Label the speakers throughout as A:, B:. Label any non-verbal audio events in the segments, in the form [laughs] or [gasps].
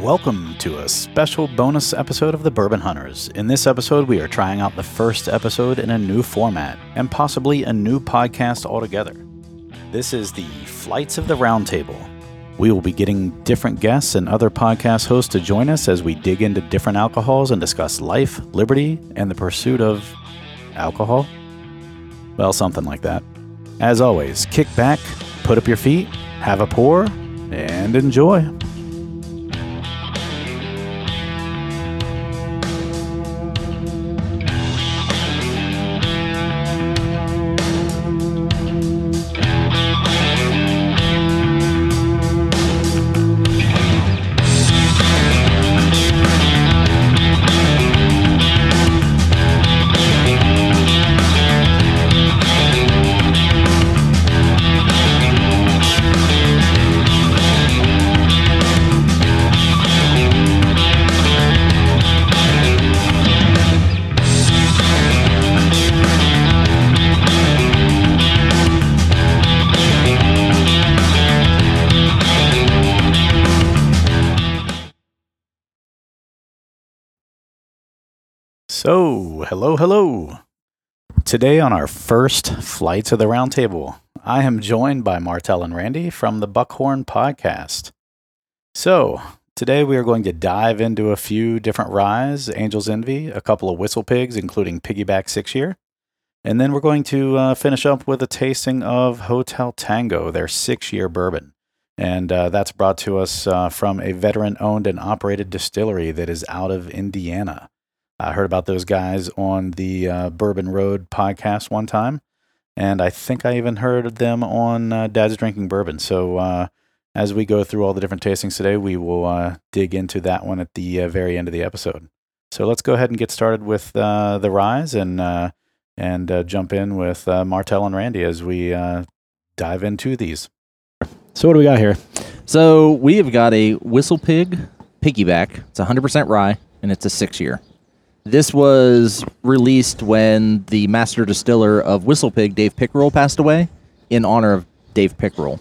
A: Welcome to a special bonus episode of The Bourbon Hunters. In this episode, we are trying out the first episode in a new format and possibly a new podcast altogether. This is the Flights of the Roundtable. We will be getting different guests and other podcast hosts to join us as we dig into different alcohols and discuss life, liberty, and the pursuit of alcohol. Well, something like that. As always, kick back, put up your feet, have a pour, and enjoy. So, hello, hello. Today on our first flight to the roundtable, I am joined by Martel and Randy from the Buckhorn Podcast. So, today we are going to dive into a few different ryes, Angel's Envy, a couple of Whistle Pigs, including Piggyback Six Year, and then we're going to uh, finish up with a tasting of Hotel Tango, their six year bourbon. And uh, that's brought to us uh, from a veteran owned and operated distillery that is out of Indiana. I heard about those guys on the uh, Bourbon Road podcast one time, and I think I even heard of them on uh, Dad's Drinking Bourbon. So uh, as we go through all the different tastings today, we will uh, dig into that one at the uh, very end of the episode. So let's go ahead and get started with uh, the rise and uh, and uh, jump in with uh, Martel and Randy as we uh, dive into these. So what do we got here?
B: So we have got a Whistle Pig piggyback. It's 100% rye, and it's a six year. This was released when the master distiller of Whistle Pig, Dave Pickerel, passed away in honor of Dave Pickerel.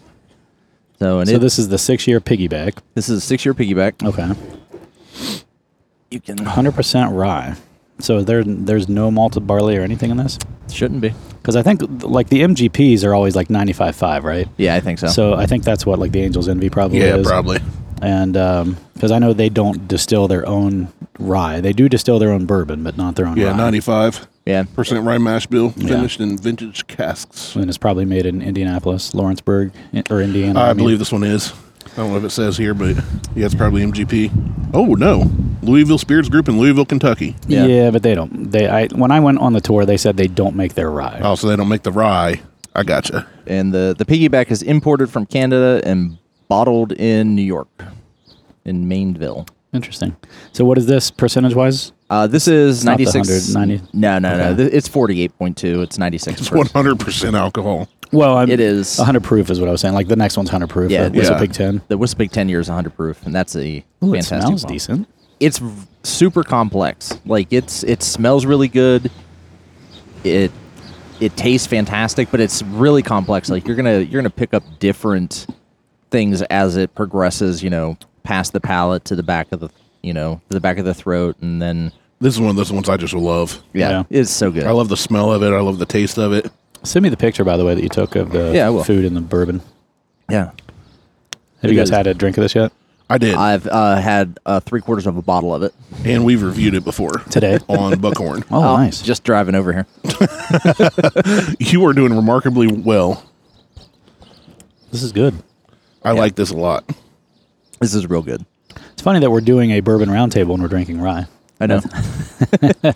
B: So, and
A: So
B: it- this,
A: this is the Oh. six-year piggyback.
B: is a six year piggyback.
A: Okay.
B: You can
A: hundred percent rye. So there, there's no malted barley or anything in this.
B: shouldn't be.
A: Because I think like the MGPs are always like 95.5, right?
B: Yeah, I think so.
A: So I think that's what like the Angels Envy probably
C: Yeah,
A: is.
C: probably.
A: And because I know they don't distill their own rye, they do distill their own bourbon, but not their own.
C: Yeah, e-
A: rye.
C: ninety-five
B: yeah,
C: percent rye mash bill, finished in vintage casks.
A: And it's probably made in Indianapolis, Lawrenceburg, in- or Indiana.
C: I
A: mean.
C: believe this one is. I don't know if it says here, but yeah, it's probably MGP. Oh no, Louisville Spirits Group in Louisville, Kentucky.
A: Yeah.
B: Yeah.
A: but they don't. They I when I went on the tour, they said they don't make their rye.
C: Oh, so they don't make the rye. I gotcha.
B: and the the piggyback is imported from Canada and bottled in New York, in Mainville.
A: Interesting. So what is this percentage wise?
B: Uh, this is
A: not the
B: 96.
A: 100, 90.
B: No, no, no.
A: Okay.
B: Th- It's 48.2. It's 96.
C: It's one hundred percent alcohol.
A: Well, I'm,
B: It is-
A: 100 proof is what I was saying. Like the next one's 100 proof.
B: Yeah,
A: Yeah, Whistle
C: yeah.
A: Pig 10.
B: The Whistle Pig 10 year is 100 proof, and that's a
A: Ooh, it
B: fantastic
A: smells
B: bomb.
A: decent.
B: It's v- super complex. Like it's it smells really good. It it tastes fantastic, but it's really complex. Like you're gonna you're gonna pick up different things as it progresses. You know, past the palate to the back of the you know to the back of the throat, and then
C: This is one of those ones I just love.
B: yeah,
A: Yeah.
B: it's so good.
C: I love the smell of it. I love the taste of it.
A: Send me the picture, by the way, that you took of the
B: Yeah, I will.
A: food and the bourbon.
B: yeah,
A: Have you guys
B: Because-
A: had a drink of this yet?
C: I did,
B: I've uh, had uh, three quarters of a bottle of it.
C: and we've reviewed it before
A: Today?
C: on Buckhorn.
A: [laughs] Oh,
B: Oh,
A: nice.
B: Just driving over here.
C: You are doing remarkably well.
A: this is good.
C: I like this a lot.
B: This is real good.
A: It's funny that we're doing a bourbon roundtable and we're drinking rye.
B: I
C: [laughs]
B: know.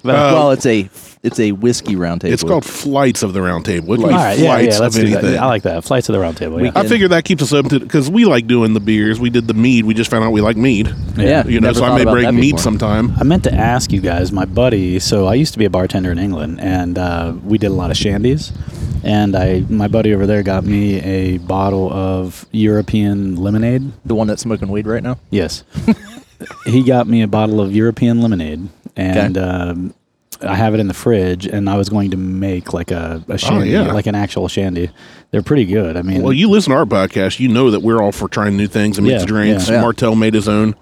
B: well, it's a it's a whiskey roundtable.
C: It's called Flights of the Round Table. It can be
A: All right, yeah,
C: flights
A: yeah, let's
C: of
A: do
C: anything.
A: that. I like that. Flights of the roundtable. Yeah.
C: I figure that keeps us up to because we like doing the beers. We did the mead. We just found out we like mead.
B: [laughs] Yeah,
C: You know,
B: never
C: so
B: thought
C: I may
B: about
C: break
B: that
C: mead
B: before.
C: sometime.
A: I meant to ask you guys, my buddy. So I used to be a bartender in England, and uh, we did a lot of shandies. And I, my buddy over there, got me a bottle of European lemonade.
B: the one that's smoking weed right now.
A: Yes. [laughs] he got me a bottle of European lemonade, and
B: Okay.
A: um, I have it in the fridge. And I was going to make like a,
B: Oh,
A: a shandy,
C: yeah.
A: like an actual shandy. They're pretty good. I mean,
C: Well, you listen to our podcast. You know that we're all for trying new things and mixed
A: Yeah,
C: drinks.
A: yeah.
C: Martel made his own.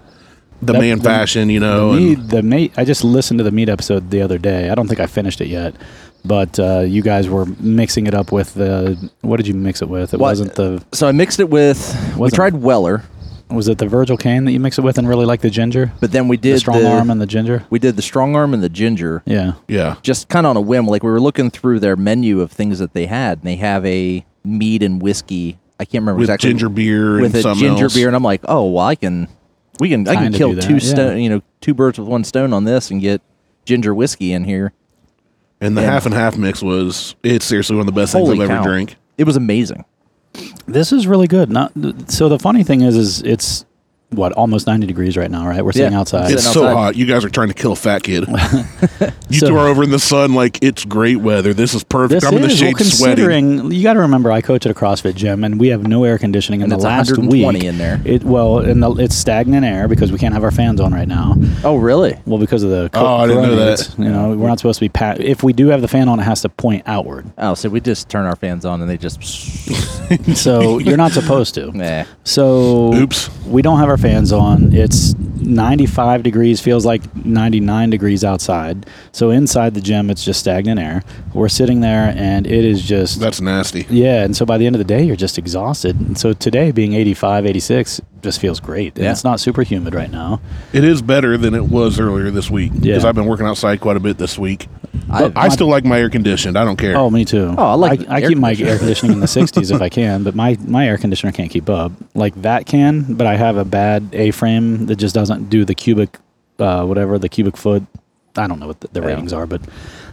C: the
A: That-
C: man
A: the-
C: fashion, you know.
A: the
C: and-
A: meat, the meat. I just listened to the meat episode the other day. I don't think I finished it yet, but uh, you guys were mixing it up with the. What did you mix it with? It
B: What-
A: wasn't the.
B: So I mixed it with. we
A: Wasn't-
B: tried Weller,
A: Was it the Virgil cane that you mix it with and really like the ginger,
B: but then we did
A: the strong arm and the ginger?
B: we did the strong arm and the ginger.
A: Yeah.
C: yeah.
B: Just kind of on a whim, like we were looking through their menu of things that they had, and they have a mead and whiskey. I can't remember
C: With
B: exactly
C: ginger beer
B: with
C: and
B: a
C: something
B: ginger
C: else.
B: beer, and I'm like, oh well, I can, we can, I can
A: Kinda
B: kill
A: do that,
B: two
A: yeah.
B: stone, you know, two birds with one stone on this, and get ginger whiskey in here.
C: And the
B: Yeah.
C: half and half mix was it's seriously one of the best
B: Holy
C: things I've
B: cow.
C: ever drank.
B: It was amazing.
A: This is really good. Not so. The funny thing is, is it's what almost ninety degrees right now, right? We're sitting
B: Yeah.
A: outside.
C: It's
B: Sitting
C: so
B: outside.
C: hot. You guys are trying to kill a
A: [laughs]
C: fat kid. you
A: So-
C: two are over in the sun, like it's great weather. This is perfect.
A: This
C: I'm in the
A: is well,
C: shade sweating.
A: considering you got to remember I coach at a CrossFit gym and we have no air conditioning in
B: And
A: the
B: it's
A: last
B: 120
A: week
B: in there.
A: It well, and the, it's stagnant air because we can't have our fans on right now.
B: Oh really?
A: Well, because of the co-
C: Oh, I didn't know that.
A: coronavirus, You know, we're not supposed to be pat. If we do have the fan on, it has to point outward.
B: Oh, so we just turn our fans on and they
C: [laughs]
B: just, [laughs]
A: So you're not supposed to.
B: nah.
A: So
C: Oops.
A: we don't have our fans on. It's 95 degrees, feels like 99 degrees outside. So inside the gym, it's just stagnant air. We're sitting there, and it is just
C: That's nasty.
A: yeah. And so by the end of the day, you're just exhausted. And so today, being 85, 86, just feels great. And
B: Yeah.
A: it's not super humid right now.
C: It is better than it was earlier this week because
A: Yeah.
C: I've been working outside quite a bit this week.
B: I-
C: But I, still like my air conditioned. I don't care.
A: Oh, me too.
B: Oh, I like the
A: I,
B: air
A: keep my
B: conditioner.
A: air conditioning in
C: [laughs]
A: the 60s if I can, but my my air conditioner can't keep up. Like that can, but I have a bad A-frame that just doesn't do the cubic, uh, whatever the cubic foot. I don't know what the, the
B: Yeah.
A: ratings are, but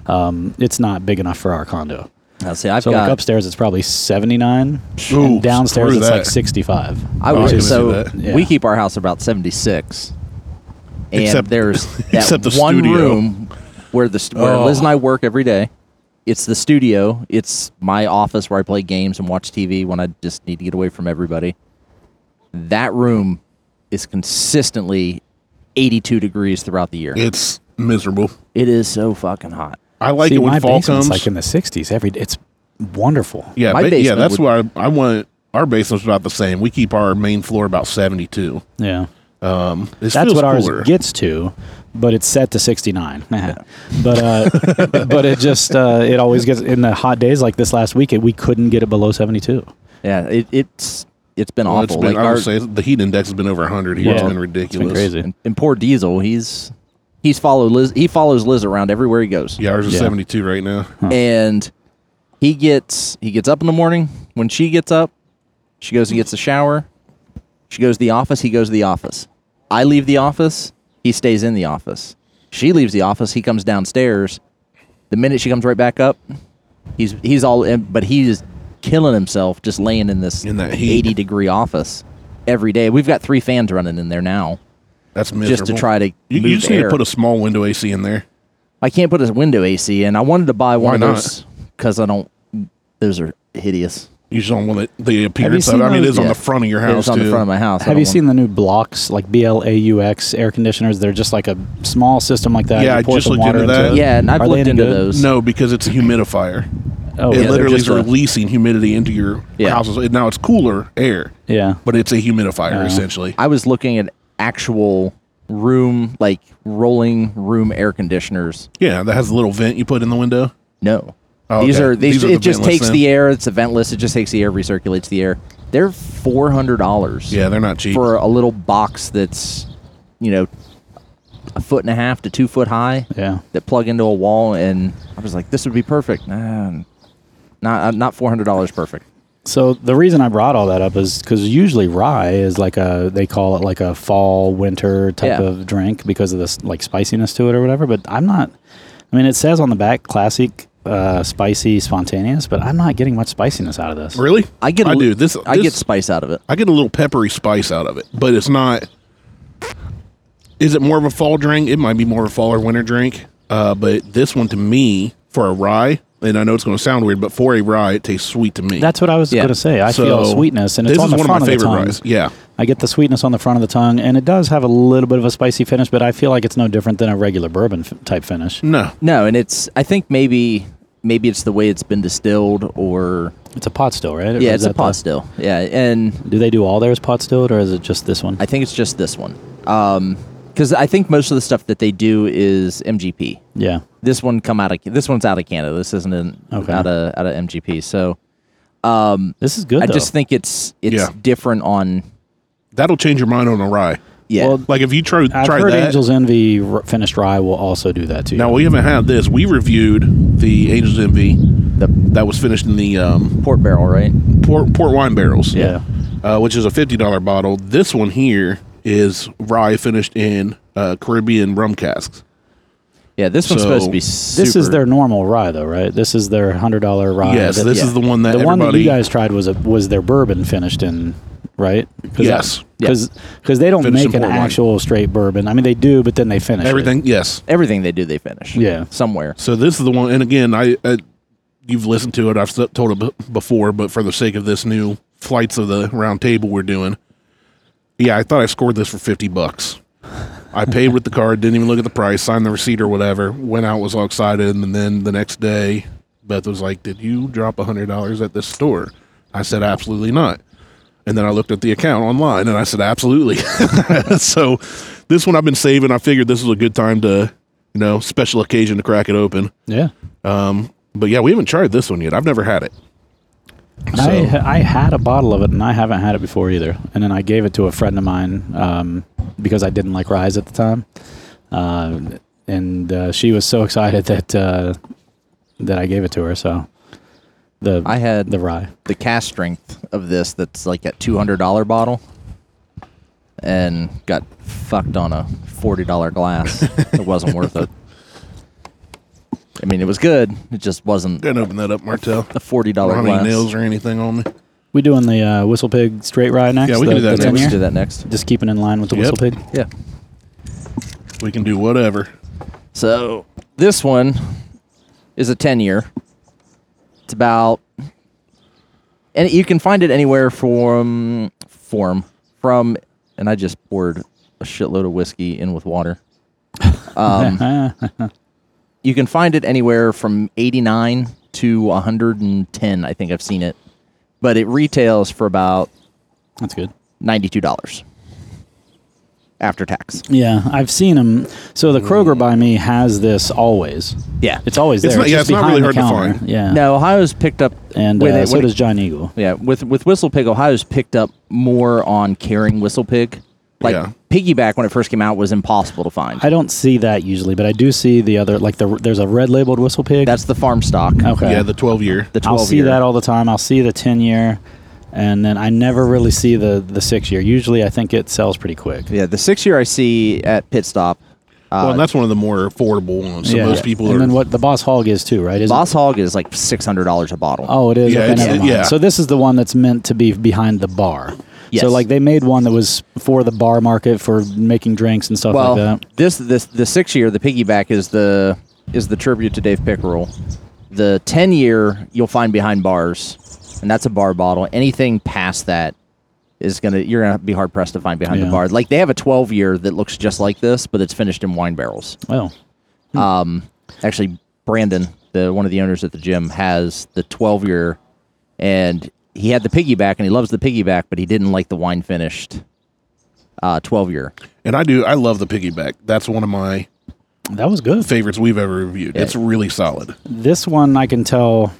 A: um, it's not big enough for our condo.
B: Now, see, I've
A: So
B: got
A: like upstairs, it's probably 79,
C: Ooh,
A: and downstairs
C: screw
A: it's like
C: that.
A: 65.
B: I
C: Oh, I
B: would
C: can see
B: so
C: that.
A: Yeah.
B: we keep our house about seventy six, and
C: Except- [laughs]
B: there's that
C: except the
B: one
C: studio.
B: room where the st- where
C: Oh.
B: Liz and I work every day. It's the studio. It's my office where I play games and watch TV when I just need to get away from everybody. That room is consistently eighty two degrees throughout the year.
C: It's miserable.
B: it is so fucking hot.
C: I like
A: See,
C: it
A: my
C: when fall
A: basement's
C: comes.
A: like in the 60s every day. It's wonderful.
C: yeah,
B: my
C: ba- yeah.
B: basement
C: That's
B: would-
C: why I, I want our basement's about the same. We keep our main floor about seventy two.
A: Yeah.
C: Um, this
A: That's
C: feels
A: what ours
C: cooler.
A: gets to, but it's set to 69. [laughs] but uh, but it just uh, it always gets in the hot days like this last week. It, we couldn't get it below 72.
B: Yeah, it, it's it's been
C: Well,
B: awful.
C: it's been,
B: like
C: I would
B: our,
C: say the heat index has been over 100 here.
A: Yeah.
C: It's
A: It's
C: been
A: been
C: ridiculous.
A: It's been crazy.
B: and, and poor Diesel, he's he's followed Liz. He follows Liz around everywhere he goes.
C: Yeah, ours is
A: Yeah.
C: 72 right now.
B: and he gets he gets up in the morning when she gets up she goes and gets a shower she goes to the office he goes to the office i leave the office he stays in the office she leaves the office he comes downstairs the minute she comes right back up he's he's all in but he is killing himself just laying in this
C: In that heat.
B: 80 degree office every day we've got three fans running in there now
C: That's miserable.
B: just to try to
C: You,
B: move
C: you just need
B: air.
C: to put a small window AC in there.
B: I can't put a window AC in. I wanted to buy one
C: Why
B: of
C: not?
B: those because I don't. Those are hideous.
C: You just don't want the, the appearance of
A: seen
C: it. I mean, it
A: those?
C: is on
B: Yeah.
C: the front of your
B: It
C: house,
B: was on
C: too.
B: the front of my house. I
A: Have
B: don't
A: you
B: want-
A: seen the new blocks like B L A U X air conditioners? They're just like a small system like that.
C: Yeah,
A: You
C: I
A: pour
C: just
A: some
C: looked
A: water
C: into that.
A: it.
B: Yeah, and I've
A: Are they
B: looked
A: any
B: into
A: good?
B: those.
C: no, because it's a humidifier.
A: Oh,
C: it
A: yeah,
C: literally
A: they're
C: is
A: just a-
C: releasing humidity into your
B: Yeah.
C: houses. Now it's cooler air,
A: yeah.
C: but it's a
B: Uh-huh.
C: humidifier, essentially.
B: I was looking at actual room, like rolling room air conditioners.
C: Yeah, that has a little vent you put in the window.
B: No,
C: Oh,
B: these
C: okay.
B: are these.
C: These are
B: it
C: the
B: just
C: ventless
B: takes
C: then.
B: the air. It's eventless. It just takes the air, recirculates the air. They're four hundred dollars.
C: Yeah, they're not cheap.
B: for a little box that's, you know, a foot and a half to two foot high.
A: Yeah.
B: that plug into a wall, and I was like, this would be perfect. Nah, not uh, not four hundred dollars perfect.
A: So the reason I brought all that up is because usually rye is like a they call it like a fall winter type
B: Yeah.
A: of drink because of this like spiciness to it or whatever. But I'm not. I mean, it says on the back classic, uh, spicy, spontaneous, but I'm not getting much spiciness out of this.
C: Really?
B: I get a
C: I
B: li-
C: do. This,
B: I
C: this-
B: get spice out of it.
C: I get a little peppery spice out of it, but it's not. Is it more of a fall drink? It might be more of a fall or winter drink. Uh, but this one to me, for a rye, and I know it's going to sound weird, but for a rye, it tastes sweet to me.
A: That's what I was
B: Yeah.
A: going to say. I
C: So,
A: feel sweetness, and it's
C: this
A: on
C: is
A: the
C: one
A: front
C: of my
A: the
C: favorite
A: tongue.
C: ryes. Yeah,
A: I get the sweetness on the front of the tongue, and it does have a little bit of a spicy finish, but I feel like it's no different than a regular bourbon f- type finish.
C: no,
B: No, and it's I think maybe maybe it's the way it's been distilled, or
A: It's a pot still, right? Or is
B: yeah, it's a
A: that the-
B: pot still. Yeah, and
A: Do they do all theirs pot stilled, or is it just this one?
B: I think it's just this one. Um, because I think most of the stuff that they do is MGP.
A: Yeah.
B: This one come out of this one's out of Canada. This isn't in,
A: Okay.
B: out of out of MGP. So
A: This is good.
B: I
A: though.
B: just think it's it's
C: Yeah.
B: different on
C: That'll change your mind on a rye.
B: yeah.
A: Well,
C: Like if you try
A: I've
C: try
A: heard
C: that.
A: Angel's Envy r- finished rye will also do that to you.
C: now we haven't had this. We reviewed the Angels Envy
B: the
C: that was finished in the um,
B: port barrel, right?
C: port port wine barrels.
A: Yeah.
C: uh, which is a fifty dollar bottle. This one here is rye finished in uh, Caribbean rum casks.
B: Yeah, this one's supposed to be super.
A: This is their normal rye, though, right? This is their hundred dollar rye.
C: yes,
A: Uh, that-
C: this
B: yeah.
C: is the one
A: the
C: that
A: one
C: everybody.
A: that you guys tried was a was their bourbon finished in, right?
C: Yes.
B: Yeah.
A: because they don't
C: Finished in
A: make an
C: port wine.
A: actual straight bourbon. I mean, they do, but then they finish it.
C: everything. Yes.
B: everything they do, they finish.
A: Yeah.
B: somewhere.
C: So this is the one, and again, I, I you've listened to it. I've s- told it b- before, but for the sake of this new flights of the round table we're doing, yeah, I thought I scored this for fifty bucks. I paid with the card, didn't even look at the price, signed the receipt or whatever. Went out, was all excited, and then the next day, Beth was like, "Did you drop hundred dollars at this store?" I said, "Absolutely not." And then I looked at the account online, and I said, "Absolutely." [laughs] so this one I've been saving. I figured this was a good time to, you know, special occasion to crack it open.
A: Yeah,
C: Um, but yeah, we haven't tried this one yet. I've never had it.
A: I I had a bottle of it, and I haven't had it before either. And then I gave it to a friend of mine um, because I didn't like ryes at the time, uh, and uh, she was so [laughs] excited that uh, that I gave it to her. So the
B: I had
A: the
B: the
A: rye.
B: the cast strength of this that's like a two hundred dollar bottle, and got fucked on a forty dollar glass. it wasn't worth it. I mean, it was good. It just wasn't
C: Gonna open that up, Martel.
B: a forty dollar
C: Don't have
B: glass.
C: any nails or anything on me.
A: We doing the uh, whistle pig straight rye next?
C: Yeah, we
A: the,
C: can do that
A: that's in
B: Let's
C: next.
A: here?
B: do that next.
A: Just keeping in line with the
C: Yep.
A: whistle pig.
B: Yeah.
C: We can do whatever.
B: So this one is a ten year. It's about, and you can find it anywhere from form from, and I just poured a shitload of whiskey in with water. Um, you can find it anywhere from 89 to 110 i think i've seen it but it retails for about
A: That's good.
B: $92 after tax
A: Yeah, I've seen them. So the Kroger by me has this always.
B: yeah
A: It's always there.
C: It's not- yeah,
A: just
C: it's not really
A: behind the
C: hard to
A: counter.
C: find.
A: Yeah.
B: now ohio's picked up
A: And
B: with
A: uh,
B: it-
A: so
B: when it-
A: does John Eagle.
B: yeah with with whistle pig ohio's picked up more on carrying whistle pig like
C: Yeah.
B: piggyback when it first came out was impossible to find
A: I don't see that usually, but I do see the other like the there's a red labeled whistle pig.
B: that's the farm stock
A: okay.
C: Yeah, the 12 year.
B: the 12
A: I'll see
B: year.
A: that all the time. I'll see the ten year, and then I never really see the the six year. Usually, I think it sells pretty quick.
B: yeah the six year i see at pit stop
C: well, and that's one of the more affordable ones. So most people
A: uh, and
C: are.
A: then what the Boss Hog is too, right? Is
B: boss hog is like $600 a bottle
A: Oh, it is.
C: Yeah,
A: okay,
C: it's-
A: never
C: it-
A: mind.
C: yeah.
A: So this is the one that's meant to be behind the bar.
B: Yes.
A: So like they made one that was for the bar market for making drinks and stuff
B: well,
A: like that.
B: this this the six year the piggyback is the is the tribute to Dave Pickerel. The ten year you'll find behind bars, and that's a bar bottle. Anything past that is gonna you're gonna be hard pressed to find behind
A: Yeah.
B: the bar. Like they have a twelve year that looks just like this, but it's finished in wine barrels.
A: Well,
B: Actually, Brandon, the one of the owners at the gym, has the twelve year, and he had the piggyback, and he loves the piggyback, but he didn't like the wine finished uh, twelve year.
C: and I do. I love the piggyback. That's one of my
A: that was good.
C: favorites we've ever reviewed. It's really solid.
A: This one I can tell.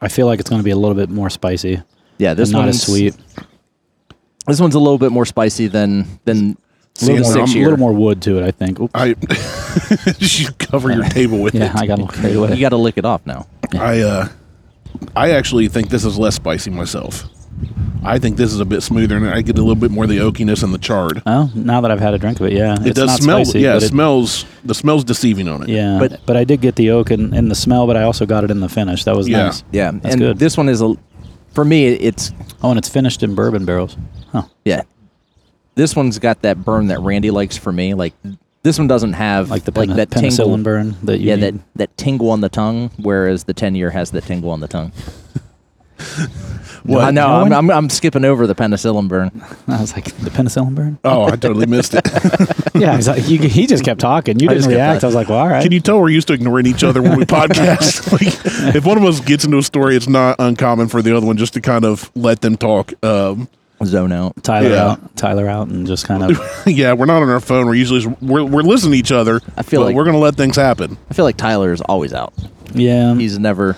A: I feel like it's going to be a little bit more spicy.
B: Yeah, this
A: and not as
B: one's
A: sweet.
B: This one's a little bit more spicy than than
A: A little,
C: and
A: more,
C: I'm-
B: six
A: a
B: year.
A: little more wood to it, I think. Oops.
C: I [laughs] you cover your table with
A: yeah,
C: it.
A: I got a little carried away.
B: You got to lick it off now.
C: I uh, I actually think this is less spicy myself. I think this is a bit smoother, and I get a little bit more of the oakiness and the chard.
A: Oh, now that I've had a drink of it, yeah,
C: it
A: it's
C: does
A: not
C: smell.
A: Spicy,
C: yeah,
A: but
C: it
A: it-
C: smells. The smell's deceiving on it.
A: Yeah, but
B: But-
A: but I did get the oak and, and the smell, but I also got it in the finish. That was
C: Yeah.
A: nice.
B: Yeah,
A: that's
B: and
A: good.
B: this one is a. For me, it's
A: oh, and it's finished in bourbon barrels. Huh.
B: yeah. This one's got that burn that Randy likes for me. Like this one doesn't have
A: Like the pen-
B: that
A: penicillin
B: tingle.
A: burn that you
B: Yeah,
A: need.
B: that that tingle on the tongue. Whereas the ten year has that tingle on the tongue.
C: What?
B: I know.
A: no
B: I'm,
A: one-
B: I'm I'm skipping over the penicillin burn.
A: [laughs] I was like, the penicillin burn?
C: [laughs] Oh, I totally
B: [laughs]
C: missed it.
A: [laughs] yeah, I was like, you, he just kept talking. You
B: I
A: didn't
B: just kept
A: react. I was like, well, all right.
C: Can you tell we're used to ignoring each other when we podcast? [laughs] like, if one of us gets into a story, it's not uncommon for the other one just to kind of let them talk. Um, [laughs]
B: zone out.
A: Tyler
C: Yeah.
A: out, Tyler out, and just [laughs] kind of
C: yeah, we're not on our phone. We're usually we're, we're listening to each other.
B: I feel
C: but
B: like-
C: we're gonna let things happen.
B: I feel like Tyler is always out.
A: yeah.
B: He's never.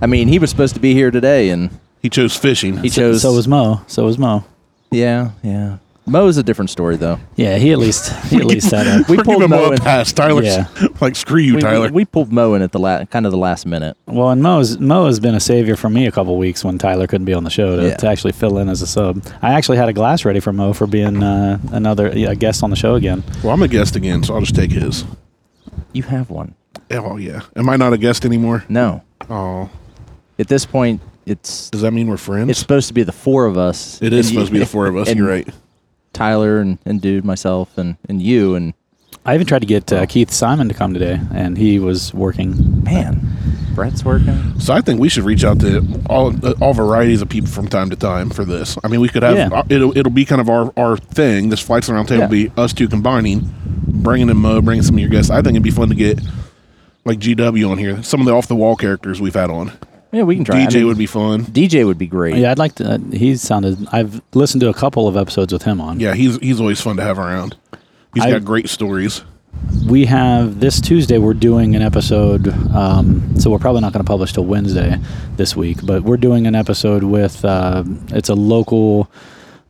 B: I mean, he was supposed to be here today, and
C: He chose fishing.
B: he chose.
A: so was Mo. So was Mo.
B: yeah, yeah. Mo is a different story, though.
A: Yeah, he at least he at least had a
B: We
C: we're
B: pulled
C: giving him
B: Mo
C: a
B: in.
C: pass. Tyler's
A: Yeah.
C: [laughs] like screw you,
B: We,
C: Tyler.
B: we, we pulled Mo in at the la- kind of the last minute.
A: well, and Mo's Mo has been a savior for me a couple weeks when Tyler couldn't be on the show to,
B: Yeah.
A: to actually fill in as a sub. I actually had a glass ready for Mo for being uh, another a guest on the show again.
C: well, I'm a guest again, so I'll just take his.
B: You have one.
C: Oh yeah. Am I not a guest anymore?
B: No,
C: Oh,
B: at this point, it's
C: does that mean we're friends?
B: it's supposed to be the four of us.
C: it is
B: And you-
C: supposed to
B: [laughs]
C: be the four of us.
B: and
C: You're right.
B: Tyler and, and dude, myself and and you and
A: I even tried to get uh, Keith Simon to come today, and he was working.
B: man, Brett's working.
C: So I think we should reach out to all all varieties of people from time to time for this. I mean, we could have uh,
A: Yeah.
C: it'll it'll be kind of our our thing. This flights around table will
B: Yeah.
C: be us two combining, bringing in Mo, bringing some of your guests. I think it'd be fun to get like GW on here. Some of the off the wall characters we've had on.
B: Yeah, we can try. I
C: DJ
B: mean,
C: would be fun.
B: DJ would be great.
A: Yeah, I'd like to. Uh, he sounded. I've listened to a couple of episodes with him on.
C: Yeah, he's he's always fun to have around. He's
A: I-
C: got great stories.
A: we have this Tuesday. We're doing an episode, um, so we're probably not going to publish till Wednesday this week. But we're doing an episode with uh, it's a local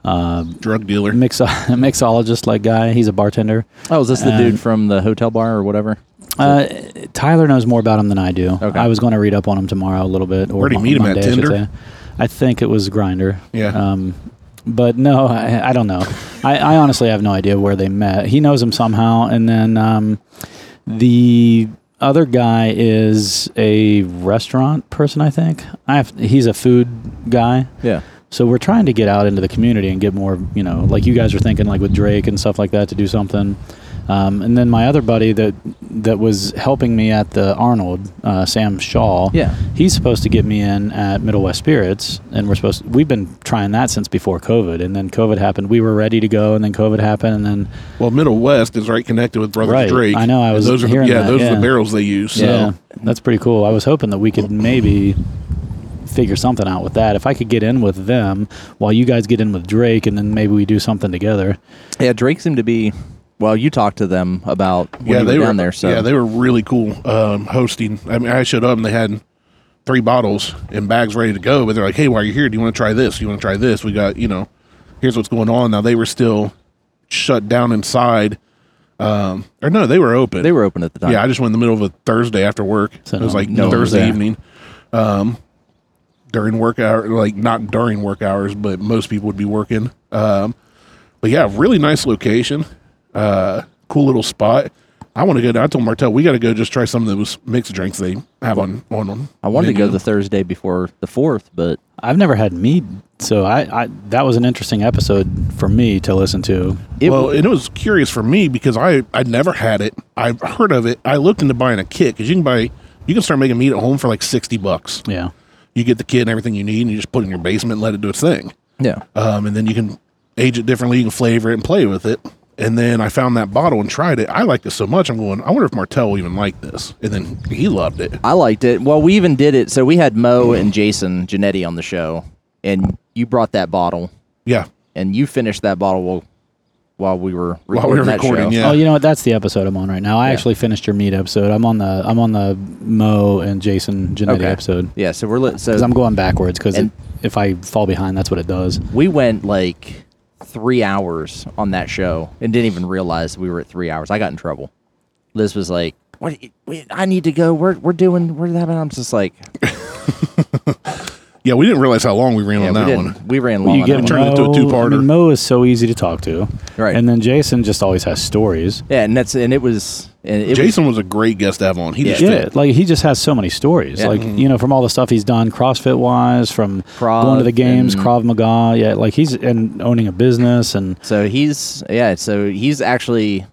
C: Drug dealer.
A: mixo- [laughs] mixologist like guy. He's a bartender.
B: Oh, is this the
A: Um,
B: dude from the hotel bar or whatever?
A: Uh, Tyler knows more about him than I do.
B: Okay.
A: I was going to read up on him tomorrow a little bit. Or
C: Where'd he
A: mon-
C: meet him at,
A: Monday, I should
C: Tinder?
A: say. I think it was Grinder.
C: Yeah.
A: Um, but no, I, I don't know. I, I honestly have no idea where they met. He knows him somehow, and then um, the other guy is a restaurant person. I think I have. He's a food guy.
B: Yeah.
A: So we're trying to get out into the community and get more, you know, like you guys were thinking, like with Drake and stuff like that, to do something. Um, and then my other buddy that that was helping me at the Arnold, uh, Sam Shaw.
B: Yeah.
A: he's supposed to get me in at Middle West Spirits, and we're supposed. we've been trying that since before COVID, and then COVID happened. We were ready to go, and then COVID happened, and then
C: Well, Middle West is right connected with Brothers
A: Right.
C: Drake.
A: I know, I
C: And
A: was
C: those are the-
A: hearing
C: yeah,
A: that,
C: those are
A: yeah.
C: the barrels they use. So.
A: yeah, that's pretty cool. I was hoping that we could maybe figure something out with that. If I could get in with them while you guys get in with Drake, and then maybe we do something together.
B: Yeah, Drake seemed to be. Well, you talked to them about when
C: yeah,
B: you
C: they
B: were
C: were
B: down there. So
C: yeah, they were really cool um, hosting. I mean, I showed up and they had three bottles and bags ready to go, but they're like, "Hey, while you're here, do you want to try this? Do you want to try this? We got you know, here's what's going on." Now they were still shut down inside, um, or no, they were open.
B: They were open at the time.
C: Yeah, I just went in the middle of a Thursday after work.
A: So
C: it was
A: no-
C: like
A: no one was
C: Thursday
A: there.
C: evening, um, during work hour, like not during work hours, but most people would be working. Um, but yeah, really nice location, uh, cool little spot. I want to go. down. I told Martel we got to go just try some of those mixed drinks they have on on them.
B: I wanted to go the Thursday before the fourth, but
A: I've never had meat, so I, I that was an interesting episode for me to listen to.
B: it
C: well,
B: wa-
C: and it was curious for me because I I'd never had it. I've heard of it. I looked into buying a kit because you can buy you can start making meat at home for like sixty bucks.
A: Yeah,
C: you get the kit and everything you need and you just put it in your basement and let it do its thing
B: yeah,
C: um, and then you can age it differently you can flavor it and play with it and then i found that bottle and tried it i liked it so much i'm going i wonder if martel will even like this and then he loved it
B: I liked it. Well, we even did it. So we had Mo and Jason Genetti on the show, and you brought that bottle,
C: yeah
B: and you finished that bottle while while we were recording
C: while we were
B: that
C: recording
B: show.
C: yeah
A: Oh, you know what? That's the episode I'm on right now. I actually finished your meat episode. I'm on the I'm on the Mo and Jason Genetti
B: Okay.
A: episode
B: Yeah, so we're li- so
A: because I'm going backwards because
B: And-
A: if I fall behind, that's what it does.
B: we went like three hours on that show and didn't even realize we were at three hours. I got in trouble. Liz was like, "What? wait, I need to go. We're we're doing. We're having." I'm just like,
C: yeah we didn't realize how long we ran
B: yeah,
C: on
B: we,
C: that
B: didn't,
C: one
B: we ran long.
A: you
B: on
A: get
B: that one.
C: turn it into a
A: Mo-
C: two-parter.
A: I mean, Mo is so easy to talk to,
B: Right.
A: And then Jason just always has stories.
B: yeah, and that's and it was and it was,
C: jason was a great guest to have on he just
A: Yeah,
C: fit.
A: like he just has so many stories.
B: Yeah. Mm-hmm.
A: Like you know, from all the stuff he's done, CrossFit wise, from
B: Krav
A: going to the games,
B: and-
A: Krav Maga. Yeah, like he's and owning a business and
B: So he's yeah, so he's actually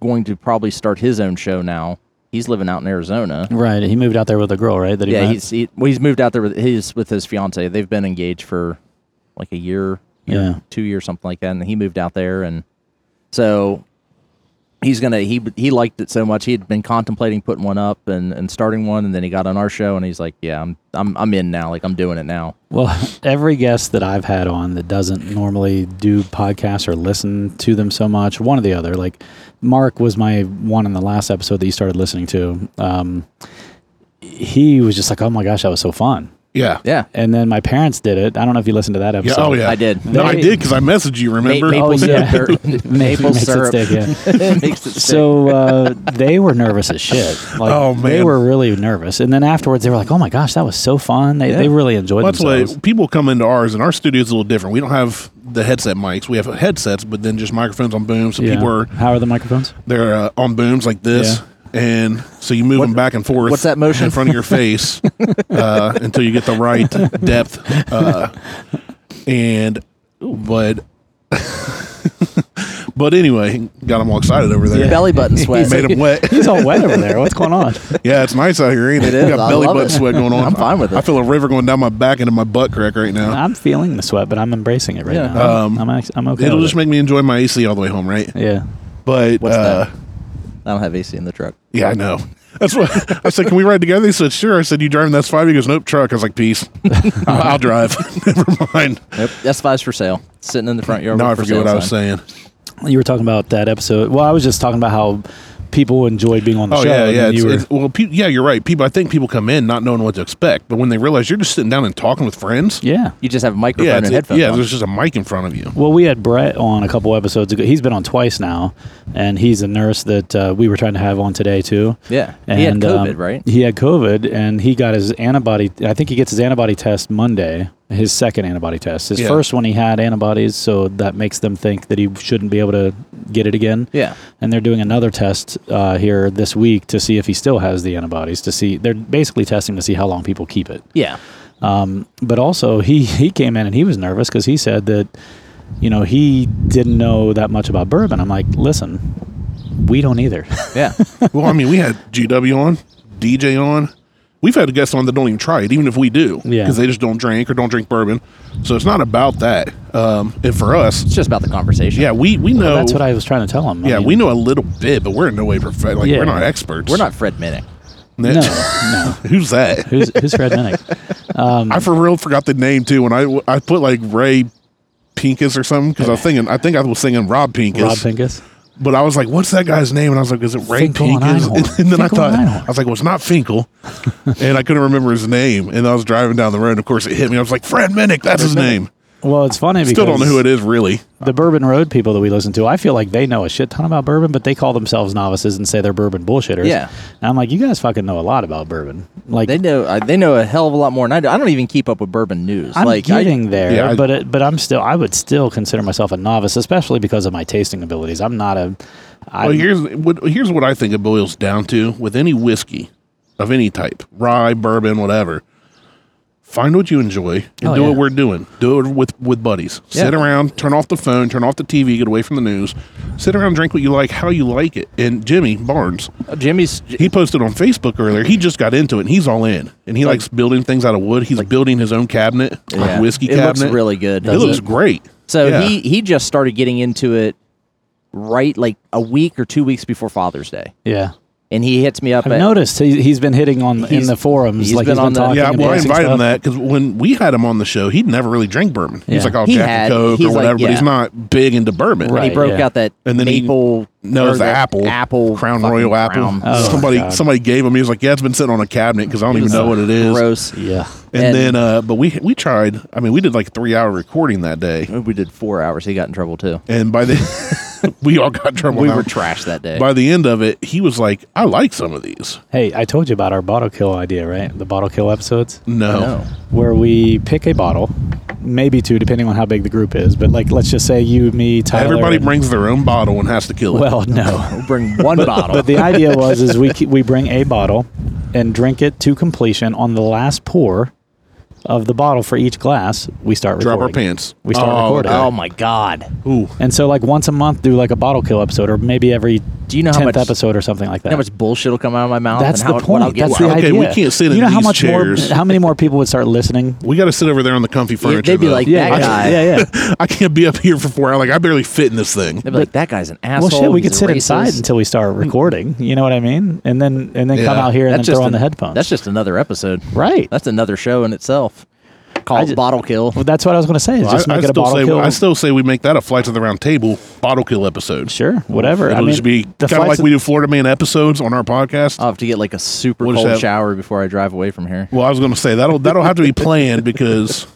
B: going to probably start his own show now. He's living out in Arizona.
A: right. He moved out there with a girl, right? That he
B: Yeah,
A: met?
B: he's he, well, he's moved out there with he's with his fiance. They've been engaged for like a year,
A: yeah.
B: two years, something like that. And he moved out there, and so he's gonna he he liked it so much he had been contemplating putting one up and, and starting one and then he got on our show and he's like yeah I'm I'm I'm in now like I'm doing it now
A: Well, [laughs] every guest that I've had on that doesn't normally do podcasts or listen to them so much, one or the other, like Mark was my one in the last episode that you started listening to. Um, he was just like, oh my gosh, that was so fun.
C: Yeah.
B: yeah
A: And then my parents did it. I don't know if you listened to that
C: Yeah,
A: episode.
C: oh yeah,
B: I did.
C: No, I
A: They-
C: did because I messaged you. Remember?
B: Ma-
A: Oh,
B: maple
A: yeah.
B: syrup er,
A: [laughs]
B: maple
A: Makes it
B: syrup
A: stick, yeah.
B: [laughs] makes it so
A: So uh, they were nervous as
C: [laughs]
A: shit. Like,
C: Oh,
A: They
C: man.
A: were really nervous. And then afterwards, they were like, oh my gosh, that was so fun. They, they really enjoyed
C: Much
A: themselves.
C: like people come into ours, and our studio's a little different. We don't have the headset mics. We have headsets, but then just microphones on boom. So
A: Yeah.
C: people are
A: How are the microphones?
C: they're uh, on booms like this, and so you move them back and forth.
B: what's that motion?
C: in front of your face
B: [laughs]
C: uh, until you get the right depth? Uh, and but [laughs] but anyway, got them all excited over there.
B: belly
C: [laughs]
B: button sweat
C: Made them wet. [laughs]
A: He's all wet over there. What's going on?
C: Yeah, it's nice out here, ain't it?
B: It is.
C: Got
B: I
C: belly
B: love
C: button
B: it.
C: sweat going on.
B: I'm fine with it.
C: I feel a river going down my back into my butt crack right now.
A: I'm feeling the sweat, but I'm embracing it right
B: Yeah.
A: now.
C: Um,
A: I'm, ex- I'm okay.
C: It'll
A: with
C: just
A: it.
C: make me enjoy my AC all the way home, right?
A: yeah.
C: But
B: What's
C: uh,
B: that? I don't have AC in the truck
C: yeah, I know. That's what I said. Can we ride together? He said, "Sure." I said, "You driving that S5?" He goes, "Nope, truck." I was like, "Peace, [laughs] I'll, I'll drive." [laughs] Never mind.
B: nope that's five's for sale sitting in the front yard
C: Now I
B: with for
C: forget what
B: sale
C: I was
B: sign.
C: saying.
A: You were talking about that episode. Well, I was just talking about how people enjoyed being on the
C: Oh
A: show.
C: yeah,
A: and
C: yeah.
A: You
C: It's,
A: were,
C: it's, well, pe- yeah, you're right. People, I think people come in not knowing what to expect, but when they realize you're just sitting down and talking with friends,
A: yeah.
B: you just have a microphone
C: yeah,
B: and
C: it's-
B: headphones
C: yeah.
B: on.
C: There's just a mic in front of you.
A: Well, we had Brett on a couple episodes ago. He's been on twice now, and he's a nurse that uh, we were trying to have on today too.
B: yeah he had
A: And, um,
B: COVID right
A: He had COVID, and he got his antibody. I think he gets his antibody test Monday. His second antibody test. His
C: Yeah.
A: first one, he had antibodies, so that makes them think that he shouldn't be able to get it again.
B: yeah
A: and they're doing another test uh, here this week to see if he still has the antibodies. To see, they're basically testing to see how long people keep it.
B: yeah
A: Um, but also, he he came in and he was nervous because he said that, you know, he didn't know that much about bourbon. I'm like, listen, we don't either. [laughs]
C: [laughs]
B: yeah
C: well, I mean, we had GW on, DJ on. We've had guests on that don't even try it, even if we do,
A: Yeah.
C: because they just don't drink or don't drink bourbon. So it's not about that. Um, and for us,
B: it's just about the conversation
C: yeah, we we know
A: That's what I was trying to tell him. I
C: Oh. yeah,
A: mean,
C: we know a little bit, but we're in no way perfect. Like
A: Yeah.
C: we're not experts. [laughs]
B: we're not Fred Minnick
A: No, no.
C: Who's that?
A: Who's who's Fred
C: [laughs]
A: Minnick?
C: I for real forgot the name too. When I I put like Ray Pinkus or something because I was thinking I think I was singing Rob Pinkus,
A: Rob Pincus.
C: but I was like, what's that guy's name? And I was like, is it Ray
A: Finkel and
C: Pinkus?
A: Einhorn.
C: [laughs] And, then I
A: Finkel
C: thought
A: and
C: I
A: Einhorn.
C: was like, well, it's
A: [laughs]
C: not Finkel, and I couldn't remember his name. And I was driving down the road. And of course, it hit me. I was like, Fred Minnick, that's his name.
A: Well, it's funny because
C: Still don't know who it is really.
A: the Bourbon Road people that we listen to, I feel like they know a shit ton about bourbon, but they call themselves novices and say they're bourbon bullshitters.
B: Yeah.
A: And I'm like, you guys fucking know a lot about bourbon. Like,
B: They know uh, they know a hell of a lot more than I do. I don't even keep up with bourbon news.
A: I'm
B: like I-
A: getting there,
C: Yeah, I-
A: but it, but I'm still, I would still consider myself a novice, especially because of my tasting abilities. I'm not a, I,
C: Well, here's what here's what I think it boils down to with any whiskey of any type, rye, bourbon, whatever. Find what you enjoy and
A: Oh,
C: do
A: yeah.
C: what we're doing. Do it with with buddies.
B: Yeah.
C: Sit around, turn off the phone, turn off the TV, get away from the news. Sit around, drink what you like, how you like it. And Jimmy Barnes,
B: Uh, Jimmy's
C: he posted on Facebook earlier. He just got into it and he's all in. And he likes building things out of wood. He's building his own cabinet,
B: yeah.
C: like whiskey
B: It
C: cabinet.
B: looks really good.
C: It
B: doesn't
C: looks great.
B: So
C: Yeah.
B: he he just started getting into it right like a week or two weeks before Father's Day,
A: yeah.
B: and he hits me up.
A: I've
B: at,
A: noticed he, he's been hitting on in
B: He's-
A: the forums,
B: he's
A: like he's
B: been
A: been
B: on the-
A: talking.
C: Yeah,
A: and
C: well, I
A: posting
C: invited
A: stuff.
C: him that because when we had him on the show, he'd never really drink bourbon.
A: Yeah.
C: He's like, oh,
B: He
C: Jack
B: had-
C: and Coke
B: he's
C: or
B: like,
C: whatever, but
B: yeah.
C: he's not big into bourbon.
A: Right.
B: He broke
A: yeah.
B: out that
C: And then he-
B: maple.
C: No,
B: or
C: it's the
B: that
C: apple,
B: apple,
C: Crown
B: fucking
C: Royal apple.
B: crown.
A: Oh,
C: somebody,
A: God.
C: somebody gave him. He was like, "Yeah, it's been sitting on a cabinet because I don't even know what it is."
B: Gross.
A: Yeah.
C: And,
B: And-
C: then, uh, but we we tried. I mean, we did like three hour recording that day,
B: We did four hours. He got in trouble too.
C: and by the [laughs] we all got in trouble.
B: We
C: now.
B: were trashed that day.
C: By the end of it, he was like, "I like some of these."
A: Hey, I told you about our bottle kill idea, right? The bottle kill episodes.
C: No,
B: no.
A: where we pick a bottle, maybe two, depending on how big the group is. But like, let's just say you, me, Tyler.
C: everybody
A: and-
C: brings their own bottle and has to kill it.
A: [laughs] Well, no.
B: We'll bring [laughs] one bottle.
A: but the idea was is we ke- we bring a bottle and drink it to completion on the last pour, of the bottle for each glass, we start
C: Drop
A: recording.
C: our pants.
A: We start
C: Oh,
A: recording.
B: Oh my god.
C: Ooh.
A: And so, like once a month, do like a bottle kill episode, or maybe every
B: Do you know how
A: tenth
B: much-
A: episode or something like that.
B: You know how much bullshit will come out of my mouth?
A: That's
B: and how,
A: the
B: what I'll
A: point.
B: get-
A: That's the
C: Okay,
A: idea.
C: we can't sit in
A: you know how
C: these
A: much
C: chairs.
A: more, [laughs] how many more people would start listening?
C: We got to sit over there on the comfy furniture.
B: they'd be
C: though.
B: like,
A: Yeah,
B: That
A: yeah,
B: guy. [laughs]
A: yeah, yeah.
C: I can't be up here for four hours. Like I barely fit in this thing.
B: They'd be like, that guy's an asshole.
A: Well, shit, we could
B: he's a
A: sit
B: racist.
A: inside until we start recording. You know what I mean? And then and then come
C: Yeah.
A: out here and
B: That's
A: then
B: just
A: throw on
B: an-
A: the headphones.
B: That's just another episode.
A: right.
B: That's another show in itself. Called
A: ju-
B: Bottle Kill.
A: Well, that's what I was going to say. Is just
C: I, I
A: make it a
C: still
A: bottle
C: say,
A: kill.
C: I still say we make that a flight to the round table bottle kill episode.
A: sure, whatever.
C: It'll
A: I mean,
C: just be
A: the
C: kind of like
A: flights- Uh,
C: we do Florida Man episodes on our podcast.
B: I'll have to get like a super
C: We'll just
B: cold
C: have-
B: shower before I drive away from here.
C: well, I was going to say that'll that'll have to be
A: [laughs]
C: planned because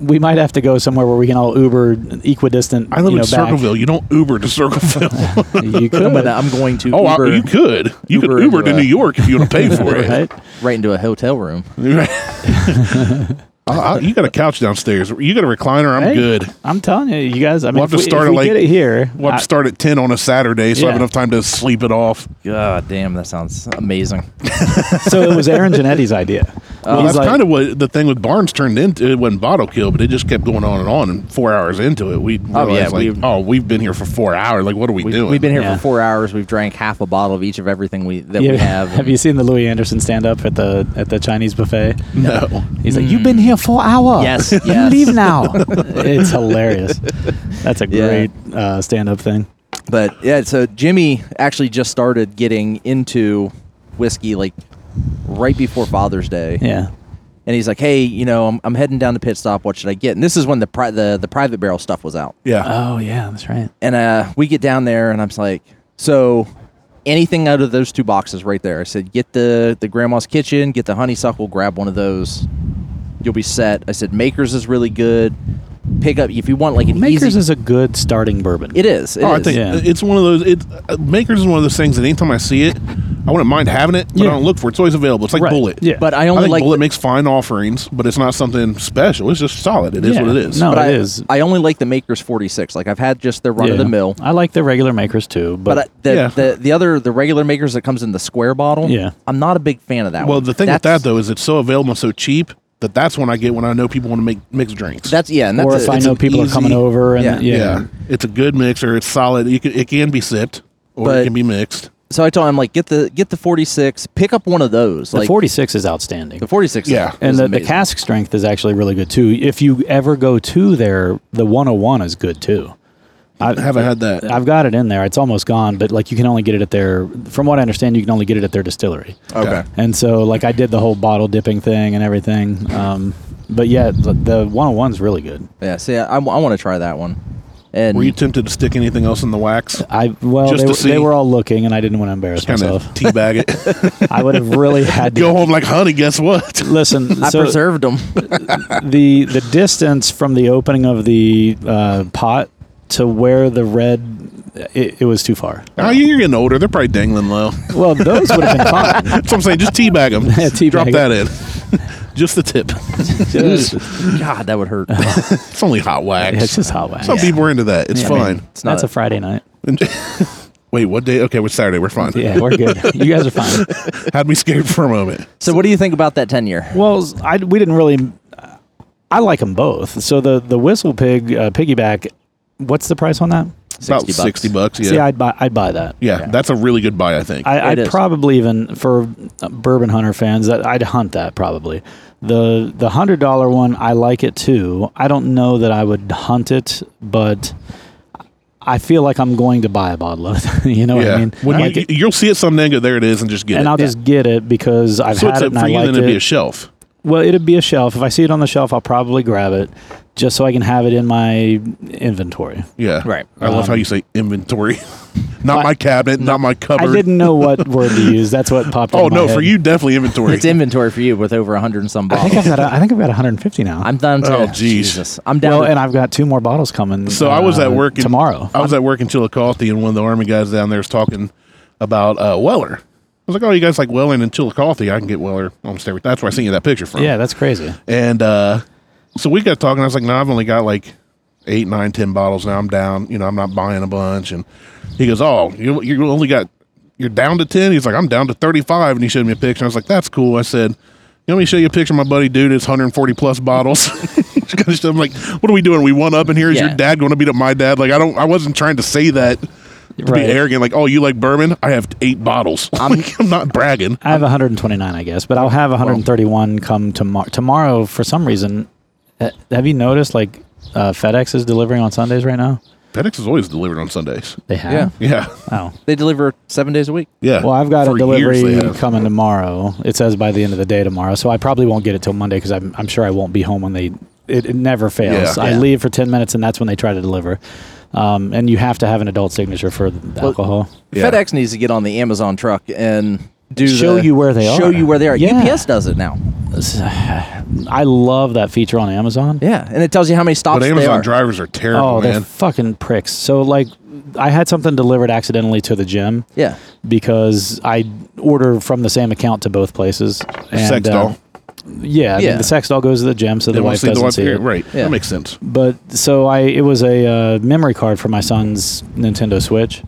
A: we might have to go somewhere where we can all Uber equidistant.
C: I live
A: you know,
C: in Circleville. You don't Uber
A: [laughs]
C: to Circleville.
A: Back. You
B: I'm,
A: could,
B: gonna, I'm going to
C: oh, I-
B: Uber
C: you could. You
B: Uber
C: could Uber
B: into
C: to
B: a-
C: New York if you want to pay for it. [laughs]
A: right?
B: right into a hotel room.
C: [laughs] I- I- you got a couch downstairs. You got a recliner. I'm
A: Hey,
C: good.
A: I'm telling you, you guys. I mean,
C: We'll
A: if
C: have to
A: we,
C: start
A: if
C: at
A: we
C: like-
A: get it here.
C: We'll have
A: I-
C: to start at ten on a Saturday, so I
A: Yeah.
C: have enough time to sleep it off.
B: God damn, that sounds amazing.
C: [laughs]
A: so it was Aaron Genetti's idea.
C: Well, that's kind of what the thing with Barnes turned into. It wasn't bottle kill, but it just kept going on and on. And four hours into it, we
B: Oh,
C: realized,
B: yeah,
C: like,
B: we've-
C: oh, we've been here for four hours. Like, what are we
B: We,
C: doing?
B: have
C: [laughs]
B: been here
A: Yeah.
B: for four hours. We've drank half a bottle of each of everything we that
A: [laughs]
B: we have.
A: Have you seen the Louis Anderson stand up at the at the Chinese buffet?
C: no.
A: He's like, "You've been here for an hour.
B: Mm. Yes,
A: You
B: yes.
A: leave
B: [laughs]
A: now." it's hilarious. That's a
B: Yeah.
A: great uh, stand-up thing.
B: But yeah, so Jimmy actually just started getting into whiskey like right before Father's Day.
A: Yeah,
B: And he's like, "Hey, you know, I'm, I'm heading down to pit stop. What should I get?" And this is when the pri- the the private barrel stuff was out.
C: Yeah.
A: Oh yeah, that's right.
B: And uh, we get down there, and I'm just like, "So, anything out of those two boxes right there?" I said, "Get the the grandma's kitchen, get the honeysuckle, grab one of those. You'll be set." I said, "Makers is really good. Pick up if you want like an
A: Makers
B: easy.
A: is a good starting bourbon.
B: it is. It
C: Oh, I
B: is.
C: think
A: Yeah.
C: it's one of those. It uh, makers is one of those things that anytime I see it, I wouldn't mind having it, but
A: Yeah.
C: I don't look for it. It's always available. It's like
A: Right.
C: Bullet.
A: Yeah.
B: But I
C: I
B: only
C: think
B: like
C: Bullet makes fine offerings, but it's not something special. It's just solid. It is
A: Yeah.
C: what it is.
A: No,
B: but
A: it
B: I,
A: is.
B: I only like the Makers 46. Like I've had just the run of the mill.
A: I like the regular makers too, but,
B: But I, the,
C: Yeah.
B: the the other the regular makers that comes in the square bottle,
A: Yeah.
B: I'm not a big fan of that.
C: Well,
B: one.
C: the thing with
B: That's-
C: that though is it's so available, and so cheap that that's when I get when I know people want to make mixed drinks.
B: that's yeah, and that's
A: or
B: a-
A: if I
B: it's a-
A: know people
C: easy-
A: are coming over and
B: Yeah.
A: yeah,
C: yeah. It's a good mixer. It's solid. You can, it can be sipped or
B: But-
C: it can be mixed.
B: so I told him like get the get the 46, pick up one of those.
A: the
B: like
A: 46 is outstanding.
B: the 46. is-
C: Yeah.
B: is
A: and the, the
B: amazing.
A: cask strength is actually really good too. If you ever go to there, the 101 is good too. I,
C: I haven't had that.
A: I've got it in there. It's almost gone, but like you can only get it at their. From what I understand, you can only get it at their distillery.
B: Okay.
A: And so, like, I did the whole bottle dipping thing and everything. Um, but yeah, the, the 101 is really good.
B: Yeah, see I, want to try that one. And
C: Were you tempted to stick anything else in the wax?
A: I well,
C: Just
A: they,
C: to
A: were-
C: see.
A: they were all looking, and I didn't want to embarrass
C: Kind of
A: myself.
C: teabag
A: [laughs]
C: it. [laughs]
A: I would have really had to
C: Go home like, honey.
A: [laughs]
C: Guess what?
A: listen.
B: I
A: so [laughs]
B: preserved them.
A: the the distance from the opening of the uh, pot to where the red, it, it was too far.
C: Oh, you're getting older. They're probably dangling low. [laughs]
A: Well, those would have been fun.
C: That's what I'm saying. Just teabag
A: [laughs]
C: them.
A: Yeah, teabag
C: Drop
A: it.
C: that in. [laughs] Just
A: [laughs]
C: the tip.
A: Just-
B: [laughs] God, that would hurt.
A: [laughs]
C: It's only hot wax.
A: it's just hot wax.
C: Some people are into that. It's
B: I mean,
C: fine.
B: it's not
A: That's a Friday night.
C: [laughs] Wait, what day? Okay, it's Saturday. We're fine.
A: Yeah, we're good. You guys are fine.
C: [laughs] Had me scared for a moment.
B: So what do you think about that 10 year?
A: Well, I, we didn't really. I like them both. So the the whistle pig uh, piggyback. What's the price on that?
C: About
B: 60 bucks.
C: 60 bucks. Yeah.
A: See, I'd buy. I'd buy that.
C: yeah, that's a really good buy, I think.
A: I,
B: It
A: I'd
B: is.
A: probably even for bourbon hunter fans that I'd hunt that probably. The the hundred dollar one I like it too. I don't know that I would hunt it, but I feel like I'm going to buy a bottle of it. [laughs] you know
C: yeah.
A: what I mean?
C: when
A: Like
C: you,
A: it-
C: you'll see it someday and go, there it is, and just get
A: and
C: it.
A: I'll just get it because I've
C: so
A: had
C: it's
A: it
C: up
A: and
C: for
A: I
C: you,
A: liked
C: then it'd
A: it.
C: be a shelf.
A: Well, it'd be a shelf. If I see it on the shelf, I'll probably grab it just so I can have it in my inventory.
C: Yeah.
B: Right.
C: I
A: Um,
C: love how you say inventory. [laughs] not my cabinet, not my
A: I
C: cupboard.
A: didn't know
C: [laughs]
A: what word to use. That's what popped
C: Oh,
A: into my
C: no, for
A: head.
C: you, definitely inventory.
B: It's inventory for you with over 100 and some
A: I think I've
B: bottles.
A: got I think I've got 150 now.
B: I'm down to
C: Oh, geez.
B: Jesus. I'm
A: [laughs]
B: down
A: well,
B: to
A: and I've got two more bottles coming.
C: So I was
A: uh,
C: at work in,
A: tomorrow.
C: I was at work in Chillicothe, and one of the army guys down there was talking about uh, Weller. I was like, "Oh, you guys like Weller and in Chillicothe? I can get Weller almost every." That's where I seen you that picture from.
A: yeah, that's crazy.
C: And uh, so we got talking. I was like, "No, I've only got like eight, nine, ten bottles now. I'm down. You know, I'm not buying a bunch." And he goes, "Oh, you you only got you're down to ten? He's like, "I'm down to 35." And he showed me a picture. I was like, "That's cool." I said. You want me to show you a picture of my buddy dude? It's 140 plus bottles. [laughs] I'm like, what are we doing? We one up in here. Is
B: Yeah.
C: your dad going to beat up my dad? Like, I don't. I wasn't trying to say that to
A: Right.
C: be arrogant. Like, oh, you like bourbon? I have eight bottles. [laughs] I'm, I'm not bragging.
A: I have 129, I guess, but I'll have 131 come tomorrow. Tomorrow, for some reason, uh, have you noticed like uh, FedEx is delivering on Sundays right now?
C: FedEx is always delivered on Sundays.
A: They have.
B: Yeah.
C: Yeah,
A: Oh.
B: They deliver seven days a week.
C: yeah.
A: Well, I've got
C: For
A: a
C: years they
A: delivery
C: have.
A: coming tomorrow. It says by the end of the day tomorrow, so I probably won't get it till Monday because I'm, I'm sure I won't be home when they. It, it never fails.
C: Yeah.
A: I
B: Yeah.
A: leave for 10 minutes and that's when they try to deliver. Um, and you have to have an adult signature for the alcohol.
C: Yeah.
B: FedEx needs to get on the Amazon truck and do
A: Show
B: the-
A: you where they
B: Show
A: are.
B: you where they are.
A: Yeah.
B: UPS does it now.
A: I love that feature on Amazon.
B: Yeah, and it tells you how many stops
C: But
B: they
C: Amazon
B: are.
C: drivers are terrible,
A: Oh, they're
C: man.
A: fucking pricks. So like, I had something delivered accidentally to the gym
B: yeah,
A: because I order from the same account to both places. And,
C: Sex
A: uh,
C: doll.
A: yeah, I mean,
B: Yeah.
A: the sex doll goes to the gym, so
C: They
A: the
C: want to
A: wife
C: see the
A: doesn't
C: wife
A: see
C: here.
A: it.
C: Right.
B: Yeah.
C: That makes sense.
A: But so I, it was a uh, memory card for my son's Nintendo Switch,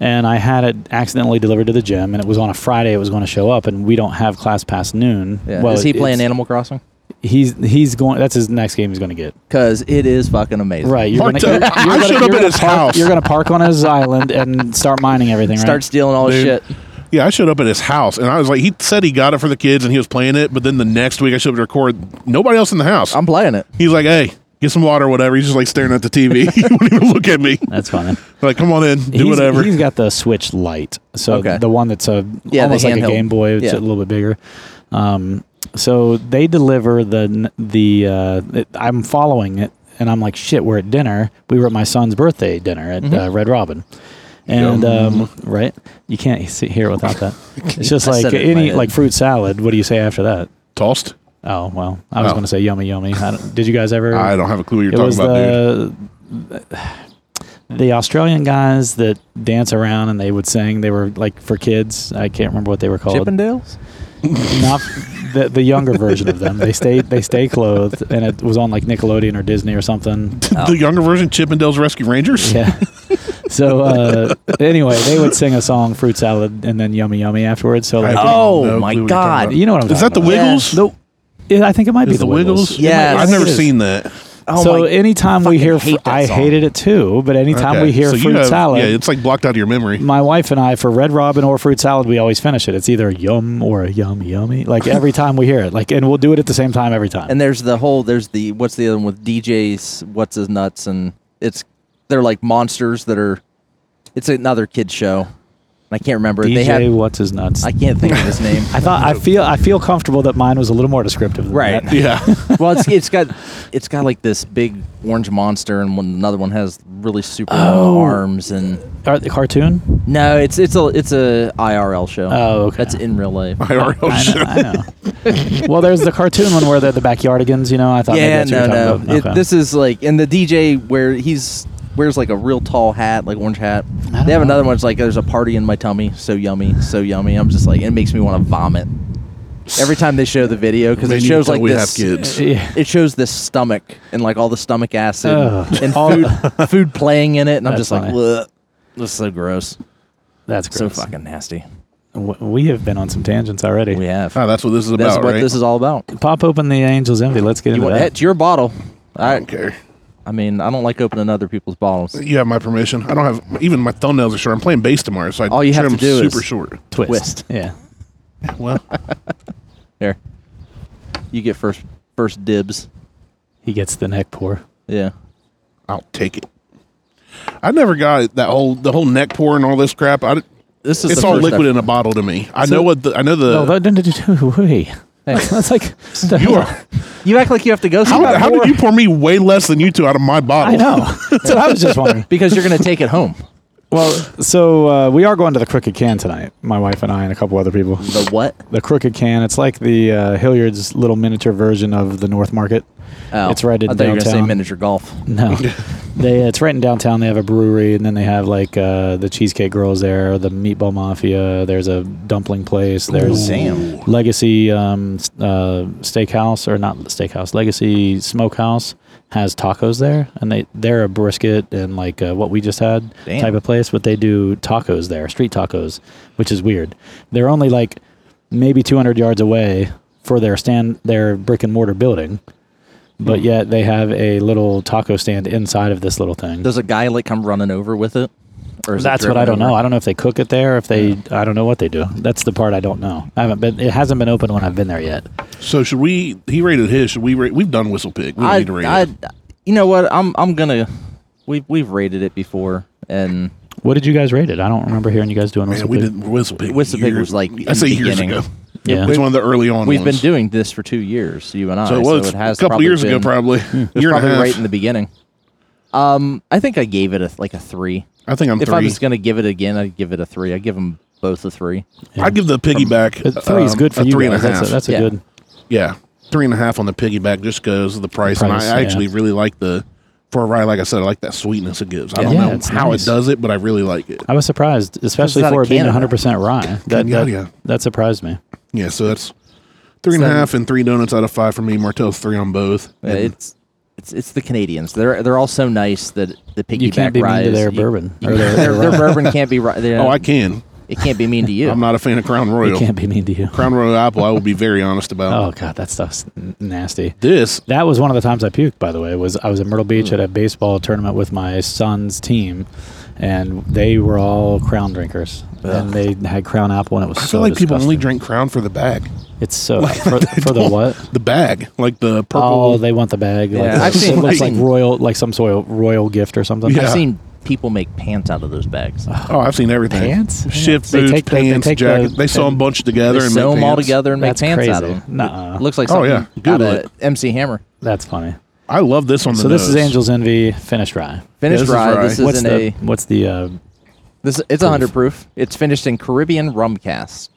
A: and I had it accidentally delivered to the gym, and it was on a Friday. It was going to show up, and we don't have class past noon.
B: yeah. Is he
A: it-
B: playing
A: it's-
B: Animal Crossing?
A: He's he's going. That's his next game. He's going to get.
B: Because it is fucking amazing.
A: Right, you're
C: Mark,
A: gonna, you're,
C: dude, I
A: you're
C: showed
A: gonna,
C: up
A: you're
C: at
A: gonna
C: his
A: park,
C: house.
A: You're gonna park on his island and start mining everything. Right?
B: Start stealing all his
C: Dude.
B: shit.
C: Yeah, I showed up at his house, and I was like, he said he got it for the kids, and he was playing it. But then the next week, I showed up to record. Nobody else in the house.
B: I'm playing it.
C: He's like, hey, get some water, or whatever. He's just like staring at the TV. [laughs] he won't even look at me.
A: That's
B: [laughs]
A: fine.
C: Like, come on in, do
A: He's-
C: whatever.
A: He's got the Switch Lite, so
B: Okay.
A: the one that's a
B: Yeah, the
A: almost like a
B: handheld.
A: Game Boy, it's
B: Yeah.
A: a little bit bigger. Um, so they deliver the the. Uh, it, I'm following it, and I'm like, shit. We're at dinner. We were at my son's birthday dinner
B: Mm-hmm.
A: at uh, Red Robin. And um, right, you can't sit here without
B: [laughs]
A: that. It's just
B: I
A: like
B: said it in my
A: any
B: head.
A: like fruit salad. What do you say after that?
C: Tossed.
A: Oh well, I was
C: Oh.
A: going to say yummy, yummy. I don't- did you guys ever?
C: [laughs] I don't have a clue what you're
A: it
C: talking
A: was
C: about, dude.
A: the the Australian guys that dance around and they would sing. They were like for kids. I can't remember what they were called.
B: Chippendales?
A: [laughs] Not the, the younger version of them. They stay they stay clothed, and it was on like Nickelodeon or Disney or
C: [laughs]
A: something.
C: the younger version, Chippendales Rescue Rangers.
A: Yeah. So uh, anyway, they would sing a song, fruit salad, and then yummy, yummy afterwards. So like,
C: I have
B: Oh,
C: no
B: my
C: clue what you're talking
B: God.
C: about.
A: you know what I'm
C: Is that the
A: talking about.
C: Wiggles?
B: Yeah.
C: No,
A: Yeah, I think it might be
C: Is the Wiggles?
A: It might-
B: Yes.
C: I've never
A: it is.
C: seen that.
B: Oh
A: so
B: my!
A: anytime we
B: fucking
A: hear,
B: hate
A: fr-
B: that
A: I
B: song.
A: hated it too. But anytime
C: Okay.
A: we hear
C: So you
A: fruit
C: have-
A: salad,
C: Yeah, it's like blocked out of your memory.
A: my wife and I for Red Robin or fruit salad, we always finish it. It's either yum or a yum yummy. Like
B: [laughs]
A: every time we hear it, like, and we'll do it at the same time every time.
B: and there's the whole. There's the what's the other one with DJs? What's his nuts? And it's they're like monsters that are. It's another kid show. I can't remember.
A: DJ,
B: They had.
A: what's his nuts?
B: I
A: I,
B: can't think of his name.
A: thought I feel I feel comfortable that mine was a little more descriptive. Than
B: Right.
A: that.
C: [laughs] yeah.
B: [laughs] well, it's, it's got it's got like this big orange monster, and one, another one has really super long arms. And
A: Are the cartoon?
B: no, it's it's a it's a IRL show.
A: Oh, okay.
B: that's in real life.
C: IRL
A: I know.
C: show.
A: I
B: [laughs]
A: know. well, there's the cartoon one where they're the backyardigans. You know, I thought
B: yeah,
A: maybe that's
B: no,
A: what you're
B: no.
A: talking
B: It,
A: about. Okay.
B: this is like and the DJ where he's wears like a real tall hat, like orange hat. They
A: don't
B: have
A: know.
B: another one. It's like there's a party in my tummy, so yummy, so yummy. I'm just like it makes me want to vomit every time they show the video because
C: Man,
B: it
C: you
B: shows
C: can
B: like
C: tell we
B: this.
C: have kids.
A: yeah.
B: [laughs] It shows this stomach and like all the stomach acid
A: Ugh.
B: and
A: All- [laughs]
B: food, food playing in it, and I'm
A: That's
B: just like,
A: funny.
B: Bleh. this is so gross,
A: That's
B: so
A: gross.
B: fucking nasty.
A: W- We have been on some tangents already.
B: We have.
C: [laughs] Ah, that's what this is about,
B: That's what
C: right?
B: this is all about.
A: Pop open the Angels Envy. Let's get
B: You
A: into
B: want,
A: that.
B: it's your bottle.
C: I
B: I,
C: don't care.
B: I mean, I don't like opening other people's bottles.
C: You have my permission. I don't have even my thumbnails are short. I'm playing bass tomorrow, so I
B: All you have
C: trim
B: to do is- [laughs]
C: super short.
A: Twist.
B: Twist.
A: Yeah.
C: Well,
B: There, you get first first dibs.
A: He gets the neck pour.
B: Yeah,
C: I'll take it. I never got that whole the whole neck pour and all this crap. I,
B: this is
C: it's
B: the
C: all
B: first
C: liquid
B: episode.
C: in a bottle to me. I know what the, I know the.
A: No, that didn't do [laughs] way. That's [laughs] like
C: you are.
B: You act like you have to go
C: How,
B: somewhere
C: how did you pour me way less than you two out of my bottle?
A: I know. [laughs] That's what I was just wondering.
B: because you're gonna take it home.
A: Well, so uh, we are going to the Crooked Can tonight. My wife and I and a couple other people.
B: The what?
A: The Crooked Can. It's like the uh, Hilliard's little miniature version of the North Market.
B: Oh,
A: It's right in
B: I thought you were gonna say
A: downtown.
B: miniature golf.
A: [laughs] No, they. It's right in downtown. They have a brewery, and then they have like uh, the Cheesecake Girls there, the Meatball Mafia. There's a dumpling place. There's
B: Damn.
A: Legacy um, s- uh, Steakhouse or not Steakhouse, Legacy Smokehouse has tacos there, and they they're a brisket and like uh, what we just had
B: Damn.
A: type of place, but they do tacos there, street tacos, which is weird. They're only like maybe 200 yards away for their stand, their brick and mortar building,
B: Hmm.
A: but yet they have a little taco stand inside of this little thing.
B: Does a guy like come running over with it? Or is it
A: That's what I don't
B: driven
A: know.
B: over?
A: I don't know if they cook it there. If they, I don't know what they do. That's the part I don't know. I haven't been. It hasn't been open when I've been there yet.
C: So should we? He rated his. Should we? Rate, we've done Whistle Pig. We don't need to rate
B: I,
C: it.
B: I, you know what? I'm I'm gonna. We've we've rated it before, and
A: What did you guys rate it? I don't remember hearing you guys doing
C: Man,
A: whistle
C: we
A: pig.
C: did Whistle Pig.
B: Whistle Pig
C: years-
B: was like
C: I
B: in
C: say
B: the
C: years
B: beginning.
C: ago.
A: Yeah.
C: It was one of the early on.
B: we've been
C: ones.
B: doing this for two years, you and I.
C: So it was
B: has
C: a couple
B: probably
C: years ago,
B: been-
C: probably. [laughs]
B: It was
C: Year and a
B: probably
C: half.
B: right in the beginning. Um, I think I gave it a like a three.
C: I think I'm
B: if I
C: three.
B: was gonna give it again, I'd give it a three. I give them both a three.
C: I'd give the piggyback.
A: But three is
C: um,
A: good for
C: a
A: you
C: three and a
A: guys. That's a,
C: half.
A: that's a
B: Yeah.
A: good.
C: Yeah, three and a half on the piggyback just because of the price.
A: Price,
C: and I
A: yeah.
C: actually really like the for a ride. Like I said, I like that sweetness it gives. I don't
A: Yeah,
C: know
A: it's
C: how
A: nice.
C: it does it, but I really like it.
A: I was surprised, especially
B: out
A: for
B: of
A: it being
B: Canada.
A: 100 percent rye. That,
C: Yeah,
A: that,
C: yeah.
A: that surprised me.
C: Yeah, so that's three and a half and
B: So-
C: three donuts out of five for me. Martell's three on both.
B: Uh,
C: And
B: It's it's it's the Canadians. They're they're all so nice that the piggyback
A: You can't be mean
B: rise.
A: to their
B: you- [laughs]
A: bourbon
B: you-
A: or their,
B: their,
A: their
B: their
A: rye.
B: bourbon can't be right.
C: [laughs] oh, I can.
B: it can't be mean to you.
C: I'm not a fan of Crown
A: You
C: Royal.
A: can't be mean to you.
C: Crown Royal apple, I will be very honest about.
A: [laughs] Oh god, that stuff's n- nasty.
C: This
A: That was one of the times I puked. By the way, was I was in Myrtle
C: Mm.
A: Beach at a baseball tournament with my son's team, and they were all Crown drinkers, and they had Crown apple, and it was
C: I
A: so.
C: feel like people only
A: disgusting.
C: drink Crown for the bag.
A: It's so
C: [laughs]
A: for, for the what?
C: The bag, like the purple.
A: Oh, they want the bag. Like,
B: Yeah, I've
A: it
B: seen-
A: looks
B: I've
A: like
B: seen-
A: royal, like some sort of royal gift or something.
C: Yeah.
B: I've seen people make pants out of those bags.
C: oh, I've seen everything.
A: Pants?
C: shift
A: They
C: boots,
A: take the- they
C: pants,
A: take the-
C: jacket. they sew
A: and-
C: them bunched together
B: they
C: and
B: sew
C: make
B: them all
C: pants.
B: together and make
A: That's
B: pants
A: crazy.
B: out of them.
A: Nuh-uh.
B: It looks like
C: Oh,
B: something
C: yeah.
B: out
C: Google
B: of MC Hammer.
A: That's funny.
C: I love this on the.
A: So this is
C: nose.
A: Angel's Envy finished rye.
B: Finished
C: this is
B: rye.
C: rye.
B: This
A: What's
B: isn't
A: the
B: a
A: what's the uh,
B: this. It's a hundred proof. It's finished in Caribbean rum casks.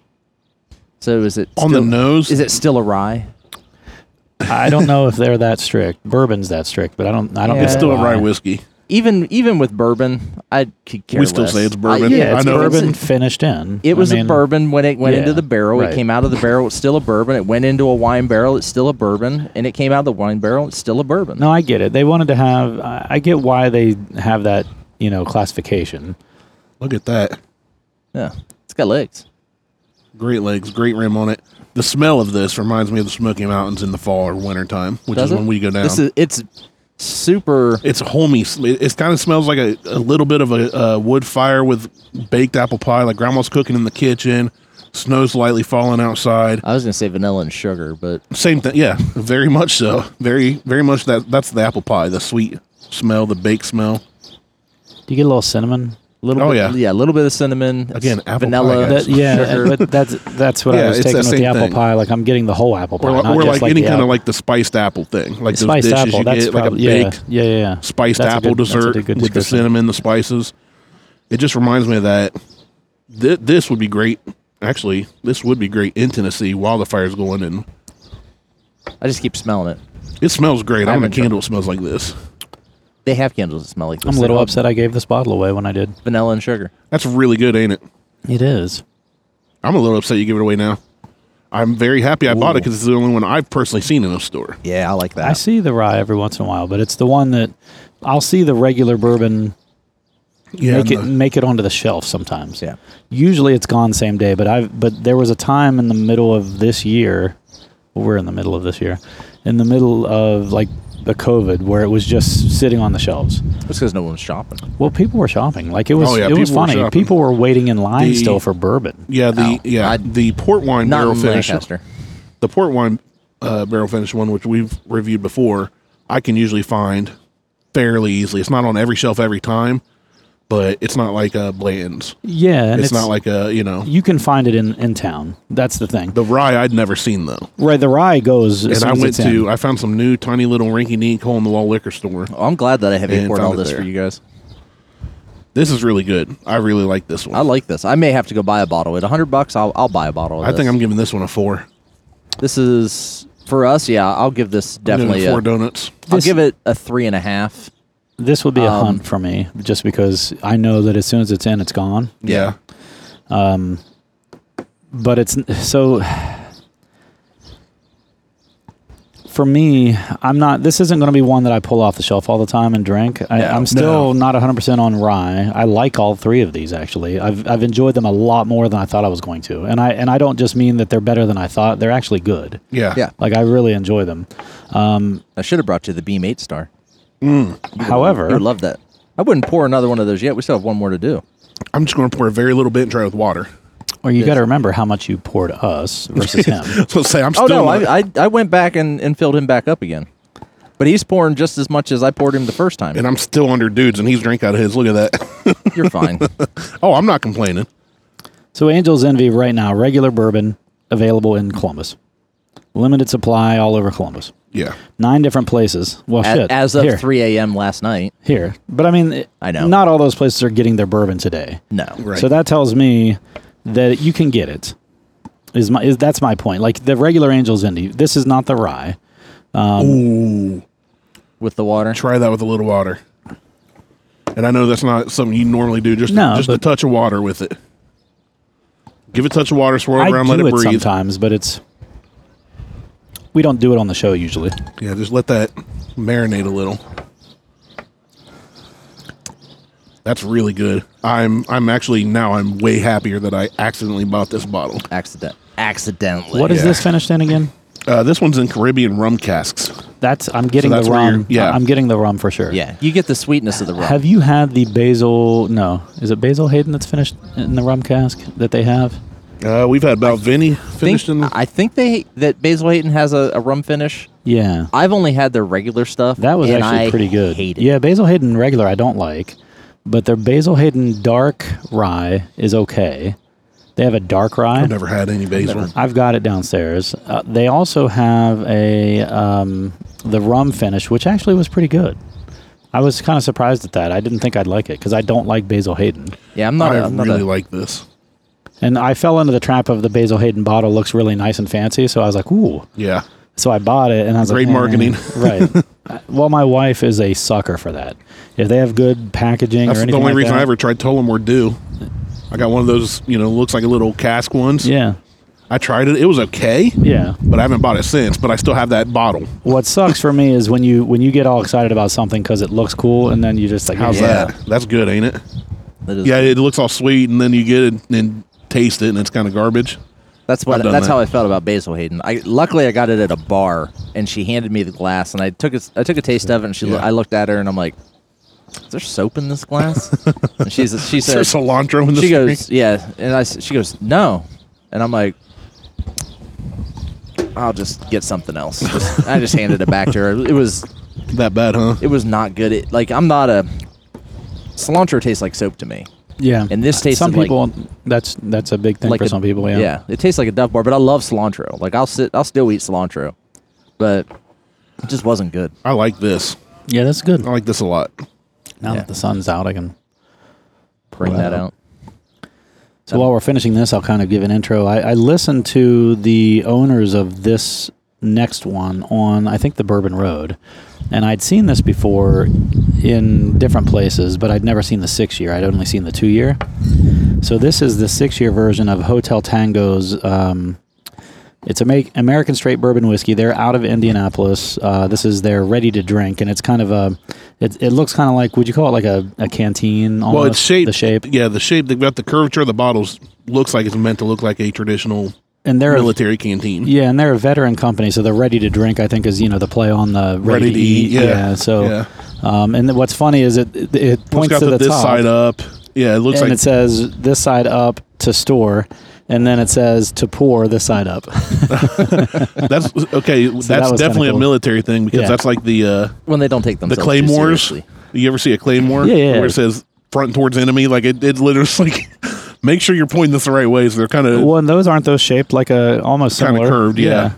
B: So is it
C: on the
B: still-
C: nose.
B: Is it still a rye?
A: I don't know if they're that strict. Bourbon's that strict, but I don't. I don't.
B: Yeah.
A: know
C: It's still a
A: why.
C: rye whiskey.
B: Even even with bourbon, I could care.
C: We still
B: less.
C: say it's
B: I-
C: bourbon.
A: Yeah,
C: I
A: it's
C: know.
A: bourbon finished in.
B: It was
A: I mean,
B: a bourbon when it went
A: yeah,
B: into the barrel.
A: right.
B: It came out of the barrel. It's still a bourbon. It went into a wine barrel. It's still a bourbon. And it came out of the wine barrel. It's still a bourbon.
A: No, I get it. They wanted to have. I I get why they have that. You know, classification.
C: Look at that.
B: Yeah. It's got legs.
C: Great legs, great rim on it. The smell of this reminds me of the Smoky Mountains in the fall or wintertime, which
B: Does
C: is
B: it?
C: when we go down.
B: This is it's super.
C: it's homey. sm- It, it kind of smells like a, a little bit of a, uh wood fire with baked apple pie, like grandma's cooking in the kitchen. Snow's lightly falling outside.
B: I was gonna say vanilla and sugar, but
C: Same thing, yeah. Very much so. Very, very much that. That's the apple pie, the sweet smell, the baked smell.
A: Do you get a little cinnamon?
B: a little.
C: Oh,
B: bit,
C: yeah.
B: a little bit of cinnamon. it's
C: Again, apple
B: vanilla.
C: pie, guys.
A: That, yeah,
B: sugar.
A: but that's that's what
C: Yeah,
A: I was
C: it's
A: taking
C: that
A: with the
C: same
A: apple
C: thing.
A: pie. Like I'm getting the whole apple pie,
C: Or,
A: not
C: or
A: just
C: like,
A: like
C: any
A: the
C: kind
A: apple-
C: of like the spiced apple thing, like those
A: spiced
C: dishes
A: apple.
C: you
A: that's
C: get,
A: probably
C: like a
A: yeah,
C: baked
A: yeah, yeah, yeah.
C: spiced
A: That's a
C: apple
A: good- that's a
C: dessert
A: good
C: with the
A: description.
C: cinnamon, the spices. It just reminds me of that. Th- this would be great. Actually, this would be great in Tennessee while the fire's going, and
B: I just keep smelling it.
C: it smells great. I
B: I'm
C: want a
B: in trouble.
C: candle that smells like this.
B: They have candles that smell like this.
A: I'm a
B: They're
A: little
B: called
A: upset I gave this bottle away when I did.
B: Vanilla and sugar.
C: That's really good, ain't it?
A: It is.
C: I'm a little upset you give it away now. I'm very happy I bought it because it's the only one I've personally seen in a store.
B: Yeah, I like that.
A: I see the rye every once in a while, but it's the one that I'll see the regular bourbon
C: Yeah,
A: make it
C: and the-
A: make it onto the shelf sometimes.
B: Yeah.
A: Usually it's gone same day, but I've but there was a time in the middle of this year, well, we're in the middle of this year, in the middle of like the COVID where it was just sitting on the shelves.
B: It's because no one's shopping.
A: Well, people were shopping. Like it was
C: Oh, yeah,
A: it was
C: people were
A: funny.
C: shopping.
A: people were waiting in line
C: The-
A: still for bourbon.
C: yeah, the
B: Ow.
C: yeah
B: Oh, I-
C: the port wine
B: Not
C: barrel
B: in
C: finish.
B: Lancaster.
C: the port wine uh, barrel finish one, which we've reviewed before, I can usually find fairly easily. It's not on every shelf every time, but it's not like a Bland's.
A: Yeah, and
C: It's, not like a you know
A: you can find it in, in town. That's the thing.
C: the rye I'd never seen though.
A: right, the rye goes. As
C: And
A: soon
C: I
A: as
C: went
A: it's in.
C: to I found some new tiny little rinky dink hole in the wall liquor store.
B: Oh, I'm glad that I heavy
C: And
B: poured
C: found
B: all
C: it
B: this for
C: there.
B: you guys.
C: This is really good. I really like this one.
B: I like this. I may have to go buy a bottle. At 100 bucks, I'll, I'll buy a bottle. Of
C: I think
B: this.
C: I'm giving this one a four.
B: This is for us. Yeah, I'll give this
C: I'm giving it
B: definitely. A,
C: four
B: I'll
C: donuts.
A: This-
B: give it a three and a half.
A: This would be a
B: Um,
A: hunt for me, just because I know that as soon as it's in, it's gone.
C: Yeah.
A: But it's so. for me, I'm not. This isn't going to be one that I pull off the shelf all the time and drink. I, I'm still not 100 percent on rye. I like all three of these actually. I've I've enjoyed them a lot more than I thought I was going to, and I and I don't just mean that they're better than I thought. They're actually good.
C: Yeah.
B: Yeah.
A: Like I really enjoy them.
B: I should have brought you the Beam Eight Star.
A: However,
B: I would love that. I wouldn't pour another one of those yet. We still have one more to do.
C: I'm just going to pour a very little bit and try it with water. [laughs]
A: Well, you got to remember how much you poured us versus him.
C: So say I'm
B: Oh no,
C: still. not-
B: I, I I went back and, and filled him back up again, but he's pouring just as much as I poured him the first time.
C: and I'm still under dudes, and he's drink out of his. Look at that. [laughs]
B: You're fine.
C: oh, I'm not complaining.
A: so, Angel's Envy right now, regular bourbon available in Columbus, limited supply all over Columbus,
C: Yeah.
A: nine different places. Well,
B: As,
A: shit,
B: as of
A: here,
B: 3 a.m. last night.
A: here. But I mean, it-
B: I know.
A: not all those places are getting their bourbon today.
B: No,
C: Right.
A: So that tells me that you can get it. Is my is that's my point? Like the regular Angel's Envy, this is not the rye.
C: Ooh,
B: with the water.
C: try that with a little water. And I know that's not something you normally do. Just
A: No,
C: just a
A: but-
C: touch of water with it. Give it a touch of water, swirl
A: I
C: around,
A: do
C: let it,
A: it
C: breathe.
A: sometimes, but it's we don't do it on the show usually.
C: Yeah, just let that marinate a little. That's really good. I'm I'm actually now I'm way happier that I accidentally bought this bottle.
B: Accident. Accidentally.
A: What is
C: Yeah.
A: this finished in again?
C: Uh, this one's in Caribbean rum casks.
A: That's I'm getting
C: So that's
A: the
C: where
A: rum.
C: you're- yeah.
A: I'm getting the rum for sure.
B: Yeah, you get the sweetness of the rum.
A: Have you had the basil? No, is it basil Hayden that's finished in the rum cask that they have?
C: Uh, we've had about Vinny
B: think,
C: finished in.
B: I think they that Basil Hayden has a, a rum finish.
A: Yeah,
B: I've only had their regular stuff.
A: that was
B: and
A: actually
B: I
A: pretty good.
B: Hate it.
A: Yeah, basil Hayden regular I don't like, but their basil Hayden dark rye is okay. They have a dark rye.
C: I've never had any basil.
A: I've got it downstairs. Uh, they also have a um, the rum finish, which actually was pretty good. I was kind of surprised at that. I didn't think I'd like it because I don't like Basil Hayden.
B: Yeah, I'm not.
C: I
A: Oh,
B: a- I'm not
C: really
B: a,
C: like this.
A: And I fell into the trap of the Basil Hayden bottle looks really nice and fancy, so I was like, ooh.
C: Yeah,
A: So I bought it, and I was
C: Great
A: like, eh,
C: marketing. [laughs]
A: right? Uh, well, my wife is a sucker for that. If they have good packaging or
C: that's the
A: anything,
C: only
A: like
C: reason
A: that-
C: I ever tried Tullamore Dew. I got one of those, you know, looks like a little cask ones.
A: yeah,
C: I tried it; it was okay,
A: yeah.
C: but I haven't bought it since. But I still have that bottle.
A: What sucks for me is when you when you get all excited about something because it looks cool, and then you just like,
C: How's
A: eh,
B: Yeah.
C: that? That's good, ain't it?
B: that is-
C: Yeah, it looks all sweet, and then you get it and taste it, and it's kind of garbage.
B: That's what.
C: I've done
B: That's
C: that.
B: how I felt about Basil Hayden. I luckily I got it at a bar, and she handed me the glass, and I took a, I took a taste of it, and she loo-
C: Yeah.
B: I looked at her, and I'm like, "Is there soap in this
C: [laughs]
B: glass?" and she's she
C: Is there
B: says
C: cilantro in this?
B: she
C: drink?
B: goes yeah, and I s- she goes no, and I'm like. I'll just get something else. Just- I just handed it back to her. It was
C: that bad, huh?
B: it was not good. It, like I'm not a cilantro tastes like soap to me.
A: yeah.
B: And this tasted
A: some
B: like-
A: people. that's that's a big thing
B: like
A: for
B: a-
A: some people. Yeah.
B: yeah, it tastes like a Duff bar, but I love cilantro. Like I'll sit, I'll still eat cilantro, but it just wasn't good.
C: I like this.
A: yeah, that's good.
C: I like this a lot.
A: Now
B: Yeah.
A: that the sun's out, I can
B: Bring that
A: Wow.
B: out.
A: So while we're finishing this, I'll kind of give an intro. I, I listened to the owners of this next one on, I think, the Bourbon Road. And I'd seen this before in different places, but I'd never seen the six year. I'd only seen the two year. So this is the six year version of Hotel Tango's. Um, it's Amer- American straight bourbon whiskey. They're out of Indianapolis. Uh, this is their ready to drink, and it's kind of a. It, it looks kind of like. Would you call it like a, a canteen? Almost,
C: Well, it's shaped.
A: The shape.
C: Yeah, the shape. They've got the curvature of the bottles. Looks like it's meant to look like a traditional
A: And they're
C: military canteen.
A: Yeah, and they're a veteran company, so they're ready to drink. I think is you know the play on the ready, to eat. Yeah. so,
C: Yeah.
A: Um, and what's funny is it it, it
C: It's
A: points
C: got
A: to
C: the,
A: the
C: this
A: top,
C: side up. Yeah, it looks
A: and
C: like
A: it [laughs] says this side up to store, and then it says to pour this side up.
C: that's okay. that's
A: was kinda
C: definitely a
A: cool.
C: military thing because
A: Yeah.
C: that's like the uh,
B: When they don't take
C: the
B: themselves too
C: claymores.
B: seriously.
C: You ever see a claymore?
A: Yeah, yeah.
C: Where it says front towards enemy, like it, it literally [laughs] like make sure you're pointing this the right way. So they're kind of
A: [laughs] well, and those aren't those shaped like a almost
C: Kinda
A: similar
C: curved, yeah.
A: Yeah.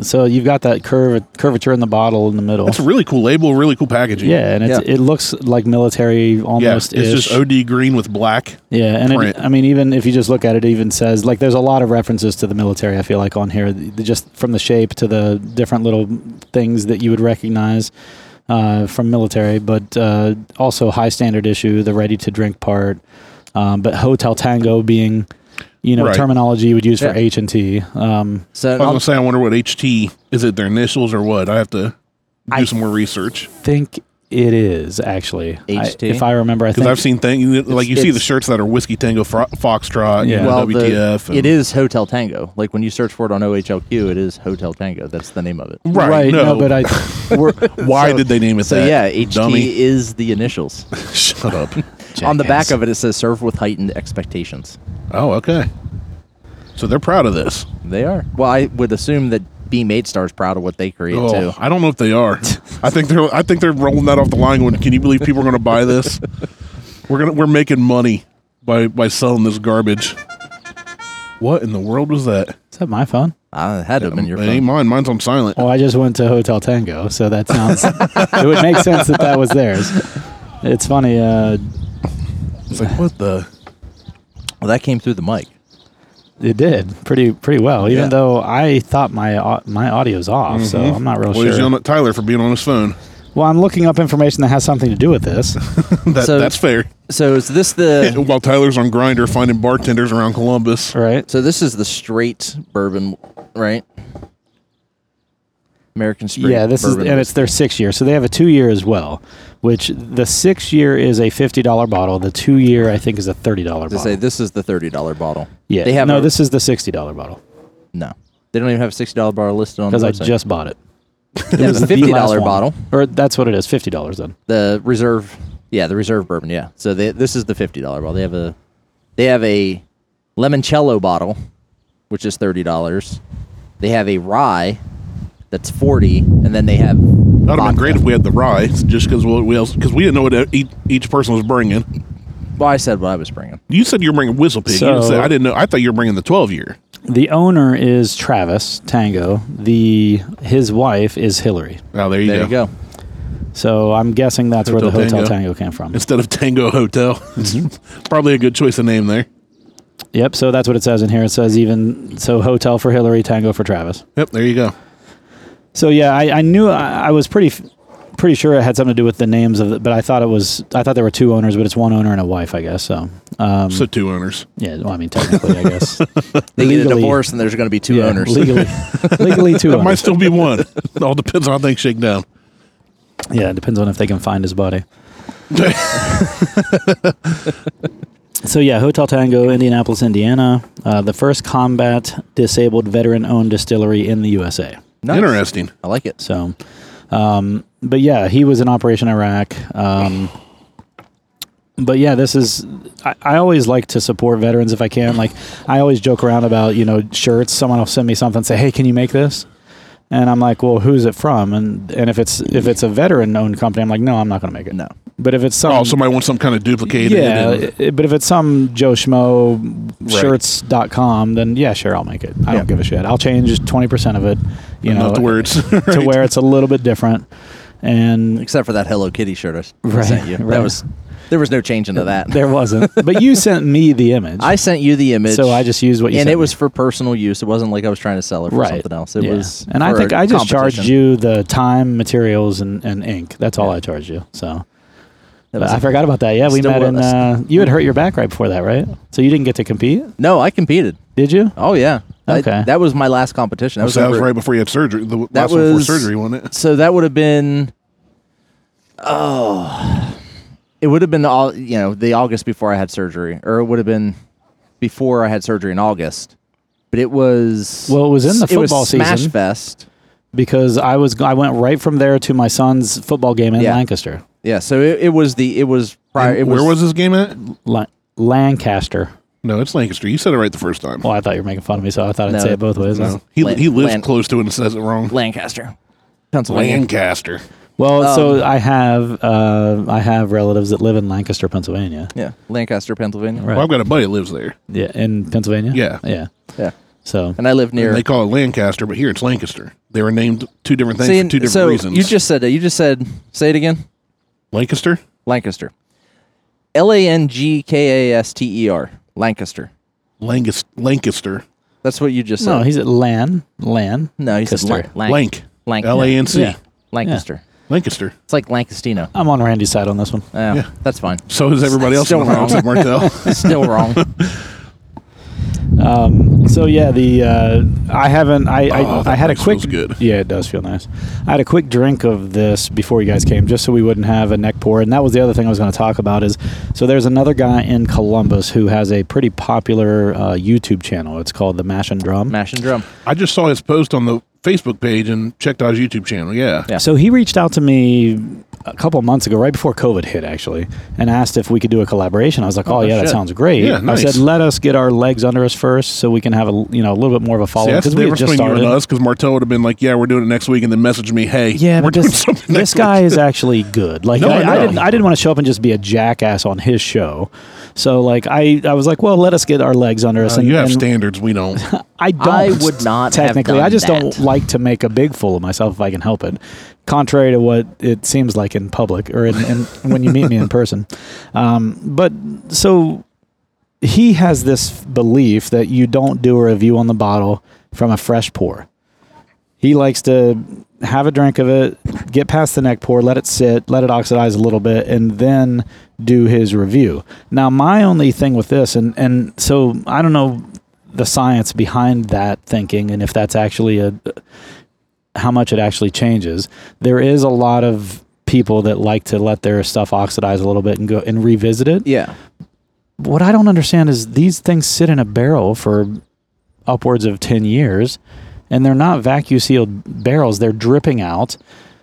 A: So you've got that curve curvature in the bottle in the middle.
C: It's a really cool label, really cool packaging.
A: yeah, and it's,
B: Yeah.
A: it looks like military
C: yeah.
A: almost.
C: It's just OD green with black.
A: Yeah, and
C: print.
A: it, I mean, even if you just look at it, it even says like there's a lot of references to the military. I feel like on here, the, just from the shape to the different little things that you would recognize uh, from military, but uh, also high standard issue, the ready to drink part, um, but Hotel Tango being you know
C: Right.
A: terminology you would use for
B: Yeah.
A: H and T. Um,
B: So
C: I was
B: I'll-
C: gonna say, I wonder what HT is. It their initials or what? I have to do
A: I-
C: some more research
A: think it is actually I-
B: HT?
A: if I remember, I
C: because
A: think
C: I've seen things like you see the
B: it's-
C: shirts that are whiskey tango fro- foxtrot, yeah,
A: Yeah.
B: well, the-
C: WTF. and-
B: it is Hotel Tango. Like when you search for it on OHLQ, it is Hotel Tango. That's the name of
C: [laughs]
B: it.
C: right.
A: no.
C: no,
A: but I
B: We're-
C: why
B: so-
C: did they name it
B: So
C: that?
B: yeah, HT
C: dummy.
B: is the initials.
C: [laughs]
B: [laughs]
C: Shut up.
B: on the back
A: Jackass.
B: of it, it says "Serve with heightened expectations."
C: oh, okay. So they're proud of this.
B: They are. Well, I would assume that B Made Star is proud of what they create
C: Oh,
B: too.
C: I don't know if they are. I think they're. I think they're rolling that off the line. Going, can you believe people are going to buy this? We're gonna. We're making money by by selling this garbage. What in the world was that?
A: is that my phone?
B: I had them in your
C: it ain't
B: phone. Oh.
C: mine. Mine's on silent.
A: Well, I just went to Hotel Tango, so that sounds. it would make sense that that was theirs. It's funny. Uh,
C: It's like what the.
B: Well, that came through the mic.
A: it did pretty pretty well, even
B: Yeah. Mm-hmm.
A: though I thought my au- my audio's off, so I'm not real
B: Oh,
C: Well, he's
A: sure.
C: yelling at Tyler for being on his phone. [laughs]
A: Well, I'm looking up information that has something to do with
B: [laughs]
A: this.
C: That,
B: So-
C: that's fair.
B: So is this the?
C: [laughs] While Tyler's on grinder finding bartenders around Columbus.
A: Right.
B: So this is the straight bourbon, right? American straight.
A: yeah, this is,
B: bourbon
A: and it's their six year. So they have a two year as well, which the six year is a fifty dollar bottle. The two year, I think, is a thirty dollar
B: to
A: bottle.
B: say this is the thirty dollar bottle.
A: yeah,
B: they have
A: no.
B: a-
A: this is the sixty dollar bottle
B: no. They don't even have a sixty dollar bottle listed on the
A: because I
B: website.
A: just bought it.
B: They have a
A: The
B: fifty
A: last
B: dollar
A: one.
B: bottle.
A: or that's what it is, fifty dollars then.
B: The reserve, yeah, the reserve bourbon, yeah. So they, this is the fifty dollar bottle. They have a they have a limoncello bottle, which is thirty dollars. They have a rye that's forty, and then they have.
C: That'd have been
B: vodka.
C: great if we had the rye, just because what we else because we didn't know what each, each person was bringing.
B: Well, I said what I was bringing.
C: You said you were bringing Whistle Pig. you didn't
A: So-
C: say, I didn't know. I thought you were bringing the twelve year.
A: The owner is Travis Tango. The his wife is Hillary.
C: Oh, there you
B: There
C: go.
B: you go.
A: So I'm guessing that's where the
C: Hotel
A: Hotel
C: Tango.
A: Tango, came from.
C: instead of Tango Hotel. [laughs]
B: Mm-hmm.
C: Probably a good choice of name there.
A: Yep. So that's what it says in here. It says even so, hotel for Hillary, Tango for Travis.
C: Yep, there you go.
A: So yeah, I, I knew I, I was pretty f- pretty sure it had something to do with the names of, the, but I thought it was I thought there were two owners, but it's one owner and a wife, I guess. So um,
C: So two owners.
A: yeah, well, I mean technically, I guess
B: [laughs] They get a
A: Legally-
B: divorce, and there's going to be two
A: Yeah,
B: owners.
A: legally legally two
C: It might
A: owners.
C: still be one. It all depends on how things shake down.
A: Yeah, it depends on if they can find his body. So yeah, Hotel Tango, Indianapolis, Indiana, uh, the first combat disabled veteran-owned distillery in the USA.
B: [laughs] Nice.
C: Interesting.
B: I like it.
A: So, um, but yeah, he was in Operation Iraq. Um, but yeah, this is. I, I always like to support veterans if I can. Like, I always joke around about you know shirts. Someone will send me something, and say, "Hey, can you make this?" And I'm like, "Well, who's it from?" And and if it's if it's a veteran-owned company, I'm like, "No, I'm not going to make it."
B: No.
A: But if it's some
C: Oh,
B: Um,
C: somebody wants some kind of duplicated.
A: yeah,
C: and-
A: i- but if it's some Joe Schmo shirts.com, then yeah, sure, I'll make it. I
B: Yeah.
A: don't give a shit. I'll change 20% of it, you
C: and
A: know,
C: not the words.
A: [laughs] to
C: [laughs] Right.
A: where it's a little bit different. And
B: Except for that Hello Kitty shirt I s- I
A: Right,
B: sent you. That
A: right.
B: was there was no change into that.
A: there
B: [laughs]
A: wasn't. but you sent me the image.
B: I sent you the image,
A: So I just used what you
B: and
A: sent
B: it
A: me.
B: was for personal use. It wasn't like I was trying to sell it for
A: right.
B: something else. It
A: Yeah.
B: was,
A: And I
B: for
A: think
B: a
A: I just charged
B: competition.
A: you the time, materials, and, and ink. That's all I charged you. So.
B: That
A: But
B: was
A: I
B: it.
A: forgot about that. Yeah, we
B: Still
A: met in.
B: a-
A: Uh, you had hurt your back right before that, right? So you didn't get to compete,
B: No, I competed.
A: did you?
B: Oh yeah. I-
A: Okay.
B: that was my last competition. That was,
C: So that was
B: over-
C: right before you had surgery. The
B: That
C: last one before
B: was-
C: surgery, wasn't it?
B: So that would have been. Oh, it would have been all you know the August before I had surgery, or it would have been before I had surgery in August. But it was
A: Well, it was in the
B: it was
A: football
B: Smash
A: season.
B: Fest.
A: Because I was I went right from there to my son's football game in
B: Yeah.
A: Lancaster.
B: Yeah, so it, it was the it was prior. It was,
C: Where was this game at?
A: La- Lancaster.
C: No, it's Lancaster. You said it right the first time.
A: Well, I thought you were making fun of me, so I thought I'd
B: No.
A: say it both ways.
C: No. He,
B: Lan-
C: he lives
B: Lan-
C: close to it and says it wrong.
B: Lancaster, Pennsylvania?
C: Lancaster.
A: Well,
B: Um,
A: so I have uh, I have relatives that live in Lancaster, Pennsylvania.
B: Yeah, Lancaster, Pennsylvania.
A: Right.
C: Well, I've got a buddy that lives there.
A: Yeah, in Pennsylvania.
C: Yeah.
A: yeah.
B: Yeah,
A: So
B: and I live near.
C: They call it Lancaster, but here it's Lancaster. They were named two different things
B: See,
C: for two different
B: so
C: reasons.
B: you just said that. You just said. Say it again.
C: Lancaster?
B: Lancaster. L A N G K A S T E R. Lancaster.
C: Langus- Lancaster.
B: That's what you just said.
A: no, he's at Lan Lan.
B: No, he said
A: Lancaster.
B: Lan-
C: Lank.
B: Lank.
C: L-A-N-C.
A: Yeah.
B: Lancaster.
C: Lancaster.
B: It's like Lancastino.
A: I'm on Randy's side on this one.
B: Oh, That's fine.
C: So is everybody
A: [laughs]
C: else
B: Still
C: in the
B: wrong.
C: Martel.
B: Still wrong.
A: Um, so yeah, the uh, I haven't. I
C: Oh,
A: I,
C: that
A: I had a
C: really
A: quick.
C: smells good.
A: Yeah, it does feel nice. I had a quick drink of this before you guys came, just so we wouldn't have a neck pour. And that was the other thing I was going to talk about is so there's another guy in Columbus who has a pretty popular uh, YouTube channel. It's called the Mash and Drum.
B: Mash and drum.
C: I just saw his post on the Facebook page and checked out his YouTube channel. Yeah.
B: Yeah.
A: So he reached out to me a couple of months ago, right before COVID hit, actually, and asked if we could do a collaboration. I was like, "Oh, yeah, that
B: shit.
A: sounds great."
C: Yeah, nice.
A: I said, "Let us get our legs under us first, so we can have a you know a little bit more of a
C: See,
A: follow
C: that's the
A: we had
C: difference
A: just
C: between you
A: started."
C: and us because Martel would have been like, yeah, we're doing it next week and then message me, hey,
A: Yeah,
C: we're
A: but this,
C: [laughs] something
A: this
C: next
A: guy
C: week."
A: is actually good. Like
C: No,
A: I,
C: I
A: I
C: know.
A: didn't I didn't want to show up and just be a jackass on his show. So like I, I was like, well, let us get our legs under us.
C: Uh,
A: and,
C: you have
A: and
C: standards. We don't.
A: I don't.
B: I would not have
A: technically.
B: done
A: I just don't
B: that.
A: like to make a big fool of myself if I can help it. Contrary to what it seems like in public or in, in when you meet me
C: [laughs]
A: in person. Um, but so he has this belief that you don't do a review on the bottle from a fresh pour. He likes to have a drink of it, get past the neck pour, let it sit, let it oxidize a little bit, and then do his review. Now, my only thing with this, and, and so I don't know the science behind that thinking and if that's actually a how much it actually changes. There is a lot of people that like to let their stuff oxidize a little bit and go and revisit it
B: Yeah.
A: what I don't understand is these things sit in a barrel for upwards of 10 years and they're not vacuum sealed barrels. They're dripping out,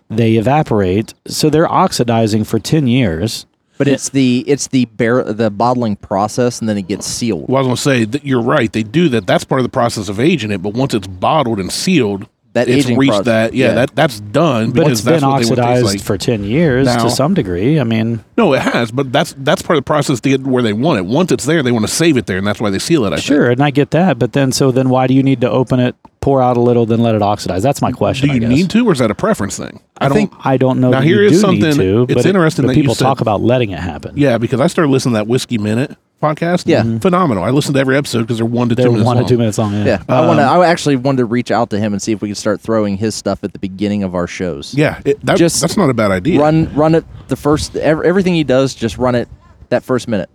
A: they evaporate. So they're oxidizing for 10 years.
B: But it's the it's the bar- the bottling process, and then it gets sealed.
C: Well, I was going to say that you're right. They do that. That's part of the process of aging it. But once it's bottled and sealed,
B: That
C: it's
B: aging
C: reached
B: process,
C: that. Yeah,
B: yeah.
C: that that's done.
A: But it's been
C: what they would taste
A: oxidized
C: like.
A: for 10 years
C: Now-
A: to some degree. I mean,
C: No, it has. But that's that's part of the process to get where they want it. Once it's there, they want to save it there, and that's why they seal it. I think.
A: sure, and I get that. But then, so then why do you need to open it, pour out a little, then let it oxidize? That's my question.
C: Do you
A: I guess.
C: need to, or is that a preference thing? I, don't.
B: think-
A: I don't know.
C: Now,
A: that
C: here
A: you
C: is
A: do
C: something-
A: Need to,
C: it's
A: but it-
C: interesting
A: but
C: that you
A: people
C: said-
A: talk about letting it happen.
C: yeah, because I started listening to that whiskey minute podcast.
B: Yeah.
C: phenomenal. I listened to every episode because they're one to
A: Mm-hmm. they're
C: two minutes
A: one
C: long.
A: to two minutes long. Yeah.
B: Yeah, I want to. I actually wanted to reach out to him and see if we could start throwing his stuff at the beginning of our shows.
C: Yeah, it, that,
B: Just
C: that's not a bad idea.
B: Run, run it the first. Ev- everything he does, just run it that first minute.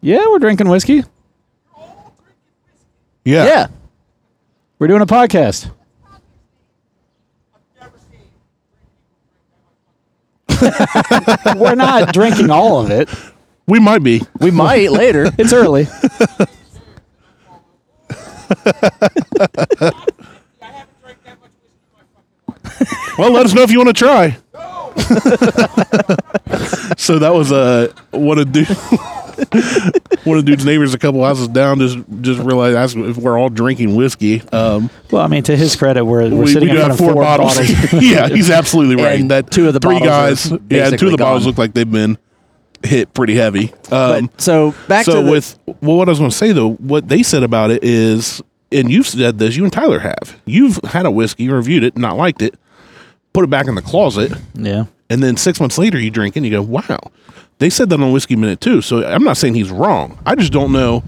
A: yeah, we're drinking whiskey.
C: Yeah,
B: Yeah,
A: We're doing a podcast. We're not drinking all of it.
C: we might be.
B: we might
C: [laughs]
B: later.
A: It's early.
C: Well, let us know if you want to try. [laughs] so that was uh, one of dude, [laughs] one of dude's neighbors a couple houses down just just realized that's if we're all drinking whiskey. Um,
A: Well, I mean, to his credit, we're, we're
C: we, we
A: sitting
C: do
A: in front
C: have
A: of
C: four, bottles.
A: [laughs]
C: [laughs] yeah, he's absolutely right.
B: And
C: that
B: two of the
C: three
B: bottles
C: guys,
B: are
C: yeah, two of
B: basically
C: the bottles
B: gone.
C: look like they've been hit pretty heavy. Um,
B: But, so back
C: so
B: to the,
C: with well, what I was going to say though, what they said about it is, and you've said this, you and Tyler have. You've had a whiskey, you reviewed it, not liked it, put it back in the closet,
A: yeah.
C: and then six months later you drink it and you go, wow. They said that on Whiskey Minute too. So I'm not saying he's wrong. I just don't know.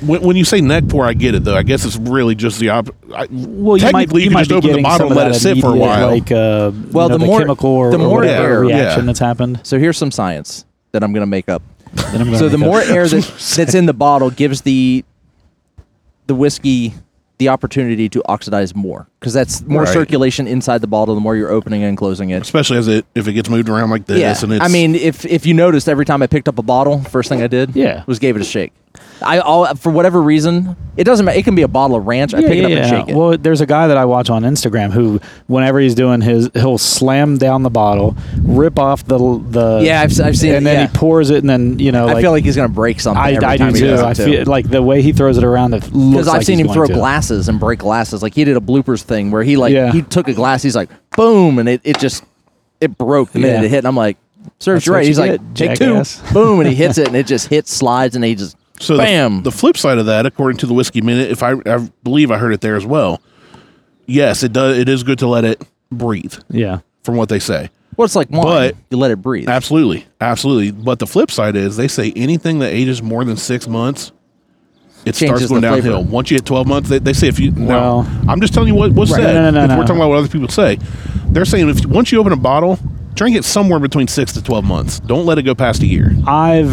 C: When, when you say neck pour, I get it though. I guess it's really just the op. I,
A: Well, you might,
C: Technically,
A: you
C: you could
A: might
C: just
A: be
C: open the
A: getting
C: bottle
A: some of
C: and let
A: that
C: it sit for a
A: immediate,
C: while.
A: Like, uh,
B: Well,
A: you know,
B: the
A: the,
B: more-
A: chemical or,
B: the
A: or
B: more
A: whatever
C: air-
A: reaction
C: yeah.
A: that's happened.
B: so here's some science that I'm going to make up.
A: then I'm gonna
B: So the
A: make
B: more
A: a-
C: [laughs]
B: air that, that's in the bottle gives the the whiskey the opportunity to oxidize more because that's more
C: Right.
B: circulation inside the bottle. The more you're opening and closing it.
C: especially as it if it gets moved around like this.
B: Yeah,
C: And it's,
B: I mean, if if you noticed, every time I picked up a bottle, first thing I did,
A: Yeah.
B: was gave it a shake. I all for whatever reason, it doesn't matter. It can be a bottle of ranch. I pick it up and shake it.
A: Well, there's a guy that I watch on Instagram who, whenever he's doing his, he'll slam down the bottle, rip off the the
B: Yeah, I've s- I've seen
A: and
B: it,
A: then
B: yeah.
A: he pours it, and then you know,
B: I
A: like,
B: feel like he's gonna break something.
A: I,
B: every
A: I do
B: time he
A: too.
B: does
A: I
B: it, too.
A: feel like the way he throws it around, it looks
B: because
A: like
B: I've seen
A: he's
B: him
A: going
B: throw
A: to.
B: glasses and break glasses. Like he did a bloopers thing where he like
A: Yeah.
B: he took a glass, he's like boom, and it, it just it broke the minute
A: Yeah.
B: it hit. And I'm like, serves
A: That's
B: you
A: what
B: right.
A: you
B: He's like,
A: get,
B: take
A: jackass.
B: two, [laughs] boom, and he hits it, and it just hits, slides, and he just
C: So the-
B: bam.
C: The, flip side of that, according to the Whiskey Minute, if I, I believe I heard it there as well. Yes, it does. It is good to let it breathe,
A: Yeah,
C: from what they say.
B: well, it's like wine.
C: But-
B: you let it breathe.
C: Absolutely, absolutely. But the flip side is they say anything that ages more than six months, it starts
B: Changes
C: going
B: the
C: downhill.
B: flavor.
C: Once you hit twelve months, they, they say if you. No,
A: Well-
C: I'm just telling you what what's
A: Right.
C: said.
A: No, no, no, no,
C: If
A: no.
C: We're talking about what other people say. They're saying if once you open a bottle, drink it somewhere between six to twelve months. Don't let it go past a year.
A: I've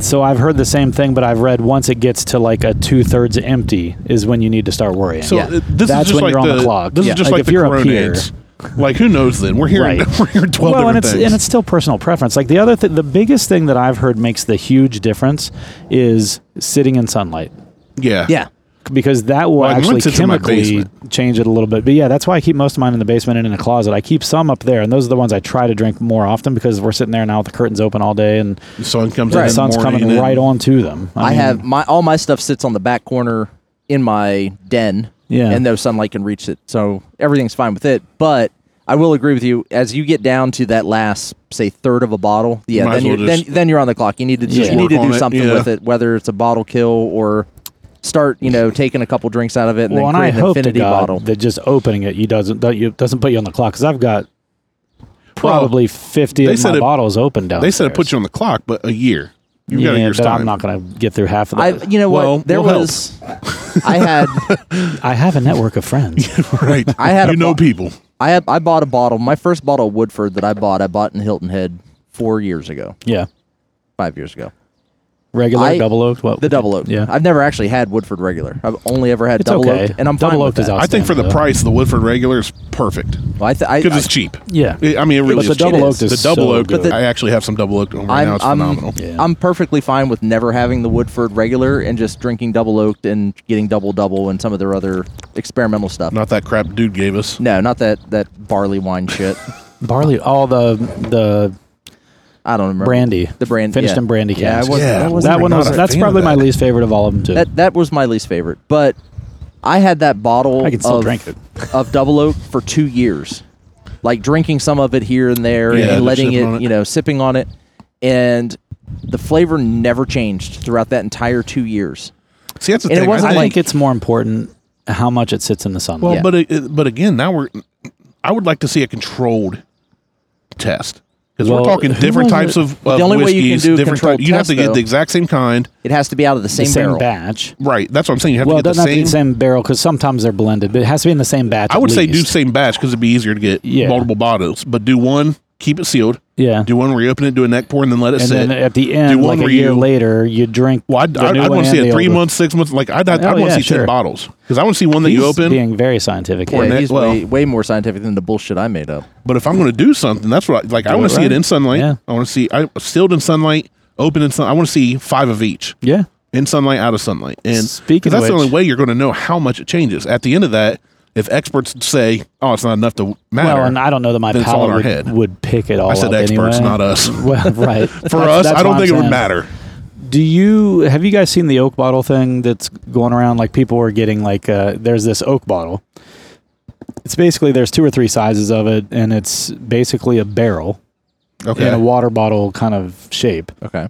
A: So I've heard the same thing, but I've read once it gets to like a two thirds empty is when you need to start worrying.
C: So
B: Yeah.
C: uh, this
A: That's
C: is just
A: when
C: like
A: you're on the clock.
C: This
A: Yeah.
C: is just
A: Like,
C: like,
A: if
C: the
A: you're a
C: corona
A: peer.
C: hits. Like who knows? Then we're hearing
A: Right.
C: [laughs] we're hearing twelve
A: well, and
C: different
A: it's
C: things.
A: and it's still personal preference. Like the other thing, the biggest thing that I've heard makes the huge difference is sitting in sunlight
C: yeah,
B: Yeah.
A: because that will
C: Well, and
A: actually
C: once it's in my
A: chemically
C: basement.
A: change it a little bit. But yeah, that's why I keep most of mine in the basement and in a closet. I keep some up there, and those are the ones I try to drink more often because we're sitting there now with the curtains open all day and
C: The sun comes in.
A: the
C: in
A: sun's
C: the
A: coming
C: morning and-
A: right onto them.
B: I,
A: mean,
B: have my all my stuff sits on the back corner in my den.
A: Yeah.
B: And no sunlight can reach it. So everything's fine with it. But I will agree with you, as you get down to that last, say, third of a bottle, yeah,
C: Might as
B: then
C: well
B: you're then,
C: just-
B: then you're on the clock. You need to
A: Just
B: just you need
C: work
B: to do
C: on it,
B: something
C: yeah.
B: with it, whether it's a bottle kill or start, you know, taking a couple drinks out of it and
A: well,
B: then
A: and I
B: create an
A: hope to
B: infinity
A: God
B: bottle.
A: that just opening it, you doesn't that you doesn't put you on the clock because I've got probably fifty
C: they
A: of
C: said
A: my
C: it-
A: bottles open down.
C: They said it puts you on the clock, but a year. You've got a
A: yeah,
C: year's
A: but I'm
C: time.
A: not going to get through half of
B: I
A: that.
B: you know what?
C: Well,
B: there
C: we'll help.
B: was I
C: [laughs]
B: had
A: I have a network of friends.
C: right.
B: I had
C: you
B: a
C: know
B: bo-
C: people.
B: I had I bought a bottle. My first bottle of Woodford that I bought, I bought in Hilton Head four years ago.
A: yeah,
B: Five years ago.
A: regular
B: I-
A: double oaked. What
B: The double oak.
A: Yeah,
B: I've never actually had Woodford regular. I've only ever had
A: It's
B: double
A: okay.
B: oak, and I'm
A: Double
B: fine
A: oaked
B: with
A: is
B: that.
C: I think for the
A: Outstanding,
C: price, the Woodford regular is perfect
B: Well, I, th- I,
C: because it's
B: I-
C: cheap.
A: yeah.
C: I I mean, it really
A: But
C: is
A: the double
C: cheap.
A: oaked is
C: the double
A: so
C: oaked.
A: good.
C: I actually have some double oaked on right
B: I'm,
C: now. It's
B: I'm,
C: phenomenal.
A: Yeah.
B: I'm perfectly fine with never having the Woodford regular and just drinking double oaked and getting double double and some of their other experimental stuff.
C: Not that crap dude gave us.
B: No, not that that barley wine shit.
A: barley. All the the
B: I don't remember
A: brandy,
B: The brand
A: finished
B: yeah.
A: in brandy
B: Yeah, I
A: cans.
B: wasn't-
C: Yeah.
B: I wasn't
A: that one
C: not
A: was
C: a
A: that's
C: fan of
A: probably my
C: that.
A: least favorite of all of them too.
B: That that was my least favorite, but I had that bottle
A: I can still
B: of,
A: drink it.
B: [laughs] of double oak for two years, like drinking some of it here and there
C: Yeah,
B: and
C: just
B: letting
C: sipping on
B: it,
C: it.
B: you know, sipping on it, and the flavor never changed throughout that entire two years.
C: See, that's the
B: And it
C: thing. I
B: wasn't
C: think-
A: I
B: like-
A: think it's more important how much it sits in the sunlight.
C: Well,
B: Yeah.
C: but it, but again, now we're. I would like to see a controlled test because
A: Well,
C: we're talking
A: who
C: different
A: was
C: types
A: it-
C: of, of
B: only way you
C: whiskeys.
B: can do a
C: different
B: controlled
C: You have
B: test,
C: to get
B: though-
C: the exact same kind.
B: It has to be out of the
A: the
B: same,
A: same
B: barrel.
A: batch.
C: Right. That's what I'm saying. You have
A: Well, it
C: to get
A: doesn't
C: the
A: have to be
C: same.
A: the same barrel because sometimes they're blended, but it has to be in the same batch.
C: I
A: at
C: would say do
A: least.
C: same batch because it'd be easier to get
A: Yeah.
C: multiple bottles, but do one, keep it sealed.
A: Yeah.
C: Do one, reopen it, do a neck pour, and then let it
A: and
C: sit.
A: then at the end,
C: Do
A: like
C: one
A: a
C: where
A: year
C: you-
A: later, you drink.
C: well, I'd,
A: the
C: I'd,
A: new
C: I'd
A: one
C: want to
A: and
C: see
A: the
C: a three
A: old one.
C: month, six month. Like I'd, I'd,
A: Oh,
C: I'd want
A: yeah,
C: to see
A: sure.
C: ten bottles because I want to see one that you
A: He's
C: open.
A: Being very scientific.
B: Yeah,
A: here.
C: that-
B: he's
C: well-
B: way, way more scientific than the bullshit I made up.
C: But if I'm going to do something, that's what I like. I want
A: it
C: to see
A: right.
C: it in sunlight.
A: Yeah.
C: I want to see I sealed in sunlight, open in sun. I want to see five of each
A: Yeah.
C: in sunlight, out of sunlight. And
A: Speaking
C: 'cause that's
A: of
C: the only
A: which-
C: way you're going to know how much it changes. At the end of that, if experts say, "Oh, it's not enough to matter,"
A: Well, and I don't know that my
C: Then it's all
A: palate
C: in our
A: would,
C: head.
A: would pick it all
C: I said
A: up
C: experts,
A: anyway.
C: not us.
A: [laughs] Well, right.
C: [laughs] For us, I don't think it would matter.
A: Do you have you guys seen the oak bottle thing that's going around? Like people are getting like uh, there's this oak bottle. It's basically there's two or three sizes of it, and it's basically a barrel
C: Okay,
A: in a water bottle kind of shape.
B: Okay.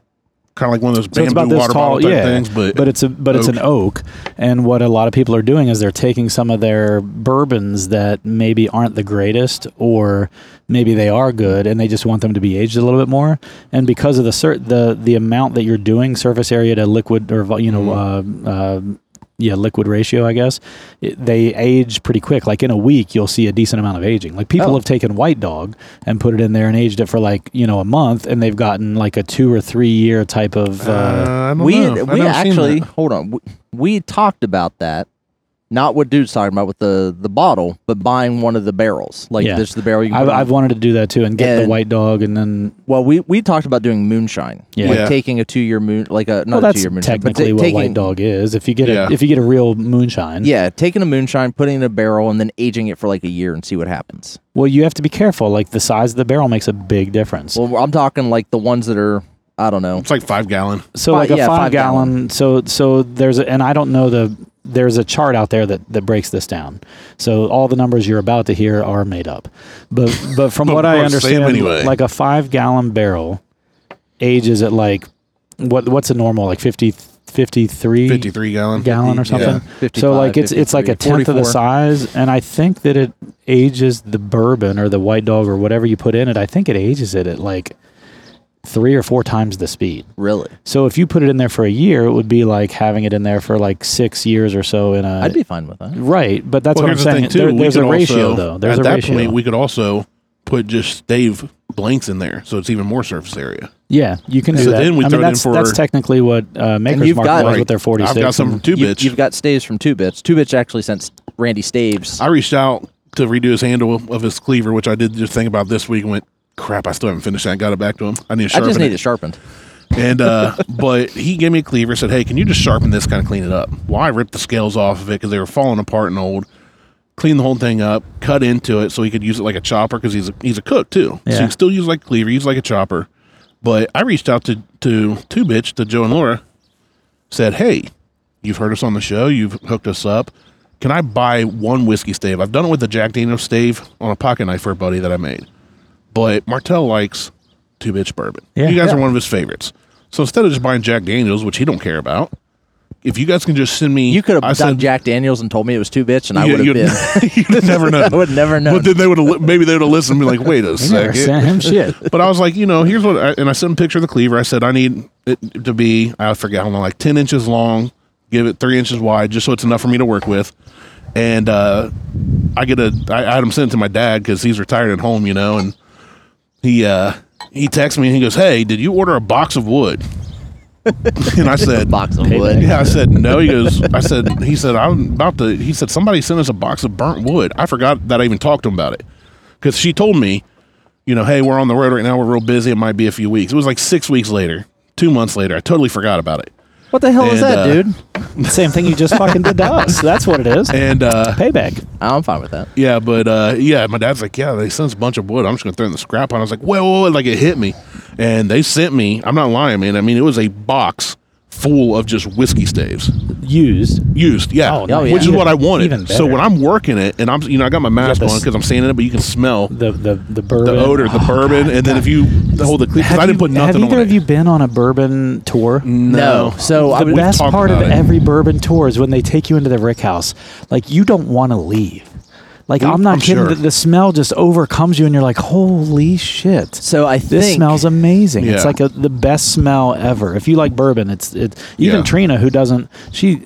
C: kind of like one of those
A: So it's
C: bamboo
A: about this
C: water
A: tall,
C: bottle type
A: yeah.
C: things, but,
A: it's a but it's an oak, and what a lot of people are doing is they're taking some of their bourbons that maybe aren't the greatest, or maybe they are good, and they just want them to be aged a little bit more. And because of the cer- the the amount that you're doing surface area to liquid or vol- you know.
C: Mm-hmm.
A: Uh, uh, yeah, liquid ratio, I guess. It, they age pretty quick. Like in a week, you'll see a decent amount of aging. Like people
B: Oh.
A: have taken White Dog and put it in there and aged it for like you know a month, and they've gotten like a two or three year type of. uh,
C: Uh, I don't
B: we
C: know.
B: had-
C: I've
B: we
C: never seen
B: actually
C: that.
B: hold on. We, we talked about that. Not what dude's talking about with the the bottle, but buying one of the barrels. Like
A: Yeah.
B: this is the barrel you can
A: I've,
B: put on-
A: I've wanted to do that too and get the
B: And-
A: white dog and then
B: Well, we we talked about doing moonshine.
A: Yeah.
B: Like
C: Yeah.
B: taking a two year moon like a
A: well
B: not a two
A: that's
B: year moonshine. but
A: technically
B: ta-
A: what
B: taking,
A: white dog is if you get
C: Yeah.
A: a if you get a real moonshine
B: Yeah, taking a moonshine, putting it in a barrel, and then aging it for like a year and see what happens.
A: well you have to be careful like the size of the barrel makes a big difference
B: Well, I'm talking like the ones that are I don't know.
C: It's like five gallon.
A: so
B: fi-
A: like a
B: yeah,
A: five,
B: five
A: gallon,
B: gallon.
A: so so there's a, and I don't know the there's a chart out there that that breaks this down so all the numbers you're about to hear are made up but but from
C: But
A: what
C: we're
A: I
C: gonna say 'em
A: understand
C: anyway.
A: like a five gallon barrel ages at like what what's a normal like 50 53
C: Fifty three gallon.
A: gallon or something. So
B: 55,
A: like it's it's like a
B: 53,
A: tenth of the
B: 44.
A: size, and I think that it ages the bourbon or the white dog or whatever you put in it. I think it ages it at like three or four times the speed.
B: Really,
A: So if you put it in there for a year, it would be like having it in there for like six years or so. In a
B: I'd be fine with that.
A: right, but that's
C: Well,
A: what I'm
C: here's the
A: saying.
C: thing too.
A: There-
C: we
A: there's a
C: could
A: ratio
C: also,
A: though. There's
C: at
A: a
C: that
A: ratio.
C: point, we could also put just stave blanks in there, so it's even more surface area.
A: Yeah, you can do
C: So
A: that.
C: then we
A: I
C: throw
A: mean,
C: it in
A: that's,
C: for-
A: that's technically what uh, Maker's
B: you've
A: Mark
B: got-
A: was
B: Right.
A: with their 46.
C: I've got some from
A: and-
C: two
B: you,
C: bits.
B: You've got staves from Two Bits. Two Bits actually sent Randy Staves.
C: I reached out to redo his handle of his cleaver, which I did just think about this week. and Went crap. I still haven't finished that. got it back to him. I need to
B: I
C: sharpen
B: just
C: it.
B: need it sharpened.
C: And uh, but he gave me a cleaver. Said, "Hey, can you just sharpen this? Kind of clean it up." Well, I ripped the scales off of it because they were falling apart and old. Cleaned the whole thing up, cut into it so he could use it like a chopper because he's a, he's a cook too. So
A: Yeah.
C: he can still use it like a cleaver, use it like a chopper. But I reached out to to two bitch to Joe and Laura, said, "Hey, you've heard us on the show. You've hooked us up. Can I buy one whiskey stave? I've done it with the Jack Daniel stave on a pocket knife for a buddy that I made, but Martell likes two bitch bourbon.
A: Yeah.
C: you guys
A: Yeah.
C: are one of his favorites. So instead of just buying Jack Daniels, which he don't care about, if you guys can just send me,
B: You could have
C: I
B: done
C: said-
B: Jack Daniels and told me it was Two Bits, and I
C: Yeah,
B: would have
C: you'd- [laughs]
B: been.
C: you'd
B: [laughs]
C: never know.
B: I would never know.
C: But then they would have maybe they would have listened and be like, wait a
A: You
C: [laughs]
A: never [laughs]
C: second.
A: sent him shit.
C: But I was like, you know, here's what, I, and I sent him a picture of the cleaver. I said, I need it to be, I forget how long, like 10 inches long, give it three inches wide, just so it's enough for me to work with. And uh, I get a, I I had him sent it to my dad because he's retired at home, you know, and he, uh, he texts me and he goes, hey, did you order a box of wood? [laughs] and I said,
B: box of
A: Payback.
B: [laughs] wood.
C: yeah, I said no. He goes. I said. He said I'm about to. He said somebody sent us a box of burnt wood. I forgot that I even talked to him about it because she told me, you know, hey, we're on the road right now. We're real busy. It might be a few weeks. It was like six weeks later, two months later. I totally forgot about it.
B: What the hell is
C: And,
B: that,
C: uh, [laughs]
B: dude?
A: Same thing you just fucking did to us. That's what it is.
C: And uh,
A: Payback.
B: I'm fine with that.
C: yeah, but uh, yeah, my dad's like, yeah, they sent us a bunch of wood. I'm just gonna throw it in the scrap pile. I was like, whoa, whoa, whoa, like it hit me, and they sent me. I'm not lying, man. I mean, it was a box full of just whiskey staves.
A: Used.
C: used yeah,
A: Oh, nice.
C: which is
A: Even-
C: what i
A: even
C: wanted so
A: better.
C: when i'm working it and i'm you know i got my mask
A: the
C: on
A: s-
C: because i'm standing it but you can smell the
A: The the the bourbon. [gasps]
C: odor the bourbon and then if you hold the cleat
A: Oh, Have
C: because i didn't
A: you-
C: put
A: Have
C: nothing
A: either
C: on
A: of
C: it
A: you been on a bourbon tour?
B: No. So I
A: the
B: would,
A: best
C: talked
A: part of
C: about it.
A: every bourbon tour is when they take you into the rick house. Like you don't want to leave. Like I'm not
C: Mm, I'm
A: kidding.
C: sure.
A: The, the smell just overcomes you, and you're like, "Holy shit!"
B: So I
A: This
B: think-
A: smells amazing. It's
C: Yeah.
A: like a, the best smell ever. If you like bourbon, it's it. Even
C: Yeah.
A: Trina, who doesn't, she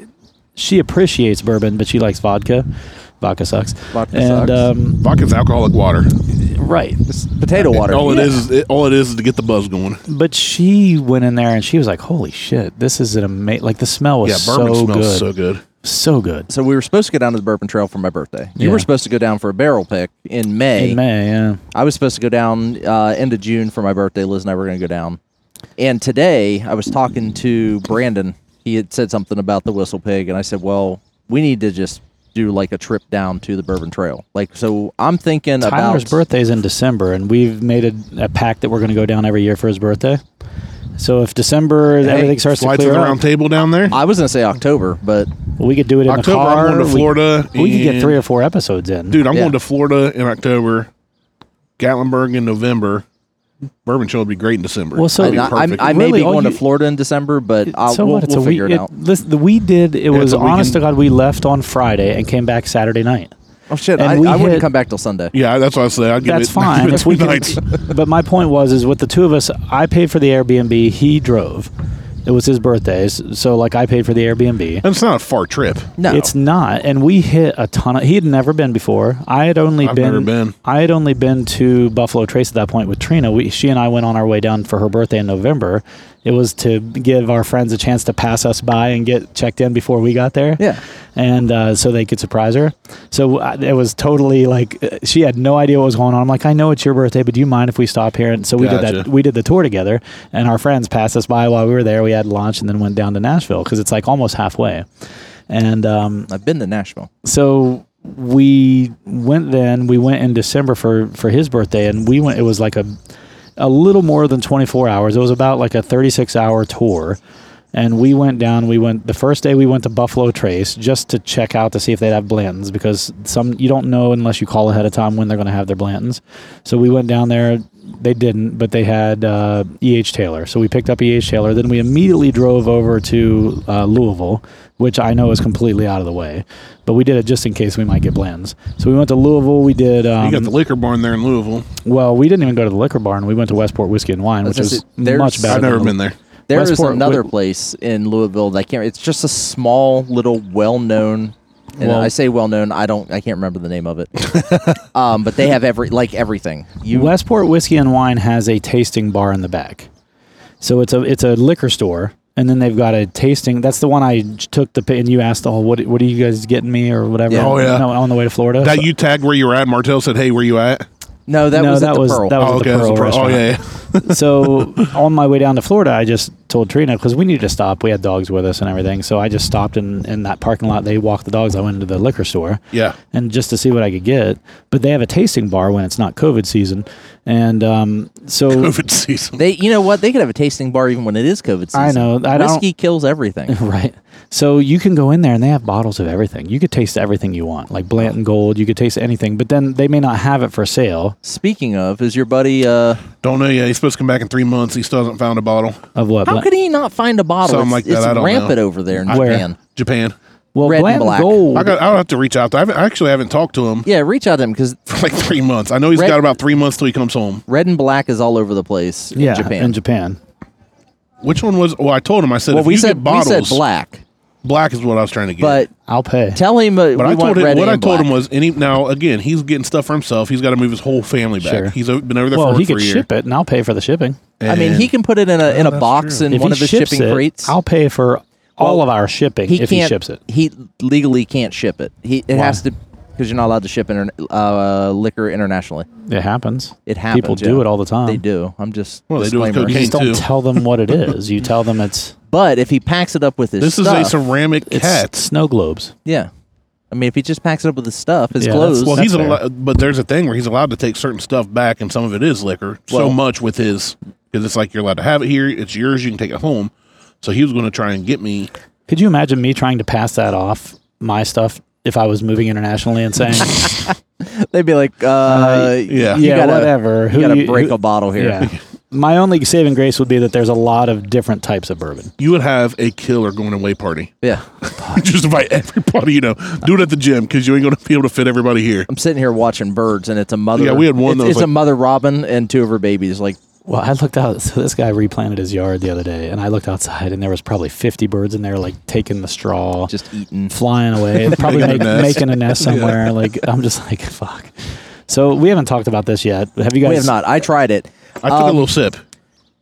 A: she appreciates bourbon, but she likes vodka. Vodka sucks.
B: Vodka
A: and,
B: sucks.
A: Um,
C: vodka's alcoholic water
A: right.
B: potato water.
C: all it is is it, all it is is to get the buzz going
A: But she went in there and she was like, "Holy shit! This is an amazing." Like the smell was
C: yeah bourbon
A: so
C: smells
A: good,
C: so good
A: so good.
B: So we were supposed to go down to the Bourbon Trail for my birthday. You
A: Yeah.
B: were supposed to go down for a barrel pick in May.
A: In May, yeah.
B: I was supposed to go down uh, end of June for my birthday. Liz and I were going to go down. And today I was talking to Brandon. He had said something about the whistle pig, and I said, "Well, we need to just do like a trip down to the Bourbon Trail." Like, so I'm thinking
A: Tyler's
B: about
A: birthday is in December, and we've made a, a pact that we're going to go down every year for his birthday. So if December everything starts to
C: fly to the
A: clear
C: round
A: up,
C: table down there
B: I was going to say October, but
A: we could do it in
C: October,
A: the
C: I'm
A: car.
C: going to
A: We-
C: Florida
A: We, could get
C: and-
A: three or four episodes in.
C: dude i'm
B: Yeah.
C: going to florida in october gatlinburg in november bourbon show would be great in december
A: Well, so-
C: That'd
B: I,
C: be
B: I,
C: perfect.
B: I may
A: Really,
B: be
A: all
B: going
A: you-
B: to Florida in December, but I'll,
A: so
B: we'll,
A: what? It's
B: we'll
A: a
B: figure
A: week.
B: it out.
A: listen, the we did. It was
C: it's a
A: honest to
C: weekend.
A: God. We left on Friday and came back Saturday night.
B: Oh shit!
A: And
B: I,
A: we
B: I wouldn't
A: hit-
B: come back till Sunday.
C: yeah that's what i said i'd [laughs] give
A: That's
C: it, I'd
A: fine.
C: give it
A: If we
C: two
A: can,
C: nights.
A: [laughs] but my point was, is with the two of us, I paid for the Airbnb. He drove. It was his birthday, s- so like I paid for the Airbnb.
C: and it's not a far trip
B: No,
A: It's not, and we hit a ton of. He had never been before. I had only
C: I've
A: been,
C: never been.
A: I had only been to Buffalo Trace at that point with Trina. We, she and I went on our way down for her birthday in November. It was to give our friends a chance to pass us by and get checked in before we got there.
B: Yeah.
A: and uh, so they could surprise her. So uh, it was totally like uh, she had no idea what was going on. I'm like, I know it's your birthday, but do you mind if we stop here? And so we did that.
C: Gotcha.
A: We did the tour together, and our friends passed us by while we were there. We had lunch and then went down to Nashville because it's like almost halfway. And um,
B: I've been to Nashville.
A: so we went then we went in december for for his birthday and we went it was like a a little more than 24 hours it was about like a 36 hour tour and we went down we went the first day we went to buffalo trace just to check out to see if they'd have blantons because some you don't know unless you call ahead of time when they're going to have their blantons so we went down there they didn't but they had uh, eh taylor so we picked up eh taylor then we immediately drove over to uh, louisville which i know is completely out of the way but we did it just in case we might get blends so we went to louisville we did um,
C: you got the liquor barn there in louisville
A: well, we didn't even go to the liquor barn. We went to Westport Whiskey and Wine, which
B: That's
A: is
B: it. There's-
A: much better.
C: I've never
A: than-
C: been there.
B: There is
A: Westport,
B: another
A: wh-
B: place in Louisville that I can't. It's just a small little well-known And
A: Well-
B: I say well known. I don't. I can't remember the name of it. [laughs] um, but they have every like everything. You
A: Westport Whiskey and Wine has a tasting bar in the back. So it's a it's a liquor store, and then they've got a tasting. That's the one I j- took the pi- and you asked, "Oh, what what are you guys getting me or whatever?"
B: Yeah.
C: Oh, yeah.
A: No, on the way to Florida.
C: That
A: So-
C: you tagged where you were at. Martell said, "Hey, where you at?"
B: no, that
A: no,
B: was at
A: that
B: the
A: was
B: Pearl.
A: that was at the
C: that's
A: Pearl
C: the Pearl.
A: restaurant.
C: oh yeah,
A: [laughs]
C: yeah.
A: so on my way down to Florida, I just told Trina because we needed to stop. We had dogs with us and everything, so I just stopped in in that parking lot. They walked the dogs. I went into the liquor store.
C: [laughs] Yeah.
A: and just to see what I could get. But they have a tasting bar when it's not COVID season, and um, so
C: [laughs] COVID season.
B: They, you know what? They could have a tasting bar even when it is COVID season.
A: I know, I don't-
B: Whiskey
A: [laughs]
B: kills everything.
A: [laughs] right. So you can go in there and they have bottles of everything. You could taste everything you want, like Blanton Gold. You could taste anything, but then they may not have it for sale.
B: Speaking of, is your buddy? Uh,
C: Don't know yet. He's supposed to come back in three months. He still hasn't found a bottle.
A: Of what?
B: how
A: Blan-
B: could he not find a bottle?
C: Something
B: it's
C: like that,
B: it's
C: I don't
B: rampant
C: know.
B: over there in
A: Where?
B: Japan.
C: Japan.
A: well,
B: red and
A: Blanton
B: black?
A: Gold.
C: I got. I'll have to reach out. To, I, haven't, I actually haven't talked to him [laughs]
B: Yeah, reach out to him because
C: for like three months. I know he's
B: Red-
C: got about three months till he comes home.
B: red and black is all over the place
A: yeah,
B: in Japan.
A: in Japan.
C: Which one was? Well, I told him. I said,
B: well,
C: if
B: we
C: you
B: said
C: get bottles,
B: we said black,
C: black is what I was trying to get.
B: but
A: I'll pay.
B: tell him. Uh,
C: But
B: we
C: I told
B: want
C: him
B: red
C: what
B: and
C: I told
B: black.
C: him was any. Now again, he's getting stuff for himself. He's got to move his whole family back.
A: Sure.
C: He's o- been over there
A: well,
C: for
A: he
C: for
A: could
C: a year.
A: ship it, and I'll pay for the shipping.
B: I mean,
C: And-
B: he can put it in a in a
C: that's
B: box
C: true.
B: in
A: If
B: one
A: he
B: of his
A: ships
B: shipping
A: it,
B: crates.
A: I'll pay for all of our shipping
B: he
A: if
B: can't,
A: he ships it.
B: He legally can't ship it. He it has to because you're not allowed to ship inter- uh, liquor internationally.
A: It happens.
B: It happens.
A: People do
B: yeah.
A: it all the time.
B: They do. I'm just
C: Well, they do with
B: disclaimer.
A: You just
C: Me
A: don't
C: too.
A: tell them what
C: [laughs]
A: it is. You tell them it's
B: But if he packs it up with his
C: This
B: stuff,
C: is a ceramic
A: it's
C: cat.
A: snow globes.
B: yeah. I mean, if he just packs it up with his stuff, his
A: Yeah, that's-
B: clothes.
C: Well,
A: That's
C: he's
A: fair.
C: al- but there's a thing where he's allowed to take certain stuff back, and some of it is liquor.
B: Well-
C: so much with his because it's like you're allowed to have it here. It's yours. You can take it home. So he was going to try and get me.
A: Could you imagine me trying to pass that off my stuff if I was moving internationally and [laughs] saying,
B: [laughs] they'd be like, uh,
C: yeah.
B: you
A: "Yeah,
B: gotta,
A: whatever."
B: You
A: Who
B: got to
A: you-
B: break
A: who-
B: a bottle here.
A: [laughs] Yeah. my only saving grace would be that there's a lot of different types of bourbon.
C: You would have a killer going away party.
B: [laughs]
C: [laughs]
B: Yeah.
C: Just invite everybody. You know, do it at the gym because you ain't going to be able to fit everybody here.
B: I'm sitting here watching birds, and it's a mother.
C: Yeah, we had one
B: It's,
C: that was
B: it's a
C: like-
B: mother robin and two of her babies. Like,
A: Well, I looked out. So this guy replanted his yard the other day, and I looked outside, and there was probably 50 birds in there, like taking the straw,
B: just eating.
A: flying [laughs] away, probably
C: Making
A: make,
C: a nest.
A: making a [laughs] nest somewhere. Like I'm just like, fuck. So we haven't talked about this yet. Have you guys?
B: We have not. I tried it.
C: I took a little sip.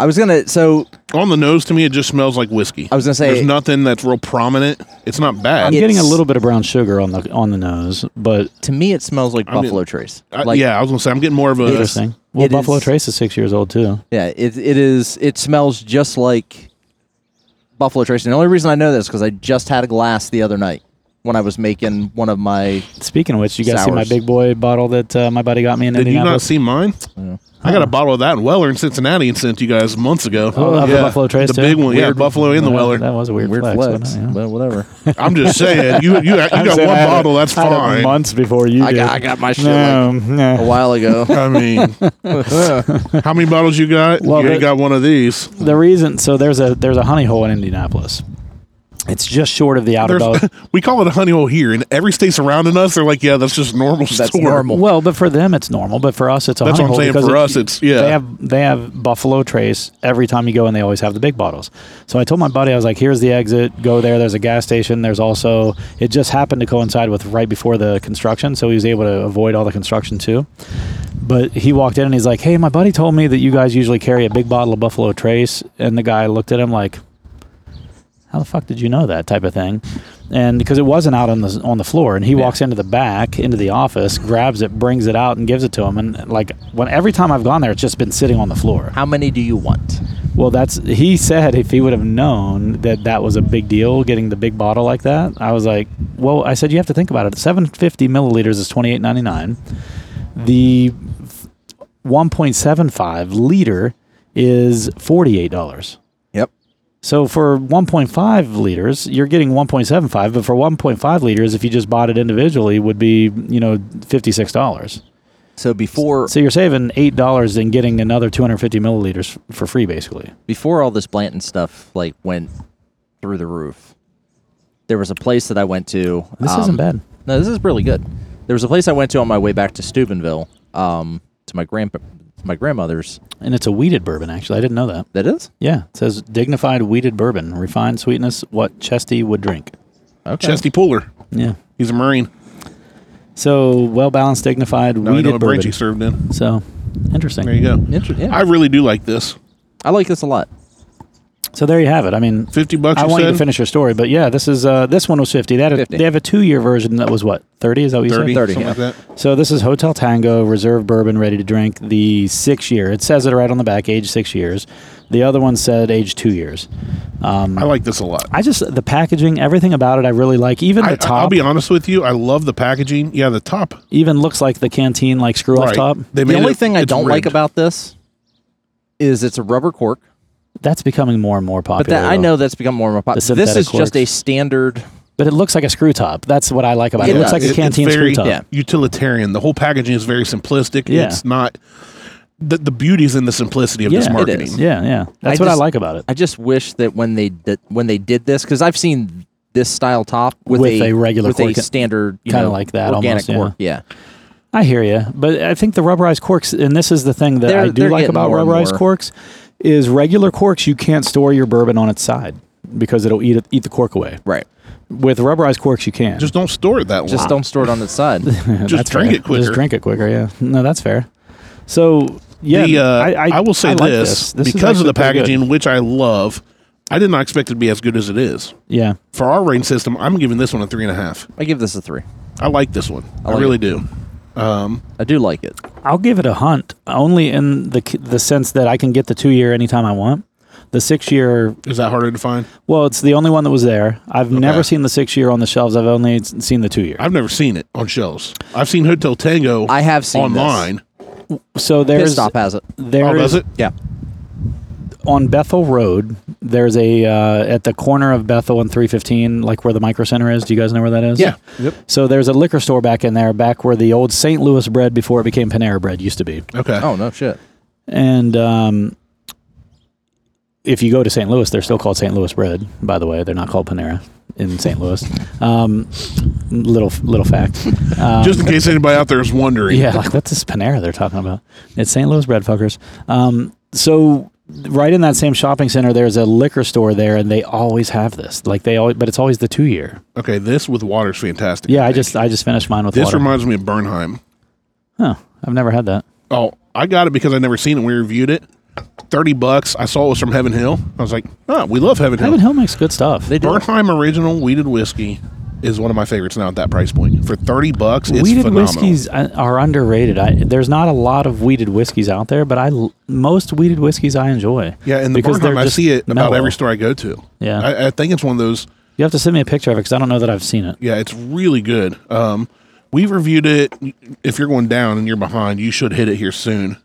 B: I was gonna. So
C: On the nose, to me, it just smells like whiskey.
B: I was gonna say-
C: there's nothing that's real prominent. It's not bad.
A: I'm getting a
B: It's-
A: little bit of brown sugar on the on the nose, but
B: to me, it smells like
C: mean,
B: Buffalo Trace.
C: I-
B: Like,
C: yeah, I was gonna say I'm getting more of a.
A: interesting. Well,
B: it
A: Buffalo
B: is-
A: Trace is six years old too.
B: Yeah, it, it is. It smells just like Buffalo Trace. And the only reason I know this because I just had a glass the other night when I was making one of my.
A: Speaking of which, you guys see my
B: Sours.
A: big boy bottle that uh, my buddy got me in
C: Did you not
A: Indianapolis.
C: see mine? I got a bottle of that in Weller in Cincinnati and sent you guys months ago.
A: Oh, of the Buffalo Trace
C: the
A: too?
C: big one, yeah,
A: Weird.
C: Buffalo in the
A: Well,
C: Weller.
A: That was a weird,
B: Weird
A: flex.
B: flex,
A: wasn't it? Yeah.
B: but
A: [laughs]
B: whatever.
C: I'm just saying, you you, you got one bottle. That's fine.
A: months before you
B: I
A: did.
B: got, I got my shit
A: no,
B: like a
A: no.
B: while ago.
C: [laughs]
A: [laughs]
B: [laughs]
C: I mean, how many bottles you got?
A: Well,
C: you
A: the-
C: ain't got one of these.
A: The reason so there's a there's a honey hole in Indianapolis. It's just short of the outer
C: There's, [laughs]
A: belt.
C: we call it a honey hole here, and every state surrounding us, they're like, yeah, that's just normal.
B: That's
C: store.
B: normal.
A: Well, but for them it's normal, but for us it's a
C: That's
A: honey
C: what I'm
A: hole
C: saying.
A: because
C: For
A: it-
C: us, it's yeah.
A: They have they have Buffalo Trace every time you go, and they always have the big bottles. So I told my buddy, I was like, "Here's the exit. Go there. There's a gas station. There's also it just happened to coincide with right before the construction, so he was able to avoid all the construction too." But he walked in and he's like, "Hey, my buddy told me that you guys usually carry a big bottle of Buffalo Trace," and the guy looked at him like. How the fuck did you know that type of thing? And because it wasn't out on the on the floor, and he walks into the back, into the office, grabs it, brings it out, and gives it to him. And like when every time I've gone there, it's just been sitting on the floor.
B: How many do you want?
A: Well, that's he said if he would have known that that was a big deal getting the big bottle like that. I was like, well, I said you have to think about it. 750 milliliters is 28.99. The 1.75 liter is $48.
B: Yep.
A: So for 1.5 liters, you're getting 1.75, but for 1.5 liters, if you just bought it individually, would be you know $56.
B: So before
A: So you're saving eight dollars and getting another 250 milliliters f- for free, basically.
B: before all this Blanton stuff like went through the roof, there was a place that I went to.
A: This
B: um,
A: isn't bad.
B: No, this is really good. There was a place I went to on my way back to Steubenville, um, to my grandpa, my grandmother's.
A: And it's a weeded bourbon, actually. I didn't know that.
B: That is
A: Yeah, it says dignified weeded bourbon, refined sweetness, what Chesty would drink.
B: okay.
C: Chesty Puller.
A: Yeah,
C: He's a Marine.
A: So well balanced, dignified,
C: Now I know
A: weeded
C: what branch he
A: bourbon.
C: served in.
A: So interesting.
C: There you go.
B: Inter- yeah.
C: I really do like this.
B: I like this a lot.
A: So there you have it. I mean,
C: 50 bucks,
A: I
C: you
A: want you
C: said?
A: to finish your story, but yeah, this is uh, this one was fifty. They had a,
B: 50.
A: they have a two year version that was what thirty? Is that what you
C: 30,
A: said?
B: Thirty,
C: something
B: yeah.
C: like that.
A: So this is Hotel Tango Reserve Bourbon Ready to Drink, the six year. It says it right on the back, age six years. The other one said age two years. Mm.
C: I like this a lot.
A: I just the packaging, everything about it, I really like. Even the
C: I,
A: top,
C: I'll be honest with you. I love the packaging. Yeah, the top.
A: even looks like the canteen like screw off
C: Right.
A: top.
C: They
B: The
C: made
B: only
C: it-
B: thing I
C: it's
B: don't like
C: ribbed.
B: about this is it's a rubber cork.
A: That's becoming more and more popular.
B: But that, I
A: though.
B: know that's become more and more
A: The
B: popular. This
A: synthetic
B: is just a
A: corks.
B: standard.
A: but it looks like a screw top. That's what I like about it. It,
B: It
A: looks like
B: does.
A: a
C: It-
A: canteen
C: it's very
A: screw top.
B: yeah.
C: utilitarian. The whole packaging is very simplistic.
A: Yeah.
C: It's not the the beauty's in the simplicity of
A: Yeah,
C: this
A: it
C: marketing.
B: is.
A: yeah, yeah. That's
B: I
A: what I
B: just-
A: like about it.
B: I just wish that when they did, when they did this, because I've seen this style top with,
A: With a regular
B: with
A: cork.
B: a standard, you
A: Kinda
B: know,
A: like that almost,
B: organic
A: yeah.
B: cork. Yeah.
A: I hear you, but I think the rubberized corks, and this is the thing that
B: They're-
A: I do
B: they're
A: like
B: getting
A: about
B: more and
A: rubberized
B: more.
A: corks, is regular corks you can't store your bourbon on its side because it'll eat it, eat the cork away.
B: right.
A: With rubberized corks, you can
C: Just don't store it that long.
B: Just don't store it on its
A: [laughs]
B: side.
A: Yeah, [laughs]
C: just
A: that's
C: drink
A: fair.
C: it quicker.
A: Just drink it quicker. Yeah, no, that's fair. So yeah,
C: The, uh, I,
A: I, I,
C: will say
A: I like
C: this,
A: This is
C: because of
A: actually
C: the
A: pretty good.
C: packaging, which I love. I did not expect it to be as good as it is.
A: Yeah,
C: For our rain system, I'm giving this one a three and a half.
B: I give this a three.
C: I like this one. I,
B: like
C: really do.
B: I do like it.
A: I'll give it a hunt only in the c- the sense that I can get the two year anytime I want. The six year
C: Is that harder to find?
A: Well, it's the only one that was there. I've never
C: Okay.
A: seen the six year on the shelves. I've only s- seen the two year.
C: I've never seen it on shelves. I've seen Hotel Tango.
B: I have seen this.
C: online.
A: So
B: Pit
A: there's
B: stop has it.
A: there
C: Oh,
A: is-
C: does it?
B: Yeah.
A: on Bethel Road. There's a uh, at the corner of Bethel and 315, like where the micro center is. Do you guys know where that is?
C: Yeah. Yep.
A: So there's a liquor store back in there, back where the old St. Louis bread before it became Panera bread used to be.
C: Okay.
B: Oh no shit.
A: And um, if you go to St. Louis, they're still called St. Louis bread. By the way, they're not called Panera in St. Louis. Um, little little fact. Uh,
C: Just in case anybody out there is wondering.
A: [laughs] Yeah, like what's this Panera they're talking about? It's St. Louis bread fuckers. Um, so right in that same shopping center, there's a liquor store there, and they always have this. Like they always, but it's always the two year.
C: Okay, this with water's fantastic.
A: Yeah, I
C: think.
A: just I just finished mine with
C: This
A: water.
C: reminds me of Bernheim.
A: huh, I've never had that.
C: Oh, I got it because I never seen it. We reviewed it. Thirty bucks. I saw it was from Heaven Hill. I was like, oh, we love Heaven Hill.
A: Heaven Hill makes good stuff.
B: They do.
C: Bernheim Original Weeded Whiskey is one of my favorites now at that price point. For thirty bucks, it's
A: weeded
C: phenomenal.
A: whiskeys uh, are underrated. I, there's not a lot of weeded whiskeys out there, but I l- most weeded whiskeys I enjoy.
C: Yeah, and the
A: because
C: Bernheim,
A: they're
C: I
A: just
C: see it about
A: mellow.
C: every store I go to.
A: Yeah.
C: I, I think it's one of those.
A: You have to send me a picture of it because I don't know that I've seen it.
C: Yeah, it's really good. Um, we reviewed it. If you're going down and you're behind, you should hit it here soon.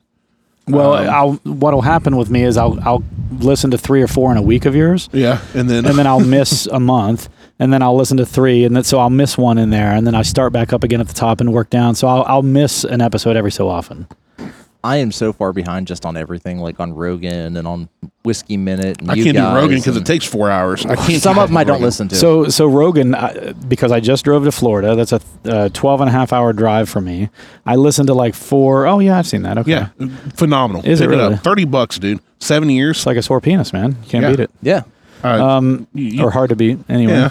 A: Well,
C: Um,
A: I'll what'll happen with me is I'll I'll listen to three or four in a week of yours,
C: Yeah, and then
A: and then I'll miss a month, and then I'll listen to three, and then so I'll miss one in there, and then I start back up again at the top and work down. So I'll I'll miss an episode every so often.
B: I am so far behind just on everything, like on Rogan and on Whiskey Minute. And
C: [laughs] I
B: you
C: can't do
B: guys
C: Rogan because it
B: and-
C: takes four hours. I can't.
B: some [laughs]
C: keep
B: of them
C: up
B: I
C: with
B: don't
C: Rogan.
B: listen to.
A: So so Rogan, I, because I just drove to Florida, that's a uh, 12 and a half hour drive for me. I listened to like four oh yeah, I've seen that. Okay,
C: Yeah, phenomenal.
A: Is it
C: Pick
A: really?
C: up. Thirty bucks, dude. Seven years.
A: it's like a sore penis, man. You can't
C: Yeah.
A: beat it,
B: yeah,
C: um,
A: or hard to beat anyway.
C: Yeah.